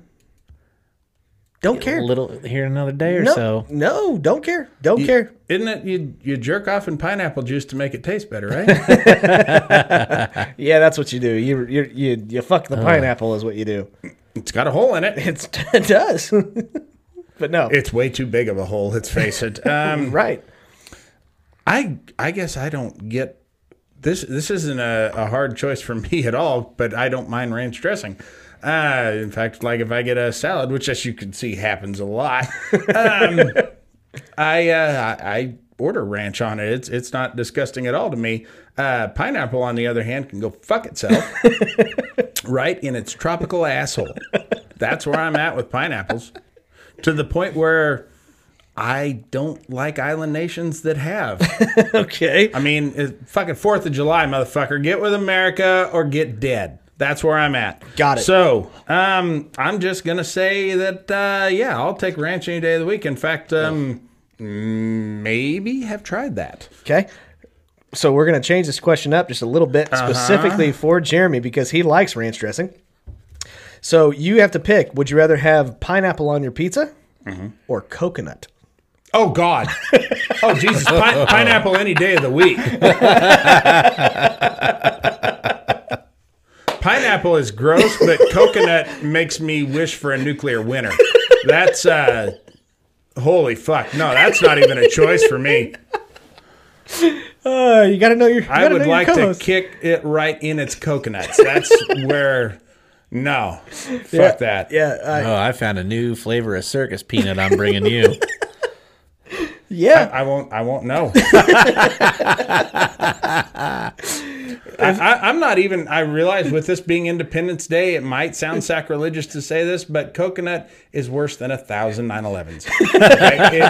[SPEAKER 1] don't
[SPEAKER 3] a
[SPEAKER 1] care.
[SPEAKER 3] little here another day or
[SPEAKER 1] no,
[SPEAKER 3] so."
[SPEAKER 1] no, don't care. Don't care.
[SPEAKER 2] Isn't it you you jerk off in pineapple juice to make it taste better, right?
[SPEAKER 1] Yeah, that's what you do. You you you, you fuck the pineapple is what you do.
[SPEAKER 2] it's got a hole in it.
[SPEAKER 1] It's, it does. but no,
[SPEAKER 2] It's way too big of a hole. Let's face it. Um,
[SPEAKER 1] right.
[SPEAKER 2] I I guess I don't get this. This isn't a, a hard choice for me at all. But I don't mind ranch dressing. Uh, in fact, like if I get a salad, which as you can see happens a lot, um, I, uh, I I order ranch on it. It's it's not disgusting at all to me. Uh, pineapple, on the other hand, can go fuck itself, right in its tropical asshole. That's where I'm at with pineapples, to the point where I don't like island nations that have.
[SPEAKER 1] Okay.
[SPEAKER 2] I mean, it, fucking Fourth of July, motherfucker. Get with America or get dead. That's where I'm at.
[SPEAKER 1] Got it.
[SPEAKER 2] So, um, I'm just gonna say that, uh, yeah, I'll take ranch any day of the week. In fact, um, maybe have tried that.
[SPEAKER 1] Okay. So we're gonna change this question up just a little bit specifically for Jeremy because he likes ranch dressing. So you have to pick: Would you rather have pineapple on your pizza or coconut?
[SPEAKER 2] Oh God. oh Jesus. Pine- pineapple any day of the week. Pineapple is gross, but coconut makes me wish for a nuclear winter. That's uh, holy fuck. No, that's not even a choice for me.
[SPEAKER 1] Uh, you got to know your. You
[SPEAKER 2] I
[SPEAKER 1] gotta know
[SPEAKER 2] would
[SPEAKER 1] your
[SPEAKER 2] like to
[SPEAKER 1] co-host.
[SPEAKER 2] kick it right in its coconuts. That's where. No, fuck that.
[SPEAKER 1] Yeah, uh,
[SPEAKER 3] Oh, I found a new flavor of circus peanut. I'm bringing you.
[SPEAKER 1] yeah.
[SPEAKER 2] I won't. I won't know. I, I, I'm not even. I realize with this being Independence Day, it might sound sacrilegious to say this, but coconut is worse than a thousand 9/11s. Okay,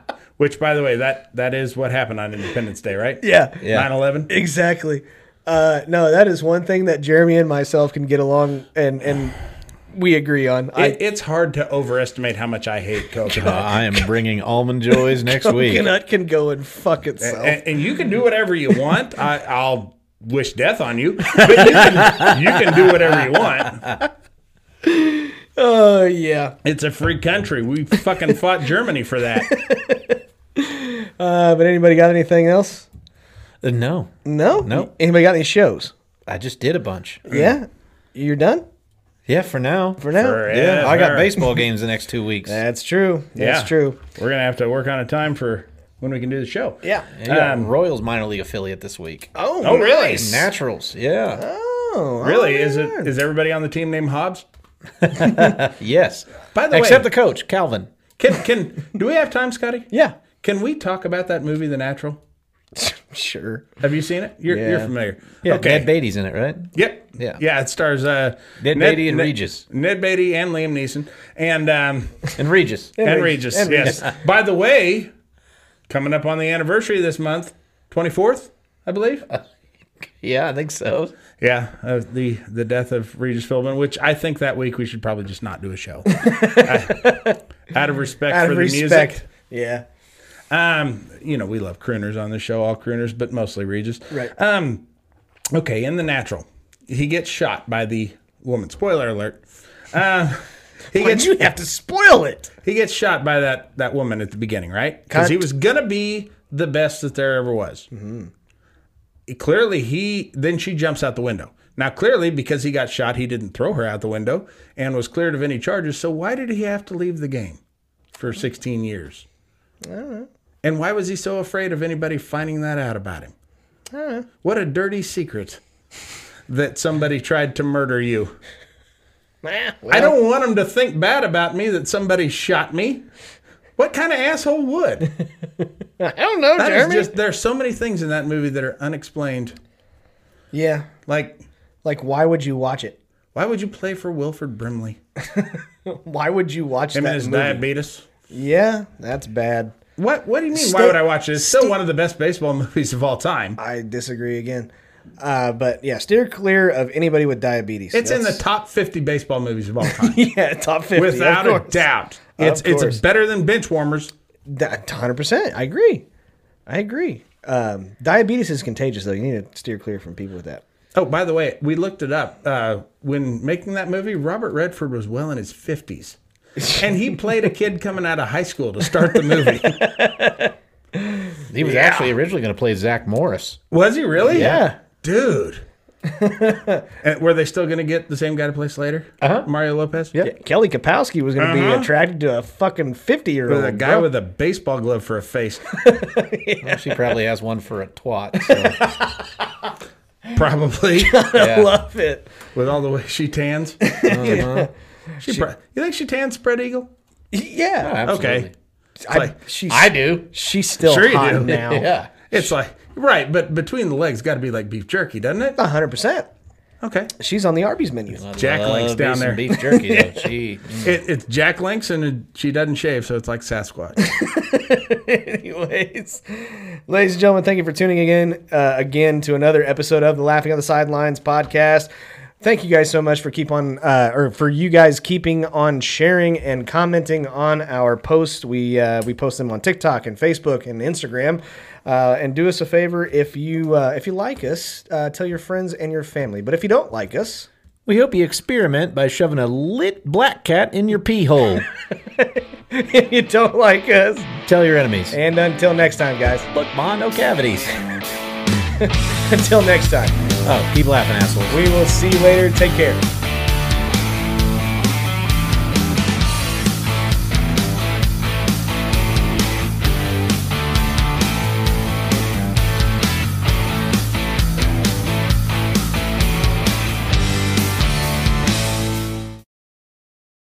[SPEAKER 2] it's, which, by the way, that that is what happened on Independence Day, right?
[SPEAKER 1] yeah,
[SPEAKER 3] Yeah.
[SPEAKER 2] 9/11.
[SPEAKER 1] exactly. Uh, no, that is one thing that Jeremy and myself can get along and and we agree on.
[SPEAKER 2] It,
[SPEAKER 1] I
[SPEAKER 2] it's hard to overestimate how much I hate
[SPEAKER 3] Uh,
[SPEAKER 2] coconut.
[SPEAKER 3] I am bringing almond joys next week.
[SPEAKER 1] coconut can go and fuck itself.
[SPEAKER 2] and, and you can do whatever you want. I, I'll wish death on you, but you can, you can do whatever you want.
[SPEAKER 1] Oh yeah.
[SPEAKER 2] It's a free country. We fucking fought Germany for that.
[SPEAKER 1] Uh, but anybody got anything else?
[SPEAKER 3] Uh, No,
[SPEAKER 1] No.
[SPEAKER 3] No.
[SPEAKER 1] Anybody got any shows?
[SPEAKER 3] I just did a bunch.
[SPEAKER 2] Mm.
[SPEAKER 1] Yeah. You're done
[SPEAKER 3] Yeah, for now.
[SPEAKER 1] for now.
[SPEAKER 3] yeah, I got
[SPEAKER 2] Forever.
[SPEAKER 3] baseball games the next two weeks.
[SPEAKER 1] That's true. That's
[SPEAKER 2] Yeah.
[SPEAKER 1] true.
[SPEAKER 2] We're gonna have to work on a time for when we can do the show.
[SPEAKER 1] Yeah.
[SPEAKER 3] You got
[SPEAKER 2] Um,
[SPEAKER 3] Royals minor league affiliate this week.
[SPEAKER 1] Oh,
[SPEAKER 2] Oh, really?
[SPEAKER 1] nice.
[SPEAKER 3] Naturals, yeah,
[SPEAKER 1] Oh,
[SPEAKER 2] Really?
[SPEAKER 1] oh,
[SPEAKER 2] Is
[SPEAKER 1] yeah.
[SPEAKER 2] it? Is everybody on the team named Hobbs?
[SPEAKER 3] yes.
[SPEAKER 2] By the way,
[SPEAKER 3] Except the coach, Calvin.
[SPEAKER 2] can can do we have time, Scotty?
[SPEAKER 1] Yeah.
[SPEAKER 2] Can we talk about that movie, The Natural?
[SPEAKER 1] Sure.
[SPEAKER 2] Have you seen it? You're, you're
[SPEAKER 3] Yeah.
[SPEAKER 2] familiar.
[SPEAKER 3] Yeah,
[SPEAKER 2] okay.
[SPEAKER 3] Ned Beatty's in it, right?
[SPEAKER 2] Yep.
[SPEAKER 3] Yeah.
[SPEAKER 2] Yeah. It stars uh,
[SPEAKER 3] Ned Beatty and Regis.
[SPEAKER 2] Ned Beatty and Liam Neeson and um,
[SPEAKER 3] And Regis.
[SPEAKER 2] and
[SPEAKER 1] Regis.
[SPEAKER 2] Regis.
[SPEAKER 1] And
[SPEAKER 2] yes. By the way, coming up on the anniversary this month, twenty fourth, I believe.
[SPEAKER 3] Yeah, I think so.
[SPEAKER 2] Yeah, of the the death of Regis Philbin, which I think that week we should probably just not do a show. out of respect
[SPEAKER 1] Out
[SPEAKER 2] for
[SPEAKER 1] of
[SPEAKER 2] the
[SPEAKER 1] respect. Yeah.
[SPEAKER 2] music. Um, you know, we love crooners on the show, all crooners, but mostly Regis.
[SPEAKER 1] Right.
[SPEAKER 2] Um, okay, in the natural, he gets shot by the woman. Spoiler alert. Uh, he
[SPEAKER 1] But
[SPEAKER 2] gets
[SPEAKER 1] you have to spoil it.
[SPEAKER 2] he gets shot by that that woman at the beginning, right? Because he
[SPEAKER 1] Cunt.
[SPEAKER 2] was gonna be the best that there ever was. He- Clearly, he then she jumps out the window. Now, clearly, because he got shot, he didn't throw her out the window and was cleared of any charges. So, why did he have to leave the game for 16 years? And why was he so afraid of anybody finding that out about him? What a dirty secret that somebody tried to murder you. I don't want him to think bad about me that somebody shot me. What kind of asshole would?
[SPEAKER 1] I don't know,
[SPEAKER 2] That is
[SPEAKER 1] Jeremy.
[SPEAKER 2] just there's so many things in that movie that are unexplained.
[SPEAKER 1] yeah.
[SPEAKER 2] Like,
[SPEAKER 1] Like, why would you watch it?
[SPEAKER 2] why would you play for Wilford Brimley?
[SPEAKER 1] Why would you watch
[SPEAKER 2] Him and
[SPEAKER 1] that
[SPEAKER 2] his
[SPEAKER 1] movie?
[SPEAKER 2] diabetes.
[SPEAKER 1] Yeah, that's bad.
[SPEAKER 2] What what do you mean?
[SPEAKER 1] Stay-
[SPEAKER 2] why would I watch it? It's still one of the best baseball movies of all time.
[SPEAKER 1] I disagree again. Uh, but yeah, steer clear of anybody with diabetes.
[SPEAKER 2] It's in the
[SPEAKER 1] That's-
[SPEAKER 2] top fifty baseball movies of all time.
[SPEAKER 1] yeah top fifty of
[SPEAKER 2] Without a
[SPEAKER 1] course.
[SPEAKER 2] doubt. It's
[SPEAKER 1] course.
[SPEAKER 2] it's better than bench warmers.
[SPEAKER 1] That hundred percent. I agree. I agree. Um, diabetes is contagious, though. You need to steer clear from people with that.
[SPEAKER 2] Oh, by the way, we looked it up. Uh, when making that movie, Robert Redford was well in his 50s. and he played a kid coming out of high school to start the movie.
[SPEAKER 3] He was actually originally going to play Zach Morris.
[SPEAKER 2] was he really?
[SPEAKER 1] Yeah.
[SPEAKER 2] Dude. and were they still going to get the same guy to play Slater? Uh-huh. Mario Lopez?
[SPEAKER 1] Yeah, Kelly Kapowski was going to
[SPEAKER 2] Uh-huh.
[SPEAKER 1] be attracted to a fucking fifty-year-old
[SPEAKER 2] With a guy with a baseball glove for a face.
[SPEAKER 3] Well, She probably has one for a twat. So,
[SPEAKER 2] Probably.
[SPEAKER 3] yeah.
[SPEAKER 1] Love it.
[SPEAKER 2] with all the way she tans. She pro- you think she tans spread eagle?
[SPEAKER 1] Yeah,
[SPEAKER 3] Absolutely.
[SPEAKER 2] Okay. It's
[SPEAKER 1] I,
[SPEAKER 2] like,
[SPEAKER 1] she's
[SPEAKER 3] I do.
[SPEAKER 1] she's still
[SPEAKER 2] Sure you
[SPEAKER 1] hot
[SPEAKER 2] do.
[SPEAKER 1] now.
[SPEAKER 3] Yeah.
[SPEAKER 2] it's like, right, but between the legs got to be like beef jerky, doesn't it?
[SPEAKER 1] hundred percent.
[SPEAKER 2] Okay.
[SPEAKER 1] She's on the Arby's menu.
[SPEAKER 2] Jack
[SPEAKER 3] Love
[SPEAKER 2] Link's
[SPEAKER 3] me
[SPEAKER 2] down
[SPEAKER 3] some
[SPEAKER 2] there.
[SPEAKER 3] Beef jerky though. Gee.
[SPEAKER 2] It, it's Jack Links and she doesn't shave, so it's like Sasquatch.
[SPEAKER 1] Anyways, ladies and gentlemen, thank you for tuning in uh, again to another episode of the Laughing on the Sidelines podcast. Thank you guys so much for keep on uh, or for you guys keeping on sharing and commenting on our posts. We uh, we post them on TikTok and Facebook and Instagram. Uh, and do us a favor if you uh, if you like us, uh, tell your friends and your family. But if you don't like us,
[SPEAKER 3] We hope you experiment by shoving a lit black cat in your pee hole.
[SPEAKER 1] if you don't like us.
[SPEAKER 3] Tell your enemies.
[SPEAKER 1] And until next time, guys.
[SPEAKER 3] Look, Ma, no cavities.
[SPEAKER 1] Until next time,
[SPEAKER 3] Oh, keep laughing, assholes. Oh,
[SPEAKER 1] we will see you later. Take care.